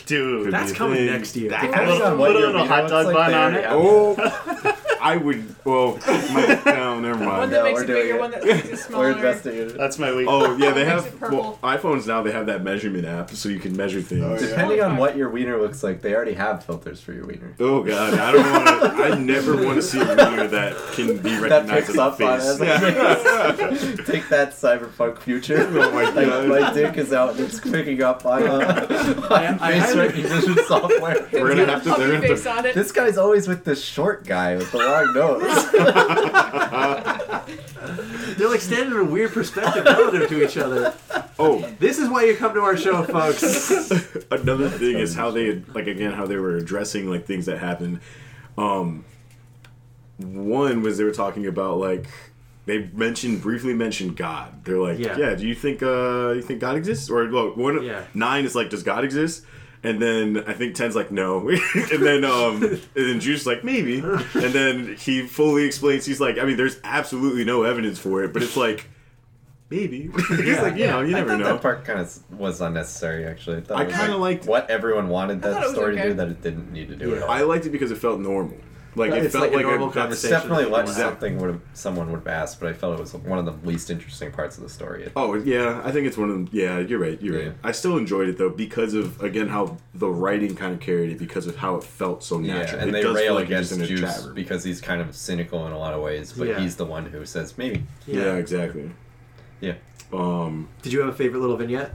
S2: Dude,
S5: That-
S3: That's coming next year.
S2: a little,
S4: What
S2: little,
S4: your
S2: little
S4: video
S2: hot
S4: looks
S2: dog
S4: like
S2: bun
S4: there,
S2: on it.
S4: yeah.
S5: Oh, I would. Well, my, no, never
S6: one
S5: mind.
S6: that
S4: no,
S6: makes
S4: we're
S6: it
S4: doing
S6: bigger,
S4: it.
S6: one that makes it smaller.
S4: We're investigating. it.
S2: That's my week.
S5: Oh yeah, they
S6: Makes
S5: have
S6: it purple.
S5: well, iPhones now. They have that measurement app, so you can measure things. Oh,
S4: Depending on what your wiener looks like, they already have filters for your wiener.
S5: Oh, god, I don't want to. I never want to see a wiener that can be
S4: That
S5: recognized
S4: picks
S5: as a
S4: up on
S5: face.
S4: us. Take that cyberpunk future.
S5: Oh my
S4: Like,
S5: God.
S4: my dick is out and it's picking up on uh, on
S3: I
S4: face
S3: highly-
S4: recognition software.
S5: We're gonna have to. They're
S6: Puppy
S5: gonna have
S6: face
S5: to.
S6: on it.
S4: This guy's always with this short guy with the long nose.
S3: They're like standing in a weird perspective relative to each other.
S5: Oh,
S3: This is why you come to our show, folks.
S5: another thing is how they like again how they were addressing like things that happened um one was they were talking about like they mentioned briefly mentioned god they're like yeah,
S3: Yeah.
S5: do you think uh you think god exists or look one of
S3: Yeah.
S5: nine is like does god exist and then I think Ten's like no, and then um, and then Juice is like maybe, and then he fully explains. He's like, I mean, there's absolutely no evidence for it, but it's like maybe. he's like, you know, you
S4: I
S5: never
S4: thought
S5: know.
S4: that part kind of was unnecessary, actually. I, thought
S5: I
S4: it was,
S5: kinda liked-
S4: what everyone wanted
S6: thought
S4: that
S6: it was
S4: story
S6: okay.
S4: to do that it didn't need to do at all.
S5: I liked it because it felt normal. Like it
S3: It's
S5: felt
S3: like
S5: like,
S3: a normal
S5: that's-
S4: It's
S3: conversation.
S4: definitely what
S5: Exactly.
S4: something would have someone would have asked, but I felt it was one of the least interesting parts of the story. It-
S5: Oh yeah, I think it's one of them. Yeah, you're right. You're
S4: Yeah.
S5: right. I still enjoyed it though because of again how the writing kind of carried it because of how it felt so
S4: Yeah,
S5: natural.
S4: and
S5: it
S4: they
S5: does
S4: rail
S5: feel like you're just
S4: against
S5: in a
S4: Juice
S5: chat room.
S4: because he's kind of cynical in a lot of ways, but
S3: Yeah.
S4: he's the one who says maybe.
S5: Yeah. exactly.
S4: Yeah.
S5: Um,
S3: Did you have a favorite little vignette?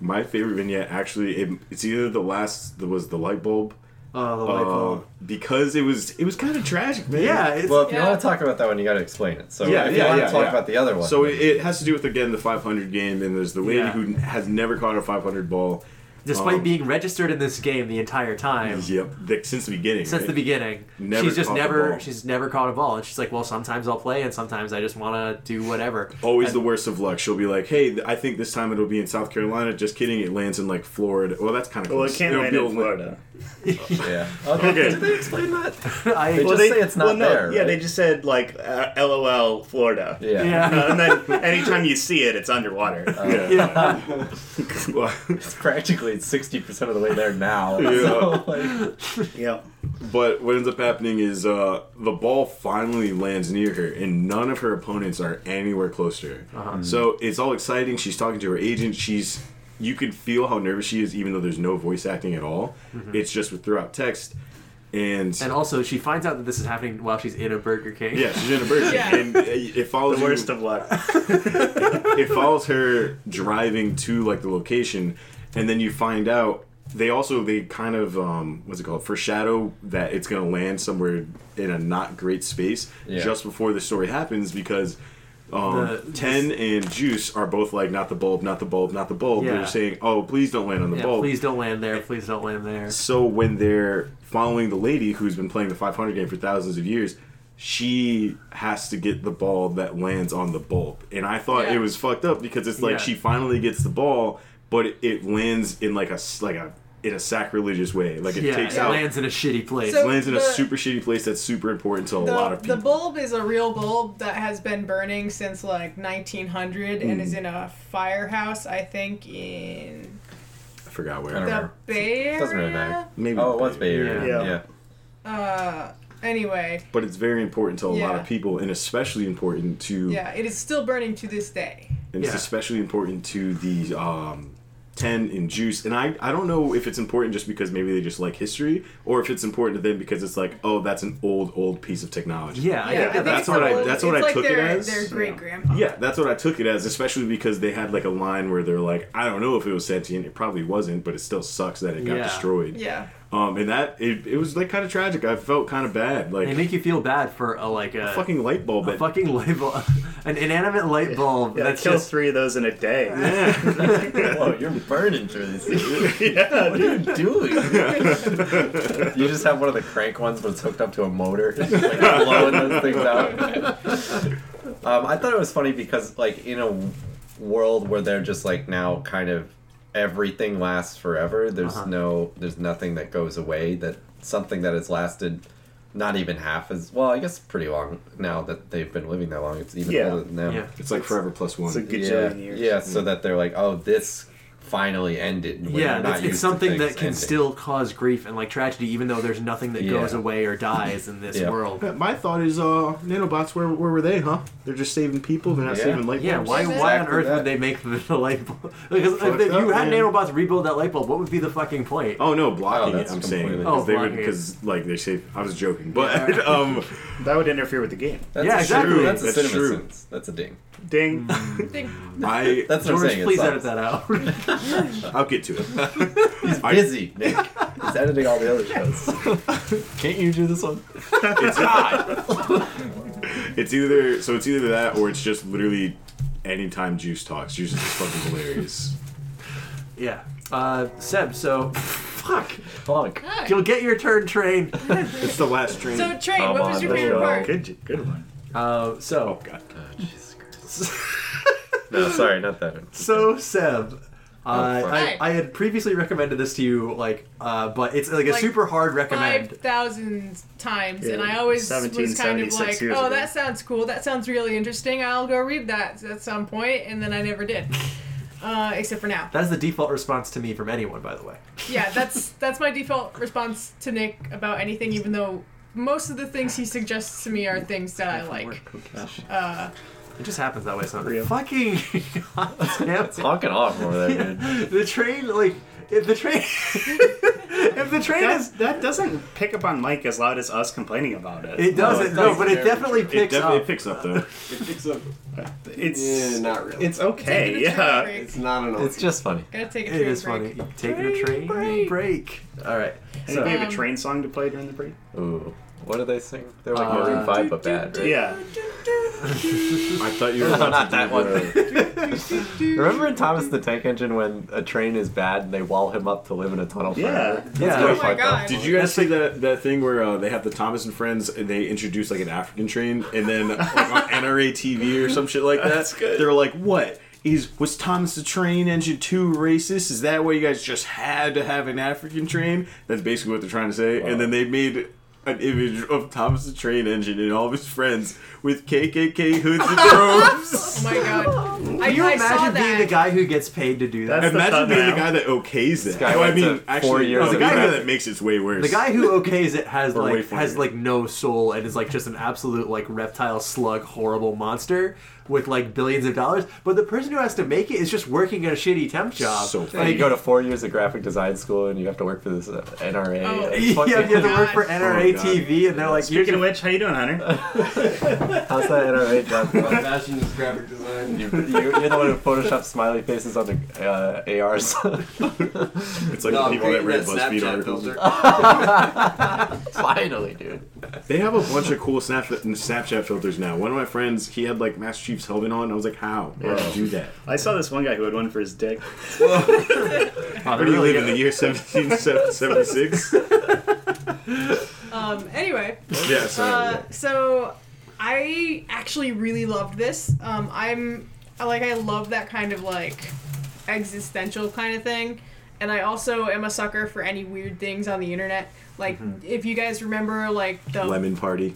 S5: my favorite vignette actually it, it's either the last that was the light bulb,
S3: Oh, the light bulb.
S5: uh, because it was it was kind of tragic, man.
S3: yeah, it's,
S4: Well, if you
S6: Yeah.
S4: want to talk about that one, you got to explain it. So
S5: Yeah,
S4: if you
S5: yeah,
S4: want
S5: yeah,
S4: to talk
S5: yeah.
S4: about the other one,
S5: So
S4: then-
S5: it, it has to do with again the 500 game, and there's the lady
S3: Yeah.
S5: who has never caught a 500 ball.
S3: despite
S5: um,
S3: being registered in this game the entire time.
S5: Yep, the, since the beginning.
S3: Since the
S5: right?
S3: beginning,
S5: Never
S3: she's just
S5: caught the ball.
S3: never she's never caught a ball, and she's like, "Well, sometimes I'll play, and sometimes I just want to do whatever."
S5: Always
S3: And-
S5: the worst of luck. She'll be like, "Hey, th- I think this time it'll be in South Carolina." Just kidding. It lands in like Florida. Well, that's kind of
S2: Well, it can't land in Florida.
S4: yeah. Okay.
S5: Okay.
S4: Did they explain that?
S3: I,
S4: Well, just say it's not there,
S2: Yeah,
S4: right?
S2: they just said like uh, "LOL, Florida."
S4: Yeah. Uh,
S3: yeah,
S2: Uh, and then anytime you see it, it's underwater.
S5: Yeah. Well,
S4: It's practically sixty percent of the way there now.
S5: Yeah.
S4: So, like,
S2: yeah.
S5: but what ends up happening is uh, the ball finally lands near her, and none of her opponents are anywhere close to her.
S2: Mm.
S5: So it's all exciting. She's talking to her agent. She's you could feel how nervous she is, even though there's no voice acting at all. It's just with throughout text. and,
S1: And also, she finds out that this is happening while she's in a Burger King.
S5: yeah, she's in a Burger King,
S6: Yeah.
S5: and it it follows
S2: The worst
S5: you-
S2: of luck.
S5: it follows her driving to like the location and then you find out they also they kind of um what's it called foreshadow that it's gonna land somewhere in a not great space
S4: Yeah.
S5: just before the story happens because um,
S1: The-
S5: ten and Juice are both like not the bulb, not the bulb, not the bulb.
S1: Yeah.
S5: They're saying, "Oh, please don't land on the
S1: Yeah,
S5: bulb."
S1: please don't land there. Please don't land there.
S5: So when they're following the lady who's been playing the 500 game for thousands of years, she has to get the ball that lands on the bulb. And I thought
S6: Yeah.
S5: it was fucked up because it's like
S1: Yeah.
S5: she finally gets the ball, but it, it lands in like a s- like a in a sacrilegious way. Like it
S1: Yeah,
S5: takes
S1: it
S5: out
S1: lands in a shitty place.
S6: So-
S5: lands in a
S6: The-
S5: super shitty place that's super important to a
S6: The,
S5: lot of people.
S6: the bulb is a real bulb that has been burning since like 1900 and is in a firehouse, I think, in
S5: I forgot where.
S4: I don't
S6: the
S4: remember.
S6: Bay Area.
S4: Doesn't really matter.
S5: Maybe
S4: Oh, it was Bay Area.
S2: Yeah.
S4: Yeah.
S6: Uh, anyway,
S5: But it's very important to a lot
S6: Yeah.
S5: of people and especially important to
S6: yeah, it is still burning to this day.
S5: and it's
S1: Yeah.
S5: especially important to the um, 10 in juice and I, I don't know if it's important just because maybe they just like history or if it's important to them because it's like oh that's an old old piece of technology
S1: yeah, I
S6: Yeah,
S1: think that
S5: that's
S6: it's
S5: what I-
S6: old-
S5: that's what
S6: it's
S5: I
S6: like
S5: took it
S6: their,
S5: as.
S6: Their
S5: Yeah.
S6: great grandpa.
S5: yeah that's what i took it as especially because they had like a line where they're like i don't know if it was sentient it probably wasn't but it still sucks that it got
S1: Yeah.
S5: destroyed
S6: Yeah.
S5: um and that it, it was like kind of tragic i felt kind of bad like
S1: they make you feel bad for a like a,
S5: fucking light bulb
S1: a
S5: that
S1: fucking light bulb, an inanimate light bulb
S2: Yeah,
S1: that's
S2: kill
S1: just
S2: three of those in a day.
S4: Whoa, you're burning through these.
S2: yeah,
S4: What are you doing? you just have one of the crank ones, but it's hooked up to a motor, It's just like blowing those things out. Um, I thought it was funny because, like, in a world where they're just like now kind of everything lasts forever. There's no, there's nothing that goes away. That something that has lasted. Not even half as well. I guess pretty long now that they've been living that long. It's even
S2: Yeah.
S4: older than them.
S1: yeah.
S5: it's like forever plus one
S2: it's a good
S4: yeah,
S2: years.
S4: yeah. So that they're like, oh, this finally ended. when
S1: Yeah,
S4: we're
S1: that's, it's
S4: used to
S1: something
S4: things
S1: that can
S4: ending.
S1: still cause grief and like tragedy, even though there's nothing that goes
S4: Yeah.
S1: away or dies in this
S4: Yeah.
S1: world.
S5: my thought is uh nanobots where, where were they huh they're just saving people they're not
S4: Yeah.
S5: saving light bulbs
S1: Yeah, why,
S6: Exactly
S1: why on earth
S4: that.
S1: would they make the, the light bulb? Because if
S5: Fucked
S1: they- you
S5: up,
S1: had
S5: man.
S1: nanobots rebuild that light bulb, what would be the fucking point?
S5: Oh no, blocking
S4: Oh,
S5: it.
S4: that's
S5: I'm saying
S4: completely-
S5: because
S1: Oh,
S5: they would
S1: blocking it.
S5: because like they say I was joking, but um,
S2: That would interfere with the game.
S4: That's
S1: Yeah,
S4: a
S1: exactly.
S4: True. That's, a
S5: That's
S4: cinema
S5: true.
S4: sentence. That's a ding.
S2: Ding.
S4: Mm.
S6: Think-
S5: I
S4: That's what I'm
S1: George,
S4: saying.
S1: please
S4: it's
S1: edit that out.
S5: I'll get to it.
S4: I'm busy, Nick. He's editing all the other shows. Can't you do this one?
S5: It's either so it's either that or it's just literally anytime Juice talks, Juice is just fucking hilarious.
S1: yeah. Uh, Seb, so. Fuck.
S4: Fuck.
S6: Hi.
S1: You'll get your turn, train.
S5: It's the last train.
S6: So, Train,
S4: Come
S6: what was
S4: on,
S6: your
S4: let's
S6: favorite
S4: go.
S6: part?
S2: Good, good one.
S1: Uh, so.
S5: God.
S4: No, sorry, not that. one.
S1: So Seb, uh,
S4: fuck.
S1: I,
S6: Hi.
S1: I had previously recommended this to you, like, uh, but it's like a
S6: Like,
S1: super hard recommend.
S6: Five thousand times, and
S2: Yeah,
S6: I always was kind of
S2: 1776
S6: like,
S2: years
S6: "Oh,
S2: ago."
S6: that sounds cool. That sounds really interesting. I'll go read that at some point," and then I never did, uh, except for now.
S1: That is the default response to me from anyone, by the way.
S6: yeah, that's that's my default response to Nick about anything, even though most of the things he suggests to me are things that I like. Uh,
S1: It just happens that way
S2: Real.
S1: sometimes. Fucking goddamn.
S4: Honking off over there, dude.
S1: the train, like, if the train, if the train is,
S2: That, that doesn't pick up on Mike as loud as us complaining about it.
S1: it doesn't. No,
S4: does
S1: but it
S4: very
S1: definitely
S5: It
S1: picks
S5: definitely
S1: up.
S5: picks up though.
S2: It's
S7: Yeah, eh, not really.
S2: it's okay.
S6: taking a train
S2: Yeah.
S6: break.
S7: It's not an.
S4: It's just funny.
S6: Gotta take a
S1: it
S6: train
S1: is
S6: break.
S1: funny. Taking a train break.
S6: break.
S1: All right.
S2: So, we have
S6: Um,
S2: a train song to play during the break.
S4: Ooh. What do they sing? They're like
S1: Uh,
S4: Maroon 5, but bad, right?
S2: Yeah.
S5: I thought you were about
S4: Not
S5: to
S4: that
S5: do
S4: one.
S5: the-
S4: Remember in Thomas the Tank Engine when a train is bad and they wall him up to live in a tunnel
S2: Yeah.
S4: forever?
S1: Yeah.
S6: Oh my
S4: Fuck off.
S6: god.
S5: Did you guys see that that thing where uh, they have the Thomas and Friends and they introduce like an African train and then like, on NRA TV or some shit like that?
S2: That's good.
S5: They're like, what? Is was Thomas the Train Engine two racist? Is that why you guys just had to have an African train? That's basically what they're trying to say. And then they made an image of Thomas the Train Engine and all of his friends with KKK hoods and robes.
S6: Oh my god. I,
S1: Can you
S6: I saw
S1: imagine
S6: that.
S1: being the guy who gets paid to do that?
S2: That's-
S5: Imagine being
S2: thumbnail.
S5: the guy that okays that.
S4: guy
S5: No, I
S4: went to
S5: mean,
S4: four
S5: actually,
S4: years
S5: no, the
S1: of
S5: guy
S1: prison.
S5: that makes it way worse.
S1: the guy who okays it has
S5: Or
S1: like
S5: wait for
S1: has
S5: it.
S1: like no soul and is like just an absolute like reptile slug horrible monster with like billions of dollars. But the person who has to make it is just working at a shitty temp job.
S5: So
S1: Like,
S4: And you go to four years of graphic design school and you have to work for this uh, NRA.
S6: Oh.
S4: and
S1: yeah,
S4: fucking-
S1: you have to work
S6: God.
S1: for NRA
S5: Oh, God.
S1: TV, and they're like,
S2: Speaking of
S1: you're
S2: which, how you doing, Hunter?
S4: How's that NRA job? going?
S16: Fashion is graphic design.
S4: You, you, you're the one who photoshopped smiley faces on the uh, ARs.
S5: it's like
S16: No,
S5: the
S16: I'm
S5: people that read
S16: creating that
S5: BuzzFeed
S16: Snapchat
S5: articles.
S16: filter.
S4: Finally, dude.
S5: They have a bunch of cool Snapchat, Snapchat filters now. One of my friends, he had like Master Chief's helmet on. And I was like, how? Why did you do that?
S2: I saw this one guy who had one for his dick.
S5: Where do you live in the year 1776?
S6: Um, anyway,
S5: yeah, sorry.
S6: uh, so I actually really loved this. Um, I'm I- like I love that kind of like existential kind of thing, and I also am a sucker for any weird things on the internet. Like if you guys remember, like the
S5: Lemon party.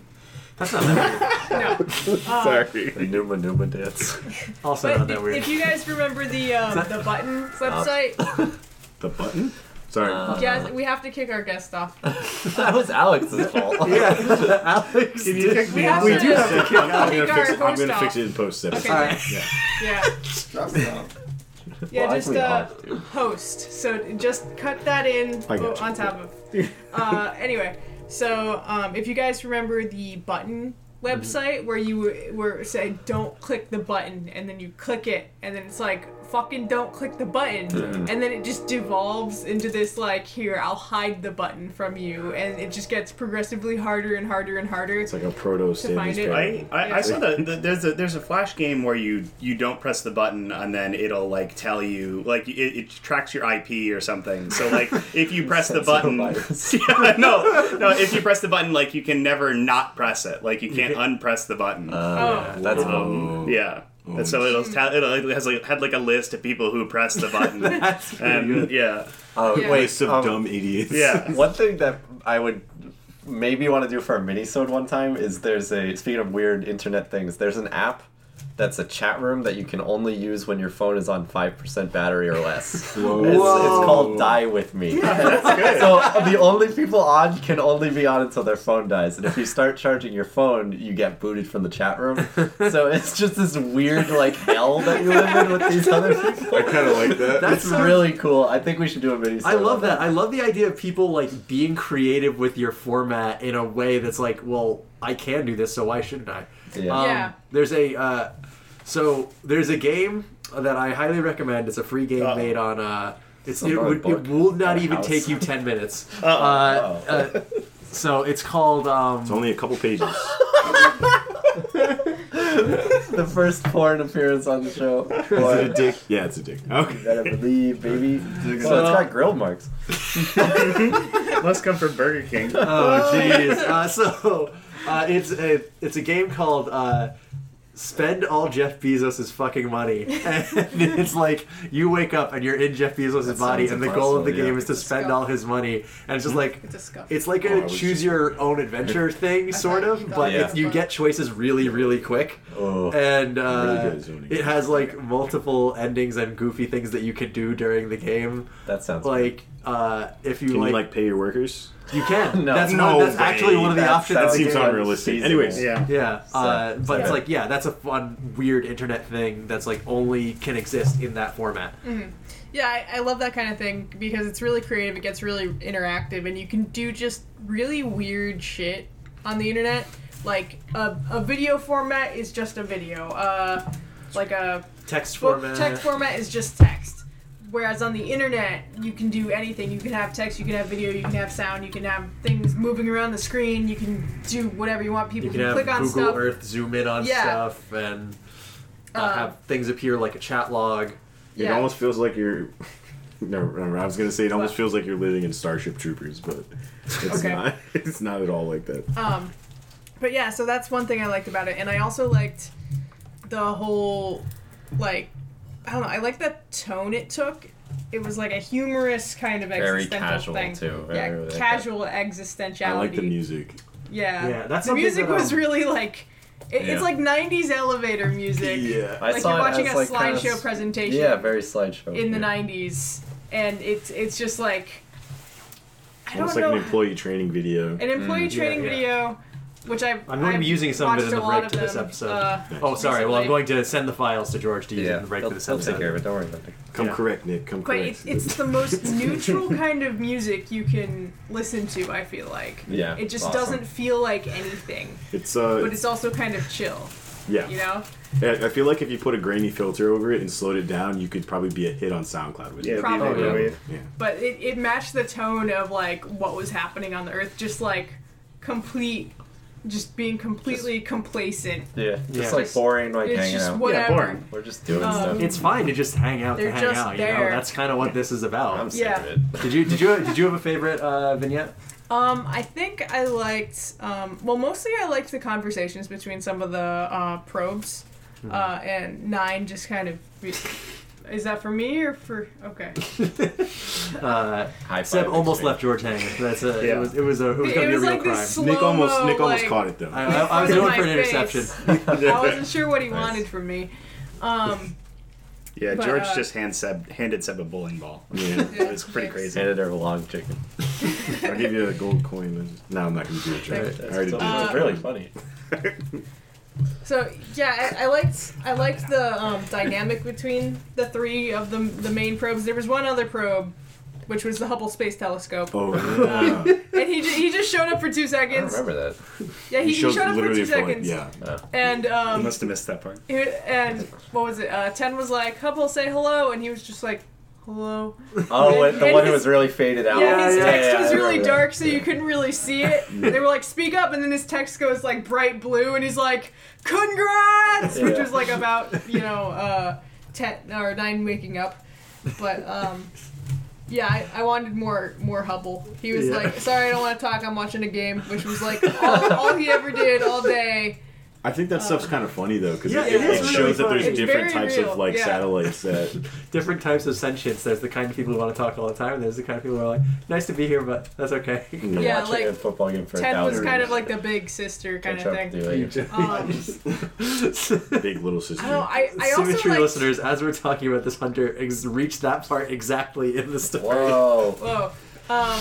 S6: Uh,
S4: The Numa Numa dance.
S1: also
S6: But
S1: not that weird.
S6: if you guys remember the um, the button website,
S5: The button? Sorry.
S6: yeah, we have to kick our guest off.
S4: that was Alex's fault.
S1: yeah, Alex.
S2: Can you kick me
S6: We
S2: off?
S6: have to,
S1: do have to kick
S5: I'm
S6: kick
S5: gonna
S6: our
S5: fix it. I'm
S6: host
S5: gonna
S6: off.
S5: fix it in post
S6: Okay.
S5: episode.
S1: All right.
S5: Yeah.
S6: Yeah, yeah,
S4: Well, I
S6: just
S4: can
S6: uh,
S4: watch, dude.
S6: host. So just cut that in
S5: I got
S6: o-
S5: you.
S6: on top of. Uh, anyway, so um, if you guys remember the button website
S5: Mm-hmm.
S6: where you were say don't click the button and then you click it and then it's like fucking don't click the button
S5: Mm-hmm.
S6: and then it just devolves into this like here I'll hide the button from you and it just gets progressively harder and harder and harder
S5: It's like a proto Stanley's
S6: it.
S5: parody.
S2: I, I, I saw that the, there's a there's a flash game where you you don't press the button and then it'll like tell you like it, it tracks your IP or something. So like if you press the button, yeah, no no if you press the button like you can never not press it. Like you can't Uh, unpress the button.
S6: oh
S4: That's
S5: Oh.
S2: yeah. And so it'll, tell it'll it has like, had like a list of people who press the button. and yeah,
S4: Oh,
S6: Yeah.
S4: wait.
S5: List of
S4: um,
S5: dumb idiots.
S2: yeah.
S4: One thing that I would maybe want to do for a minisode one time is there's a speaking of weird internet things, there's an app that's a chat room that you can only use when your phone is on five percent battery or less.
S5: Whoa.
S4: It's, it's called Die With Me. so uh, the only people on can only be on until their phone dies. And if you start charging your phone, you get booted from the chat room. so it's just this weird like hell that you live in with these other people.
S5: I kind of like that.
S1: That's
S4: It's really cool. I think we should do a mini.
S1: I love that. I love the idea of people like being creative with your format in a way that's like, well, I can do this, so why shouldn't I?
S4: Yeah.
S1: Um,
S6: Yeah.
S1: There's a uh, so there's a game that I highly recommend. It's a free game
S2: Uh-oh.
S1: made on. Uh, it's, it,
S4: Some
S1: would,
S4: book
S1: it will not
S4: in a
S1: even
S4: house.
S1: take you ten minutes. Uh, uh, so it's called. Um,
S5: It's only a couple pages.
S4: the first porn appearance on the show.
S5: Is
S4: Boy,
S5: it a dick? Yeah, it's a dick. Okay.
S4: Gotta believe, baby. So it's got grill marks.
S2: Must come from Burger King.
S1: Oh jeez. Uh, so uh, it's a it's a game called uh, Spend All Jeff Bezos' Fucking Money, and it's like you wake up and you're in Jeff Bezos' body,
S4: sounds
S1: and the goal of the
S4: impossible,
S1: game
S4: yeah.
S1: is to spend
S6: Scuff.
S1: all his money, and it's just like.
S6: it's a scuff.
S1: It's like
S5: Oh, I
S1: a
S5: was
S1: choose
S5: just-
S1: your own adventure thing, sort
S6: you
S1: of,
S6: thought
S1: but
S6: it
S1: it's,
S6: was
S1: you
S6: fun.
S1: get choices really, really quick.
S4: Oh.
S1: And uh,
S5: Really good zoning.
S1: it has like multiple endings and goofy things that you can do during the game.
S4: That sounds
S1: Like uh, if you
S5: Can
S1: like,
S5: you like pay your workers?
S1: you can.
S4: No.
S1: that's
S5: No
S1: one, that's
S5: way.
S1: actually one of the
S4: That
S1: options.
S4: sounds
S1: in the
S5: Seems
S1: game.
S4: on-
S5: unrealistic.
S4: feasible.
S5: Anyways,
S2: yeah.
S1: Yeah, uh, but it's
S6: Yeah.
S1: like yeah, that's a fun, weird internet thing that's like only can exist in that format.
S6: Yeah, I, I love that kind of thing because it's really creative. It gets really interactive, and you can do just really weird shit on the internet. Like a, a video format is just a video. Uh, like a
S1: Text
S6: book
S1: format.
S6: text format is just text. Whereas on the internet, you can do anything. You can have text, you can have video, you can have sound, you can have things moving around the screen. You can do whatever you want. People
S1: You
S6: can,
S1: can have
S6: click on
S1: Google
S6: stuff.
S1: Earth zoom in on
S6: Yeah.
S1: stuff and uh,
S6: Uh,
S1: have things appear like a chat log.
S5: it
S6: Yeah.
S5: almost feels like you're. No, remember, I was gonna say it almost feels like you're living in Starship Troopers, but it's
S6: Okay.
S5: not. It's not at all like that.
S6: Um, but yeah, so that's one thing I liked about it, and I also liked the whole like I don't know. I like the tone it took it was like a humorous kind of
S4: Very casual,
S6: existential thing.
S4: too.
S6: Yeah,
S4: Very, like,
S6: casual existentiality.
S5: I like the music.
S6: Yeah,
S17: Yeah, that's
S6: the
S17: something
S6: music
S17: that,
S6: was
S17: um,
S6: really like it,
S4: Yeah.
S6: it's like '90s elevator music.
S5: Yeah.
S4: I
S6: Like
S4: saw
S6: you're
S4: it
S6: watching
S4: as,
S6: a
S4: like, kinda
S6: slideshow
S4: s-
S6: presentation
S4: Yeah, very slideshow.
S6: in the
S4: yeah.
S6: '90s, and it's it's just like I don't
S5: Almost like
S6: know
S5: an employee training video.
S6: an employee training
S17: yeah.
S6: video, which I've
S1: Mm, I'm going to
S6: I've
S1: be using some of it
S6: watched
S1: in the
S6: a lot
S1: break
S6: of
S1: to this
S6: them,
S1: episode.
S6: uh,
S1: oh, sorry. Well, I'm
S6: recently.
S1: going to send the files to George to use
S4: Yeah,
S1: in the break
S4: they'll,
S1: for this
S4: they'll take
S1: episode.
S4: care of it. Don't worry about it.
S5: Come
S1: Yeah.
S5: correct, Nick. Come
S6: But
S5: correct.
S6: it's, it's the most neutral kind of music you can listen to. I feel like
S4: Yeah,
S6: it just
S4: awesome.
S6: doesn't feel like anything,
S5: It's, uh,
S6: but it's also kind of chill.
S5: yeah.
S6: You know,
S5: I I feel like if you put a grainy filter over it and slowed it down, you could probably be a hit on SoundCloud with
S2: Yeah,
S5: it.
S2: it'd be
S6: Probably.
S2: very weird.
S5: Yeah.
S6: but it, it matched the tone of like what was happening on the earth. Just like complete, just being completely complacent.
S4: Yeah, just
S1: Yeah.
S4: like boring, like
S6: It's
S4: hanging
S6: just
S4: out.
S6: whatever.
S2: boring.
S4: We're just doing
S6: Um,
S4: stuff.
S1: It's fine to just hang out
S6: They're
S1: to hang
S6: just
S1: out. You know,
S6: there.
S1: that's kind of what this is
S4: I'm
S1: about.
S4: sick
S6: yeah.
S4: of it.
S1: Did you did you did you have a favorite uh, vignette?
S6: Um, I think I liked. Um, well, mostly I liked the conversations between some of the uh, probes,
S1: Hmm.
S6: uh, and nine just kind of. Is that for me or for? Okay.
S1: Uh,
S4: High
S1: Seb
S4: five
S1: almost
S4: experience.
S1: left George hanging. That's a,
S2: Yeah.
S1: it was it was a it was
S6: It
S1: gonna be a
S6: was
S1: real
S6: like
S1: crime.
S6: this slow
S5: Nick almost Nick almost caught it though.
S1: I, I, I was
S6: in
S1: going
S6: my
S1: for an
S6: face.
S1: interception.
S6: I wasn't sure what he
S5: Nice.
S6: wanted from me. Um,
S2: Yeah,
S6: But,
S2: George
S6: uh,
S2: just hand Seb, handed Seb a bowling ball.
S5: yeah.
S2: It was pretty crazy.
S4: Handed her a long chicken.
S5: I'll give you a gold coin. and- No, I'm not gonna do it. Right. I already did.
S4: It's
S6: Uh,
S4: really funny.
S6: so yeah, I, I liked I liked the um, dynamic between the three of the the main probes. There was one other probe, which was the Hubble Space Telescope,
S5: Oh, yeah.
S6: and he ju- he just showed up for two
S4: I don't
S6: seconds.
S4: remember that.
S6: Yeah, he, he showed, up for two
S5: for like-
S6: seconds.
S5: yeah.
S6: And
S2: You
S6: um,
S2: must have missed that part.
S6: He, and what was it? Uh, Ten was like, "Hubble, say hello," and he was just like, "Hello."
S4: Oh,
S6: And-
S4: and the
S6: and
S4: one who
S6: his-
S4: was really faded out.
S6: yeah, his
S1: yeah,
S6: text
S4: yeah,
S6: was
S4: I
S6: really
S4: remember that.
S6: dark, so you couldn't really see it. They were like, "Speak up," and then his text goes like bright blue, and he's like, "Congrats," which
S4: Yeah.
S6: was like about you know uh, ten or nine waking up, but um. Yeah, I, I wanted more more Hubble. He was
S17: Yeah.
S6: like, "Sorry, I don't want to talk. I'm watching a game," which was like all, all he ever did all day.
S5: I think
S6: Um,
S5: that stuff's kind of funny though, because
S17: Yeah,
S5: it,
S17: it
S5: it
S17: is really
S5: shows that
S17: funny.
S5: there's
S6: It's
S5: different
S6: very
S5: types
S6: real,
S5: of like
S6: yeah.
S5: satellites that.
S1: Different types of sentience. There's the kind of people who want to talk all the time. There's the kind of people who are like, nice to be here, but that's okay.
S6: Yeah,
S4: Watching
S6: like
S4: a football game for a
S6: Ted was
S4: thousand
S6: kind of
S4: years.
S6: like the big sister kind
S4: Catch
S6: of
S4: up
S6: thing.
S4: with you later.
S6: Um,
S5: Big little sister.
S6: I don't. I, I also
S1: Symmetry
S6: like.
S1: listeners, as we're talking about this, Hunter ex- reached that part exactly in the story.
S4: Whoa.
S6: Whoa. Um, I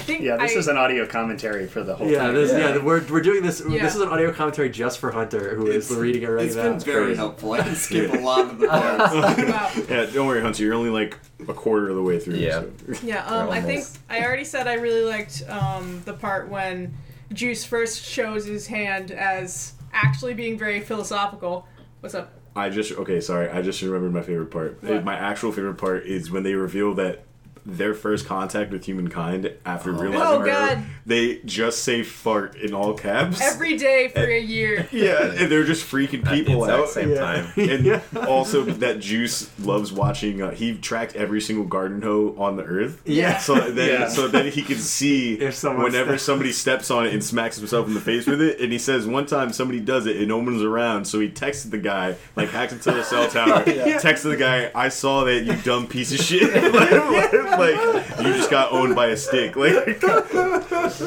S6: think.
S2: Yeah, this
S6: I,
S2: is an audio commentary for the whole
S1: Yeah,
S2: thing.
S1: this, yeah.
S4: Yeah.
S1: we're, we're doing this.
S6: Yeah.
S1: This is an audio commentary just for Hunter, who is
S18: It's-
S1: reading it right
S18: it's
S1: now.
S18: been very
S4: crazy.
S18: helpful. I can skip a lot of the parts.
S6: wow.
S5: Yeah, don't worry, Hunter. You're only like a quarter of the way through.
S4: Yeah.
S5: so-
S6: Yeah. Um, I think I already said I really liked um, the part when Juice first shows his hand as actually being very philosophical. What's up?
S5: I just okay. Sorry, I just remembered my favorite part.
S6: What?
S5: My actual favorite part is when they reveal that their first contact with humankind after realizing
S6: Oh,
S5: her,
S6: God.
S5: they just say fart in all caps.
S6: Every day for a year.
S5: yeah, and they're just freaking people
S4: exact
S5: out.
S4: same
S5: Yeah.
S4: time.
S5: And also that Juice loves watching. Uh, he tracked every single garden hoe on the earth.
S1: Yeah.
S5: So then,
S2: Yeah.
S5: so then he can see
S1: If someone
S5: whenever
S1: steps-
S5: somebody steps on it and smacks himself in the face with it. And he says one time somebody does it and no one's around, so he texted the guy like hacked into the cell tower. Texted the guy, "I saw that you dumb piece of shit. like, like, you just got owned by a stick." Like,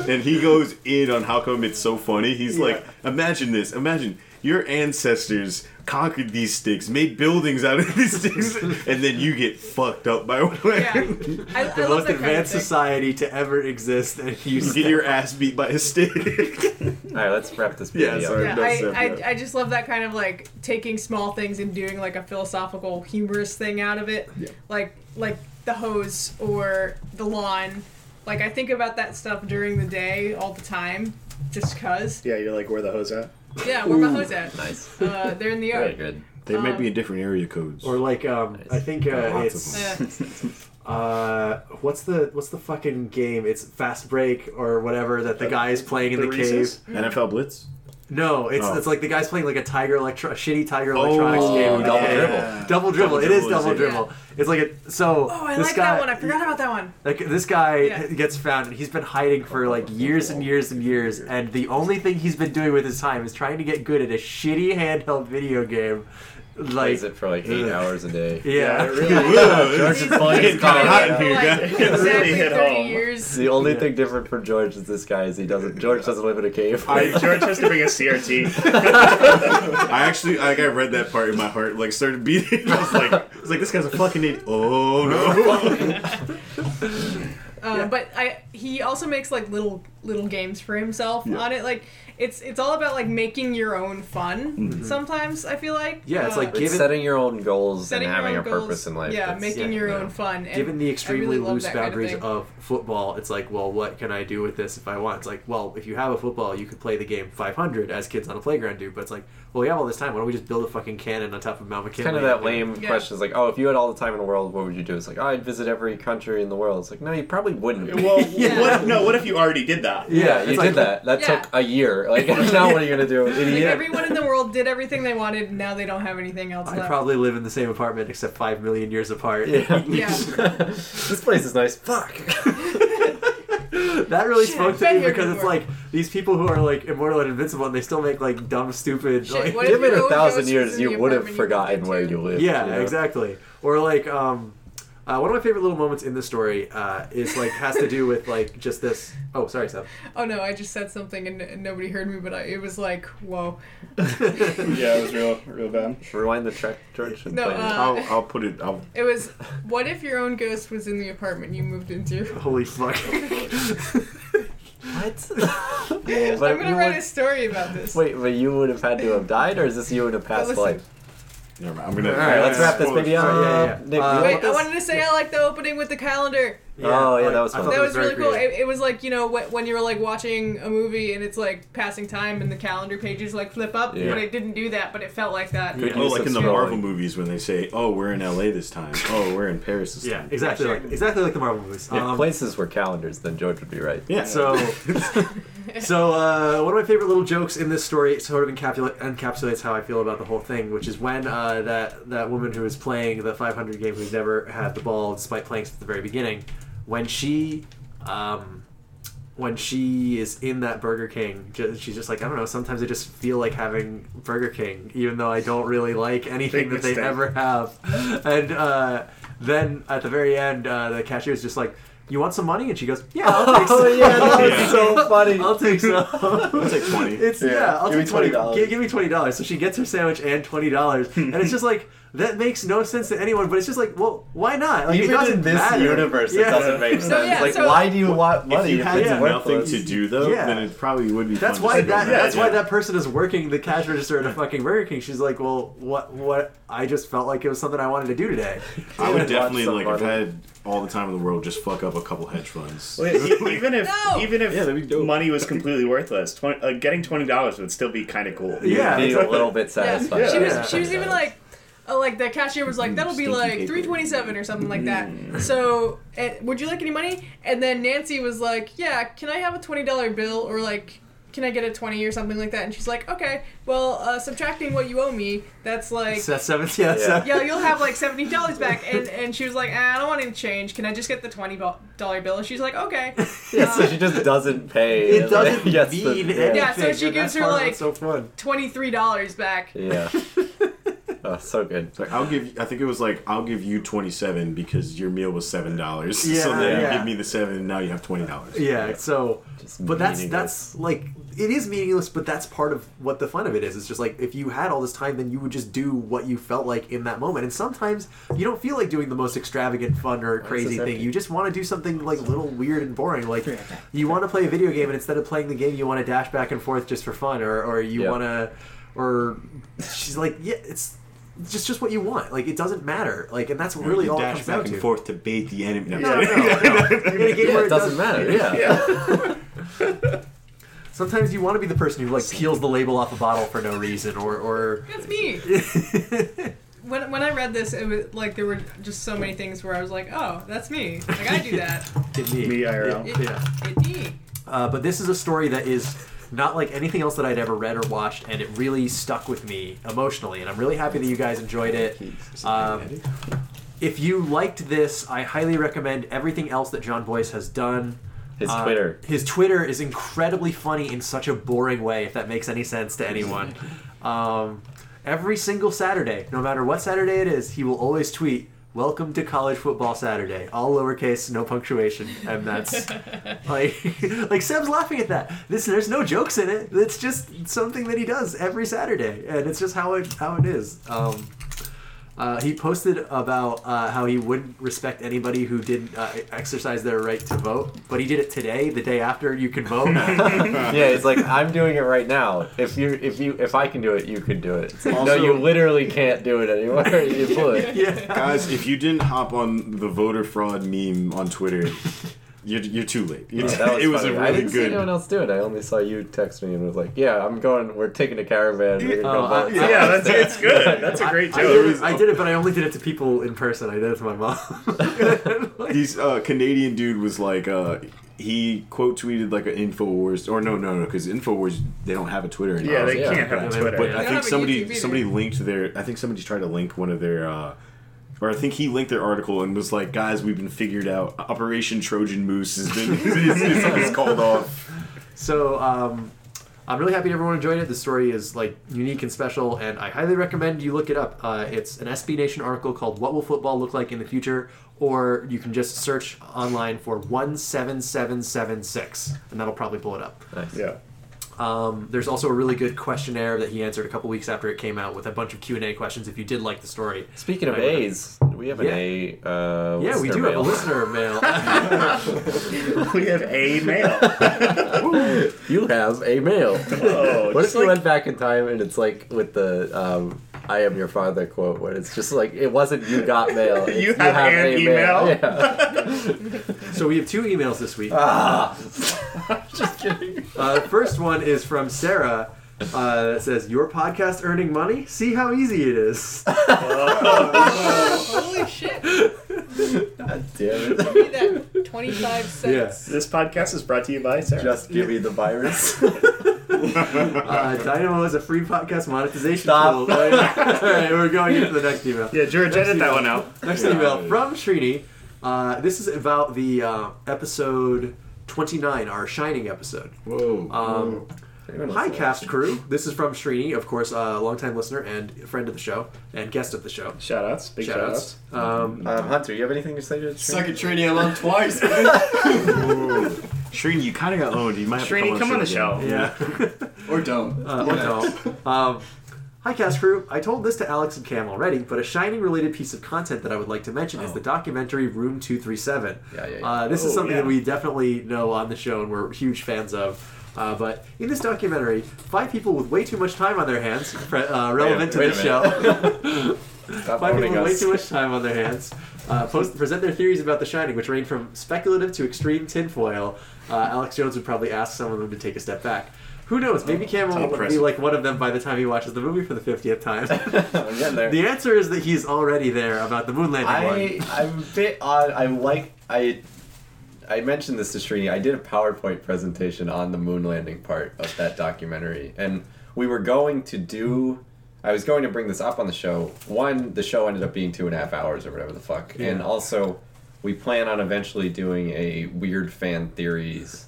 S5: and he goes in on how come it's so funny. He's like, "Imagine this. Imagine." Your ancestors conquered these sticks, made buildings out of these sticks, and then you get fucked up by one.
S6: Yeah. I,
S1: the
S6: I love
S1: most
S6: that kind of
S1: advanced
S6: thing.
S1: society to ever exist, and you
S5: Get your ass beat by a stick.
S4: All right, let's wrap this
S5: Yeah,
S4: video up.
S5: sorry.
S6: Yeah,
S5: No step,
S6: I,
S5: yeah.
S6: I, I just love that kind of like taking small things and doing like a philosophical, humorous thing out of it.
S5: Yeah.
S6: Like like the hose or the lawn. Like I think about that stuff during the day all the time, just cause.
S2: Yeah, you're like, where the hose at?
S6: Yeah, where my hose at?
S4: Nice.
S6: Uh, they're in the
S4: Very
S6: yard.
S4: good.
S5: They might be in different area codes.
S1: Or like, um, I think uh,
S5: Lots of
S1: it's
S5: them.
S6: Yeah.
S1: uh, what's the what's the fucking game? It's Fast Break or whatever that the guy is playing in the,
S2: the
S1: cave.
S2: Reese's?
S5: NFL Blitz.
S1: No, it's
S5: Oh.
S1: it's like the guy's playing like a Tiger electro- a shitty Tiger Electronics game. where you
S4: Double
S1: play-
S4: Dribble.
S1: Oh, Double dribble. It is
S5: Double
S1: double
S5: dribble,
S1: dribble. It's like a so.
S6: Oh, I
S1: this
S6: like
S1: guy,
S6: that one. I forgot about that one.
S1: Like this guy
S6: Yeah.
S1: gets found and he's been hiding for like years and years and years, and the only thing he's been doing with his time is trying to get good at a shitty handheld video game
S19: like
S4: plays it for like eight hours a day.
S19: yeah,
S4: George is playing his
S6: Been
S4: college.
S6: for, like, exactly 30 years.
S4: The only thing different from George is this guy is he doesn't George doesn't live in a cave.
S2: I, George has to bring a CRT.
S5: I actually, like, I read that part in my heart, like, started beating. I was like, I was like, this guy's a fucking idiot. Oh no!
S6: Uh, But I, he also makes like little little games for himself on it. Like it's it's all about like making your own fun. Sometimes I feel like
S1: Yeah, it's
S6: Uh,
S1: like
S4: It's
S1: give it,
S4: setting your own goals
S6: setting
S4: and
S6: your
S4: having
S6: own
S4: a purpose
S6: goals.
S4: in life.
S6: Yeah,
S4: It's-
S6: making your own fun. And
S1: given the
S6: I
S1: extremely
S6: really love
S1: loose
S6: that kind of
S1: boundaries
S6: thing.
S1: of, football, it's like, well, what can I do with this if I want? It's like, well, if you have a football, you could play the game 500 as kids on a playground do. But it's like, well, we have all this time. Why don't we just build a fucking cannon on top of Mount McKinley?
S4: kind of that lame
S6: Yeah.
S4: question. It's like, oh, if you had all the time in the world, what would you do? It's like, oh, I'd visit every country in the world. It's like, no, you probably wouldn't.
S2: Well, what, no, what if you already did that?
S4: yeah,
S1: Yeah, it's
S4: you did
S1: like-
S4: that. That
S6: Yeah.
S4: took a year. Like, now what are you gonna do? In a
S6: Like
S4: year?
S6: everyone in the world did everything they wanted, and now they don't have anything else
S1: I
S6: left.
S1: probably live in the same apartment except five million years apart.
S6: yeah.
S4: this place is nice. Fuck.
S1: that really
S6: Shit,
S1: spoke
S6: I've
S1: to
S6: been
S1: me
S6: here
S1: because it's
S6: before.
S1: like these people who are like immortal and invincible and they still make like dumb, stupid.
S6: Shit,
S1: like,
S6: what if
S4: Give it
S6: your
S4: a
S6: own
S4: thousand
S6: ghost was
S4: years,
S6: in the
S4: you would have
S6: apartment
S4: forgotten
S6: lived
S4: where
S6: in?
S4: you lived.
S1: Yeah,
S4: you know?
S1: exactly. Or like um, uh, one of my favorite little moments in this story uh, is like has to do with like just this. Oh, sorry, Seb.
S6: Oh no, I just said something and, and nobody heard me, but I, it was like, whoa.
S2: Yeah, it was real, real bad.
S4: Rewind the track, George. and
S6: No,
S4: play it.
S6: uh,
S5: I'll, I'll put it. I'll
S6: It was, what if your own ghost was in the apartment you moved into?
S1: Holy fuck.
S4: what?
S6: I'm
S4: but
S6: gonna
S4: you
S6: write
S4: would-
S6: a story about this.
S4: Wait, but you would have had to have died, or is this you in a past
S6: listen.
S4: life?
S5: Never mind. I'm gonna.
S4: All right, let's wrap this baby up.
S1: Yeah, yeah, yeah.
S4: Nick, do you
S1: Uh,
S4: want
S6: Wait, I
S4: this?
S6: wanted to say I like the opening with the calendar.
S4: Oh, yeah, that was
S1: I
S4: fun.
S1: thought
S6: That
S1: it
S6: was
S1: very
S6: really cool.
S1: creative.
S6: It, it was like you know wh- when you were like watching a movie and it's like passing time and the calendar pages like flip up,
S4: Yeah.
S6: but it didn't do that, but it felt like that.
S4: Good
S5: Oh,
S4: use
S5: like
S4: of
S5: in the
S4: scrolling.
S5: Marvel movies when they say, "Oh, we're in LA this time. Oh, we're in Paris this
S1: Yeah,
S5: time."
S1: exactly like exactly like the Marvel movies.
S4: If
S1: Um,
S4: places were calendars, then George would be right.
S5: Yeah.
S1: So, so uh, one of my favorite little jokes in this story sort of encapsula- encapsulates how I feel about the whole thing, which is when uh, that that woman who is playing the 500 game who's never had the ball despite playing since the very beginning, when she. Um, when she is in that Burger King, ju- she's just like, I don't know, sometimes I just feel like having Burger King, even though I don't really like anything that
S2: Big
S1: they
S2: mistake.
S1: ever have. And uh, then at the very end, uh, the cashier is just like, You want some money? And she goes, Yeah, I'll take some.
S4: Oh yeah, that was
S5: Yeah.
S4: so funny.
S1: I'll take some.
S5: I'll take twenty.
S1: It's yeah.
S4: Yeah,
S1: I'll
S4: give
S1: take
S4: me
S1: twenty.
S4: $20.
S1: Give, give me twenty dollars. So she gets her sandwich and twenty dollars, and it's just like that makes no sense to anyone. But it's just like, well, why not? Like, it
S4: Even
S1: doesn't
S4: in this
S1: matter.
S4: universe, it
S1: Yeah.
S4: doesn't make sense.
S6: yeah,
S4: like,
S6: so-
S4: why do you want
S5: if
S4: money?
S5: you had
S4: it's
S1: yeah.
S5: nothing
S4: worthless?
S5: to do though,
S1: Yeah.
S5: then it probably would be.
S1: That's
S5: fun to
S1: why
S5: sit
S1: that.
S5: down.
S1: that's
S2: yeah.
S1: why that person is working the cash register at a fucking Burger King. She's like, well, what? What? I just felt like it was something I wanted to do today.
S5: I would
S4: Watch
S5: definitely like if I
S4: somebody.
S5: had all the time in the world, just fuck up a couple hedge funds.
S2: Well, e- even if
S6: No!
S2: even if
S5: Yeah, that'd be dope.
S2: money was completely worthless, 20, uh, getting twenty dollars would still be kind of cool.
S1: Yeah,
S4: Be a little bit
S6: Yeah.
S4: satisfied.
S6: She was
S1: Yeah.
S6: she was even like uh, like the cashier was like that'll be
S5: stinky
S6: like
S5: paper.
S6: 327 or something like that. So, eh, would you like any money? And then Nancy was like, "Yeah, can I have a $20 bill or like can I get a 20 or something like that?" And she's like, "Okay. Well, uh, subtracting what you owe me, that's like
S1: So that's seven. Yeah. that's
S4: Yeah.
S1: seven.
S6: yeah, you'll have like seventy dollars back, and and she was like, ah, I don't want any change. Can I just get the twenty dollar bill? And she's like, okay.
S4: Yeah,
S6: uh,
S4: so she just doesn't pay.
S1: It doesn't
S4: Yes, the-
S1: mean anything.
S4: yeah.
S6: Yeah, so she
S1: and that's
S6: gives her,
S1: part of
S6: like-
S1: what's so fun.
S6: Twenty three dollars back.
S4: Yeah. oh, so good.
S5: It's like, I'll give. You, I think it was like I'll give you twenty seven because your meal was seven dollars.
S1: Yeah,
S5: so then
S1: yeah.
S5: you give me the seven, and now you have twenty dollars.
S1: Yeah. So,
S4: Just
S1: but that's
S4: meaningless.
S1: that's like it is meaningless, but that's part of what the fun of it is. It's just like if you had all this time, then you would just do what you felt like in that moment. And sometimes you don't feel like doing the most extravagant, fun, or crazy
S4: empty?
S1: thing. You just want to do something like little weird and boring. Like you want to play a video game, and instead of playing the game, you want to dash back and forth just for fun, or or you
S4: Yeah.
S1: want to, or she's like, yeah, it's. it's just just what you want. Like it doesn't matter. Like and that's really
S5: You
S1: all it
S5: dash
S1: comes
S5: back
S1: down
S5: and
S1: to.
S5: forth to bait the enemy. No,
S1: No, no, no. You're gonna get
S4: Yeah,
S1: where
S4: it doesn't matter. Yeah.
S1: Sometimes you want to be the person who like peels the label off a bottle for no reason, or or
S6: That's me. When, when I read this, it was like there were just so many things where I was like, oh, that's me. Like I do that.
S2: me IRL.
S6: It,
S1: Yeah.
S6: it me.
S1: Uh, but this is a story that is not like anything else that I'd ever read or watched, and it really stuck with me emotionally. And I'm really happy that you guys enjoyed it. Um, if you liked this, I highly recommend everything else that John Boyce has done.
S4: His
S1: Uh,
S4: Twitter.
S1: His Twitter is incredibly funny in such a boring way, if that makes any sense to anyone. Um, Every single Saturday, no matter what Saturday it is, he will always tweet, "Welcome to college football Saturday," all lowercase, no punctuation, and that's like, like Sam's laughing at that. This there's no jokes in it. It's just something that he does every Saturday, and it's just how it how it is. Um, uh, he posted about uh, how he wouldn't respect anybody who didn't uh, exercise their right to vote, but he did it today, the day after you could vote.
S4: yeah, it's like I'm doing it right now. If you if you if I can do it, you could do it. It's like,
S5: Also-
S4: no, you literally can't do it anymore. You would.
S1: yeah.
S5: Guys, if you didn't hop on the voter fraud meme on Twitter, you're, you're too late. You're too-
S4: That was
S5: it Oh, was
S4: funny.
S5: a
S4: I
S5: really
S4: didn't see anyone
S5: good.
S4: else do it. I only saw you text me and was like, "Yeah, I'm going. We're taking a caravan. We're gonna
S1: Oh,
S4: go
S1: I-
S4: vote."
S1: I-
S2: Yeah, that's it's good. That's a great
S1: I did,
S2: joke.
S1: it, I did it, but I only did it to people in person. I did it to my mom. Like,
S5: These uh, Canadian dude was like, uh, he quote tweeted like an Infowars, or no, no, no, because Infowars they don't have a Twitter. Anymore.
S2: Yeah, they
S4: Yeah.
S2: can't have
S1: Yeah.
S5: Oh,
S2: Twitter.
S5: But I
S6: don't
S5: think
S6: have a YouTube
S5: somebody
S6: either.
S5: somebody linked their. I think somebody tried to link one of their. Uh, or I think he linked their article and was like, "Guys, we've been figured out. Operation Trojan Moose has been is, is, is called off."
S1: so um, I'm really happy everyone enjoyed it. The story is like unique and special, and I highly recommend you look it up. Uh, it's an SB Nation article called "What Will Football Look Like in the Future," or you can just search online for one seven seven seven six, and that'll probably pull it up.
S2: yeah.
S1: Um, there's also a really good questionnaire that he answered a couple weeks after it came out with a bunch of Q and A questions. If you did like the story,
S4: Speaking of
S1: I would've-
S4: A's, we have an
S1: Yeah.
S4: A. Uh,
S1: yeah, we
S4: listener
S1: do have a
S4: mail.
S1: listener mail.
S2: We have a male.
S4: You have a mail.
S2: Oh,
S4: What if
S2: just
S4: you
S2: like-
S4: went back in time and it's like with the um, "I am your father" quote, when it's just like it wasn't you got mail. it's
S2: You have an
S4: a
S2: email?
S4: Mail. Yeah.
S1: So we have two emails this week. just kidding. Uh, the first one is from Sarah. Uh, that says your podcast earning money. See how easy it is.
S6: Holy shit!
S4: Damn it.
S6: Give me that twenty-five cents.
S2: This podcast is brought to you by Sarah.
S4: Just give me the virus.
S1: Uh, Dynamo is a free podcast monetization
S4: Stop.
S1: tool. All right, all right, we're going into the next email.
S2: yeah, George, edit that
S1: email.
S2: one out.
S1: Next email from Trini. Uh, this is about the uh, episode 29, our Shining episode.
S5: Whoa!
S1: Um, hi, cast crew. This is from Srini, of course, a longtime listener and friend of the show and guest of the show.
S2: Shout outs. Big shout outs.
S1: Shoutouts. Um,
S4: Um, Hunter, you have anything to say to this?
S7: Second Trini, I'm on twice.
S5: Shreen, you kind of got owned. You might have
S2: Trini,
S5: to
S2: come on the show.
S1: yeah.
S7: or don't.
S1: Uh, or don't. Um, hi, cast crew. I told this to Alex and Cam already, but a Shining related piece of content that I would like to mention is the documentary Room 237.
S4: Oh. Yeah, yeah, yeah.
S1: Uh, this
S2: Oh,
S1: is something
S2: yeah.
S1: that we definitely know on the show and we're huge fans of. Uh, but in this documentary, five people with way too much time on their hands, pre- uh, relevant
S4: wait a
S1: to the show,
S4: Stop
S1: five
S4: owning
S1: people with way
S4: us.
S1: too much time on their hands, uh, post, present their theories about The Shining, which range from speculative to extreme tinfoil. Uh, Alex Jones would probably ask some of them to take a step back. Who knows?
S4: Oh,
S1: Maybe Cam will be
S5: impressive.
S1: like one of them by the time he watches the movie for the 50th time.
S4: I'm getting there.
S1: the answer is that he's already there about the moon landing
S4: I
S1: one.
S4: I'm a bit odd. I like I I mentioned this to Srini. I did a PowerPoint presentation on the moon landing part of that documentary, and we were going to do. I was going to bring this up on the show. One, the show ended up being two and a half hours or whatever the fuck, and also we plan on eventually doing a weird fan theories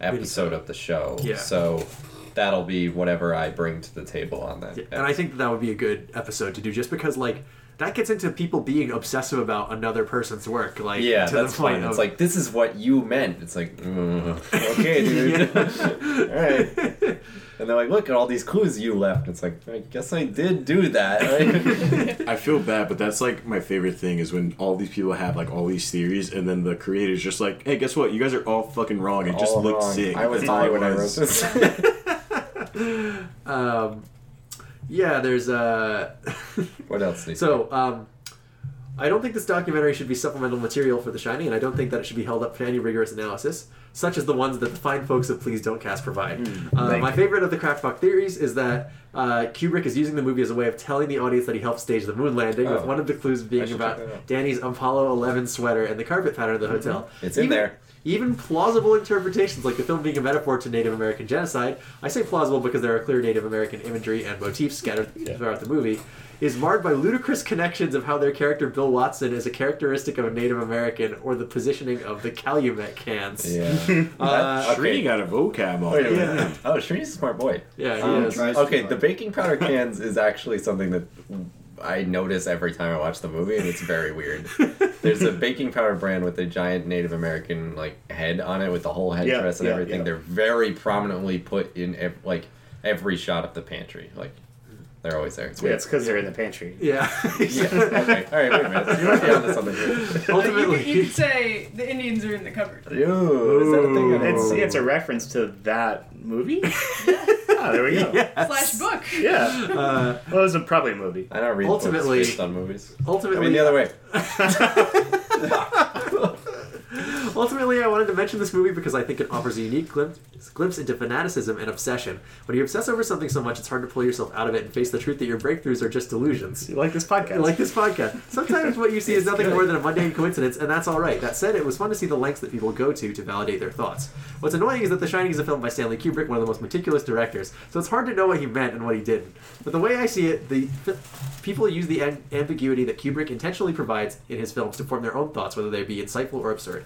S4: episode of the show.
S1: Yeah.
S4: So that'll be whatever I bring to the table on that.
S1: And I think that, that would be a good episode to do just because, like, that gets into people being obsessive about another person's work. Like,
S4: Yeah,
S1: to
S4: that's
S1: the point
S4: fine.
S1: of,
S4: It's like this is what you meant. It's like mm, okay, dude. all right. And they're like, look at all these clues you left. It's like I guess I did do that. Right?
S5: I feel bad, but that's like my favorite thing is when all these people have like all these theories, and then the creators just like, "Hey, guess what? You guys are all fucking wrong. It just
S4: All
S5: looks
S4: wrong.
S5: sick."
S4: I was
S5: That's all
S4: high
S5: it
S4: when I wrote
S5: was.
S4: this.
S1: um, yeah, there's uh, a.
S4: what else? Did so
S1: So, um, I don't think this documentary should be supplemental material for The Shining, and I don't think that it should be held up to any rigorous analysis, such as the ones that the fine folks of Please Don't Cast provide.
S4: Hmm,
S1: uh, my favorite of the Kraftbach theories is that uh, Kubrick is using the movie as a way of telling the audience that he helped stage the moon landing, with
S4: Oh.
S1: one of the clues
S4: I
S1: being
S4: should
S1: about
S4: check that out. Mm-hmm.
S1: Danny's Apollo 11 sweater and the carpet pattern of the hotel.
S4: it's in
S1: Even-
S4: there.
S1: even plausible interpretations like the film being a metaphor to Native American genocide. I say plausible because there are clear Native American imagery and motifs scattered throughout the movie. Is marred by ludicrous connections of how their character Bill Watson is a characteristic of a Native American or the positioning of the Calumet cans.
S4: Yeah.
S1: Uh,
S5: Shreedy got a vocab on
S4: Wait a
S5: it.
S4: minute. Oh, Shrini's a smart boy.
S1: Yeah, he
S4: Um,
S1: is.
S4: tries to Okay, the baking powder cans is actually something that I notice every time I watch the movie, and it's very weird. There's a baking powder brand with a giant Native American like head on it with the whole
S2: Yeah,
S4: headdress and
S2: yeah,
S4: everything.
S2: yeah.
S4: They're very prominently put in ev- like every shot of the pantry. Like they're always there. It's
S2: Yeah,
S4: weird.
S2: it's because they're in the pantry.
S1: Yeah.
S4: okay. All right. Wait a minute. You might be onto something. here.
S6: You
S1: Ultimately,
S6: could, you could say the Indians are in the cupboard.
S4: Ew, is that a thing? I don't
S2: It's
S4: know.
S2: it's a reference to that movie. Ah, there we go. Yeah.
S6: Slash book.
S2: well, it was a, probably a movie.
S4: I don't read
S1: Ultimately-
S4: books based on movies. I
S1: ultimately,
S4: mean the other way.
S1: Ultimately, I wanted to mention this movie because I think it offers a unique glimpse, glimpse into fanaticism and obsession. When you obsess over something so much, it's hard to pull yourself out of it and face the truth that your breakthroughs are just delusions.
S2: You like this podcast?
S1: Like this podcast. Sometimes what you see is nothing more than a mundane coincidence, and that's alright. That said, it was fun to see the lengths that people go to to validate their thoughts. What's annoying is that The Shining is a film by Stanley Kubrick, one of the most meticulous directors, so it's hard to know what he meant and what he didn't. But the way I see it, the people use the am- ambiguity that Kubrick intentionally provides in his films to form their own thoughts, whether they be insightful or absurd.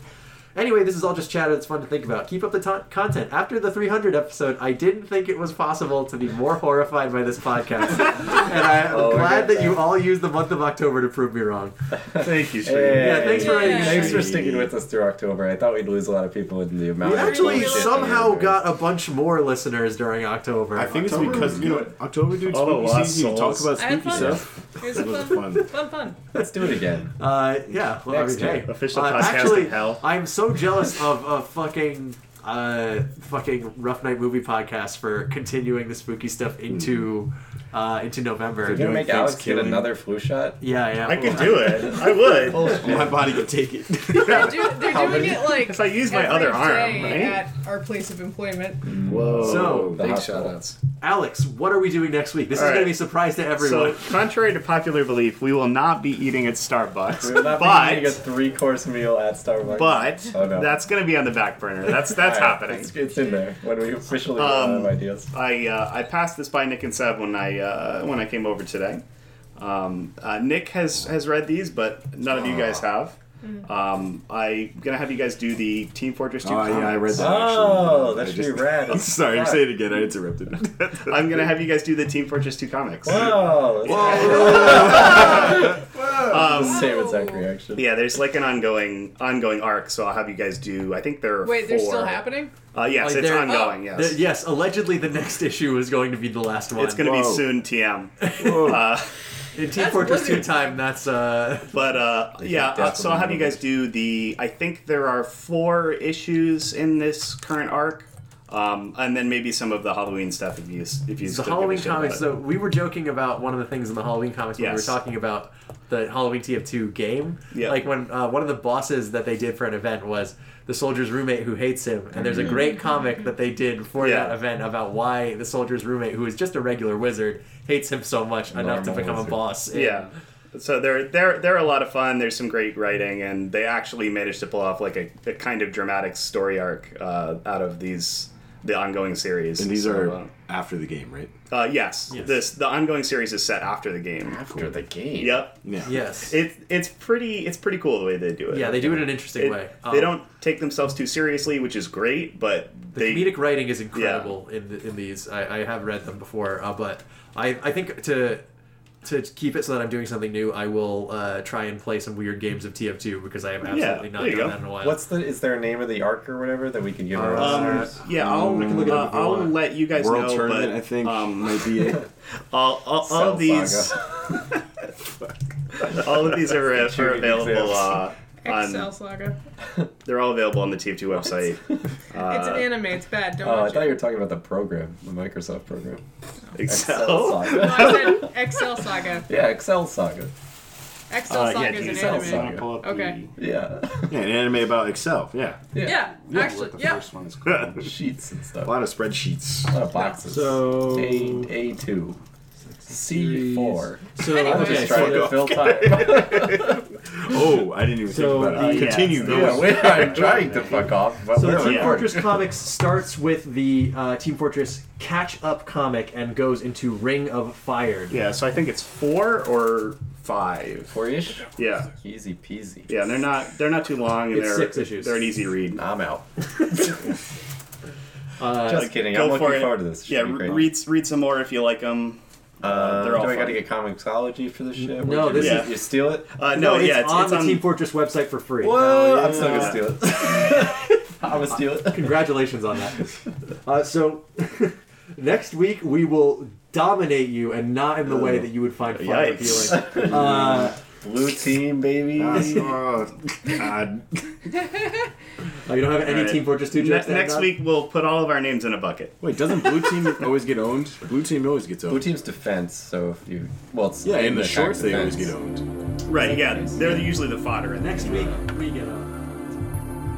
S1: Anyway, this is all just chatter that's fun to think about. Keep up the ton- content. After the 300 episode, I didn't think it was possible to be more horrified by this podcast. and I am
S4: Oh, I
S1: glad
S4: get
S1: that,
S4: that.
S1: you all used the month of October to prove me wrong.
S2: Thank you,
S4: Hey.
S1: Yeah, thanks for writing.
S4: Thanks for sticking with us through October. I thought we'd lose a lot of people in the amount.
S1: We
S4: of
S1: actually
S4: bullshit
S1: somehow
S4: that we
S1: got a bunch more listeners during October.
S5: I think
S1: October
S5: it's because you know October, dude.
S2: All the
S5: Spooky
S2: lost
S5: season. You talk about
S2: souls.
S6: I had
S5: spooky
S6: fun.
S5: stuff.
S6: It was a
S5: That was
S6: fun,
S5: fun.
S6: fun, fun.
S4: Let's do it again.
S1: Uh, yeah. Well,
S4: Next
S1: I mean,
S4: year.
S1: hey.
S2: Official
S1: Uh,
S2: podcast
S1: actually,
S2: of hell.
S1: I'm so jealous of a fucking. Uh, fucking rough night movie podcast for continuing the spooky stuff into uh, into November.
S4: You're gonna make Alex get
S5: Thanksgiving.
S4: another flu shot?
S1: Yeah, yeah.
S2: I could do it. I would.
S5: My body can take it.
S6: They're, do, they're doing it like
S2: If I use my other
S6: every
S2: arm,
S6: day
S2: right?
S6: at our place of employment.
S5: Whoa.
S1: So,
S4: The
S8: Big
S4: hospital.
S8: shout outs.
S1: Alex, what are we doing next week? This
S2: All
S1: is going
S2: right.
S1: to be a surprise to everyone.
S2: So, contrary to popular belief, we will not be eating at Starbucks.
S4: We will not
S2: but
S4: be eating a three-course meal at Starbucks.
S2: but
S4: Oh, no.
S2: that's going to be on the back burner. That's that's
S4: All right,
S2: happening.
S4: It's, it's in there when we officially run out of
S2: Um,
S4: ideas.
S2: I uh, I passed this by Nick and Seb when I uh, when I came over today. Um, uh, Nick has has read these, but none of you guys have. Um, I'm gonna have you guys do the Team Fortress 2
S5: Oh, yeah, I read
S2: comics.
S5: that.
S4: Oh,
S5: actually,
S4: that
S5: I
S4: should
S5: just-
S4: be rad.
S5: Sorry, I'm saying it again. I interrupted.
S2: I'm gonna have you guys do the Team Fortress 2 comics.
S4: Whoa!
S2: Um,
S4: Same exact reaction.
S2: yeah, there's like an ongoing ongoing arc, so I'll have you guys do. I think there are
S6: Wait, they're
S2: four.
S6: still happening?
S2: Uh, yes,
S1: Like, Oh.
S2: it's
S1: they're-
S2: ongoing. yes,
S1: Th- yes, allegedly the next issue is going to be the last one.
S2: it's gonna be
S5: Whoa.
S2: soon. TM.
S5: Whoa.
S2: Uh,
S1: In Team
S6: That's
S1: Fortress 2
S6: Blizzard.
S1: time, that's uh
S2: But uh, yeah, uh, so I'll have you guys do the. I think there are four issues in this current arc, um, and then maybe some of the Halloween stuff if you if you
S1: the
S2: still give a
S1: Halloween
S2: shit about
S1: comics.
S2: it.
S1: So we were joking about one of the things in the Halloween comics when we
S2: Yes.
S1: were talking about the Halloween TF2 game.
S2: Yeah.
S1: Like when uh, one of the bosses that they did for an event was the soldier's roommate who hates him, and there's a great comic that they did for
S2: Mm-hmm. Yeah.
S1: that event about why the soldier's roommate, who is just a regular wizard, hates him so much enough to
S4: Normal
S1: become
S4: wizard.
S1: a boss. And
S2: yeah. So they're they're they're a lot of fun. There's some great writing, and they actually managed to pull off like a, a kind of dramatic story arc uh, out of these the ongoing series.
S5: And these
S2: So,
S5: are after the game, right?
S2: uh, uh, yes,
S1: Yes.
S2: This the ongoing series is set after the game.
S4: After the game.
S2: Yep.
S5: Yeah.
S1: Yes.
S2: It, it's pretty it's pretty cool the way they do it.
S1: yeah, they do it in an interesting
S2: It-
S1: way. Um,
S2: they don't take themselves too seriously, which is great, but
S1: The
S2: they
S1: comedic writing is incredible in the, in these. I, I have read them before, uh, but I, I think to to keep it so that I'm doing something new, I will uh, try and play some weird games of TF2 because I have absolutely not
S2: there you
S1: done
S2: go.
S1: that in a while.
S4: What's the? Is there a name of the arc or whatever that we can give our
S2: um,
S4: listeners?
S2: yeah, I'll,
S1: can look it
S2: uh,
S1: up if you
S2: I'll
S1: want.
S2: let you guys
S5: World
S2: know,
S5: tournament,
S2: but
S5: I think,
S2: um,
S5: might be it.
S2: all, all, all
S4: Cell
S2: of these, all of these are, are
S4: Shooting
S2: available.
S4: exams.
S2: Uh,
S6: Excel
S2: on,
S6: Saga.
S2: they're all available on the TF2 website.
S6: it's an anime. It's bad. Don't
S4: Oh, I
S6: watch
S4: thought you
S6: it.
S4: were talking about the program, the Microsoft program.
S2: Excel.
S4: Saga.
S6: No, I said Excel Saga.
S4: Yeah, Excel Saga.
S6: Excel
S2: Uh,
S6: Saga
S2: yeah,
S6: is an
S2: Excel
S6: anime.
S4: Saga.
S2: Pull up
S6: Okay.
S4: Yeah.
S5: Yeah, an anime about Excel. Yeah.
S6: Yeah, actually,
S8: What the
S6: yeah.
S8: first one is
S5: a
S4: Sheets and stuff.
S5: lot of spreadsheets.
S4: A lot of boxes.
S1: So-
S4: A A two.
S1: series.
S4: C4.
S1: So
S6: Anyway.
S4: I'm just
S1: okay,
S4: trying
S1: so
S4: to fill time.
S5: Oh, I didn't even
S1: So
S5: think about it.
S1: the-
S5: Continue.
S1: yes,
S5: that
S4: yeah,
S5: was-
S4: we are trying to fuck off, but
S1: So Team
S4: we're recording.
S1: Fortress Comics starts with the uh, Team Fortress catch up comic and goes into Ring of Fire.
S2: Yeah, so I think it's four or five.
S4: Four-ish?
S2: Yeah,
S4: Easy peasy.
S2: yeah, and they're not they're not too long, and
S1: It's
S2: they're
S1: six issues.
S2: They're an easy read.
S4: I'm out.
S1: Uh,
S4: Just kidding.
S2: Go
S4: I'm
S2: for
S4: looking
S2: it.
S4: forward to this. Should
S2: Yeah,
S4: be
S2: re-
S4: great.
S2: read read some more if you like them.
S4: Uh,
S2: they're all
S4: do I got
S2: fun.
S4: to get comicsology for this shit?
S1: No,
S4: Would you-
S2: this is-
S4: you steal it.
S2: Uh, no,
S1: it's
S2: yeah, it's,
S1: on
S2: it's
S1: the
S2: on
S1: Team Fortress website for free.
S4: Whoa! I'm still gonna steal it. I'm gonna steal it.
S1: Congratulations on that. Uh, so, next week we will dominate you, and not in the way that you would find fun or
S2: Oh. Yikes.
S1: appealing. Uh,
S4: Blue team, baby.
S5: Oh, God.
S1: oh, you don't have any
S2: Alright.
S1: Team Fortress 2
S2: Ne-
S1: jokes? to end
S2: next
S1: on?
S2: week. We'll put all of our names in a bucket.
S5: Wait, doesn't blue team always get owned? Blue team always gets
S4: Blue
S5: owned.
S4: team's defense. So if you, well, it's
S5: Yeah, in the
S4: attack
S5: shorts they always
S4: defense.
S5: get owned.
S2: Right? Yeah, they're usually the fodder. In there.
S1: Next week we get on.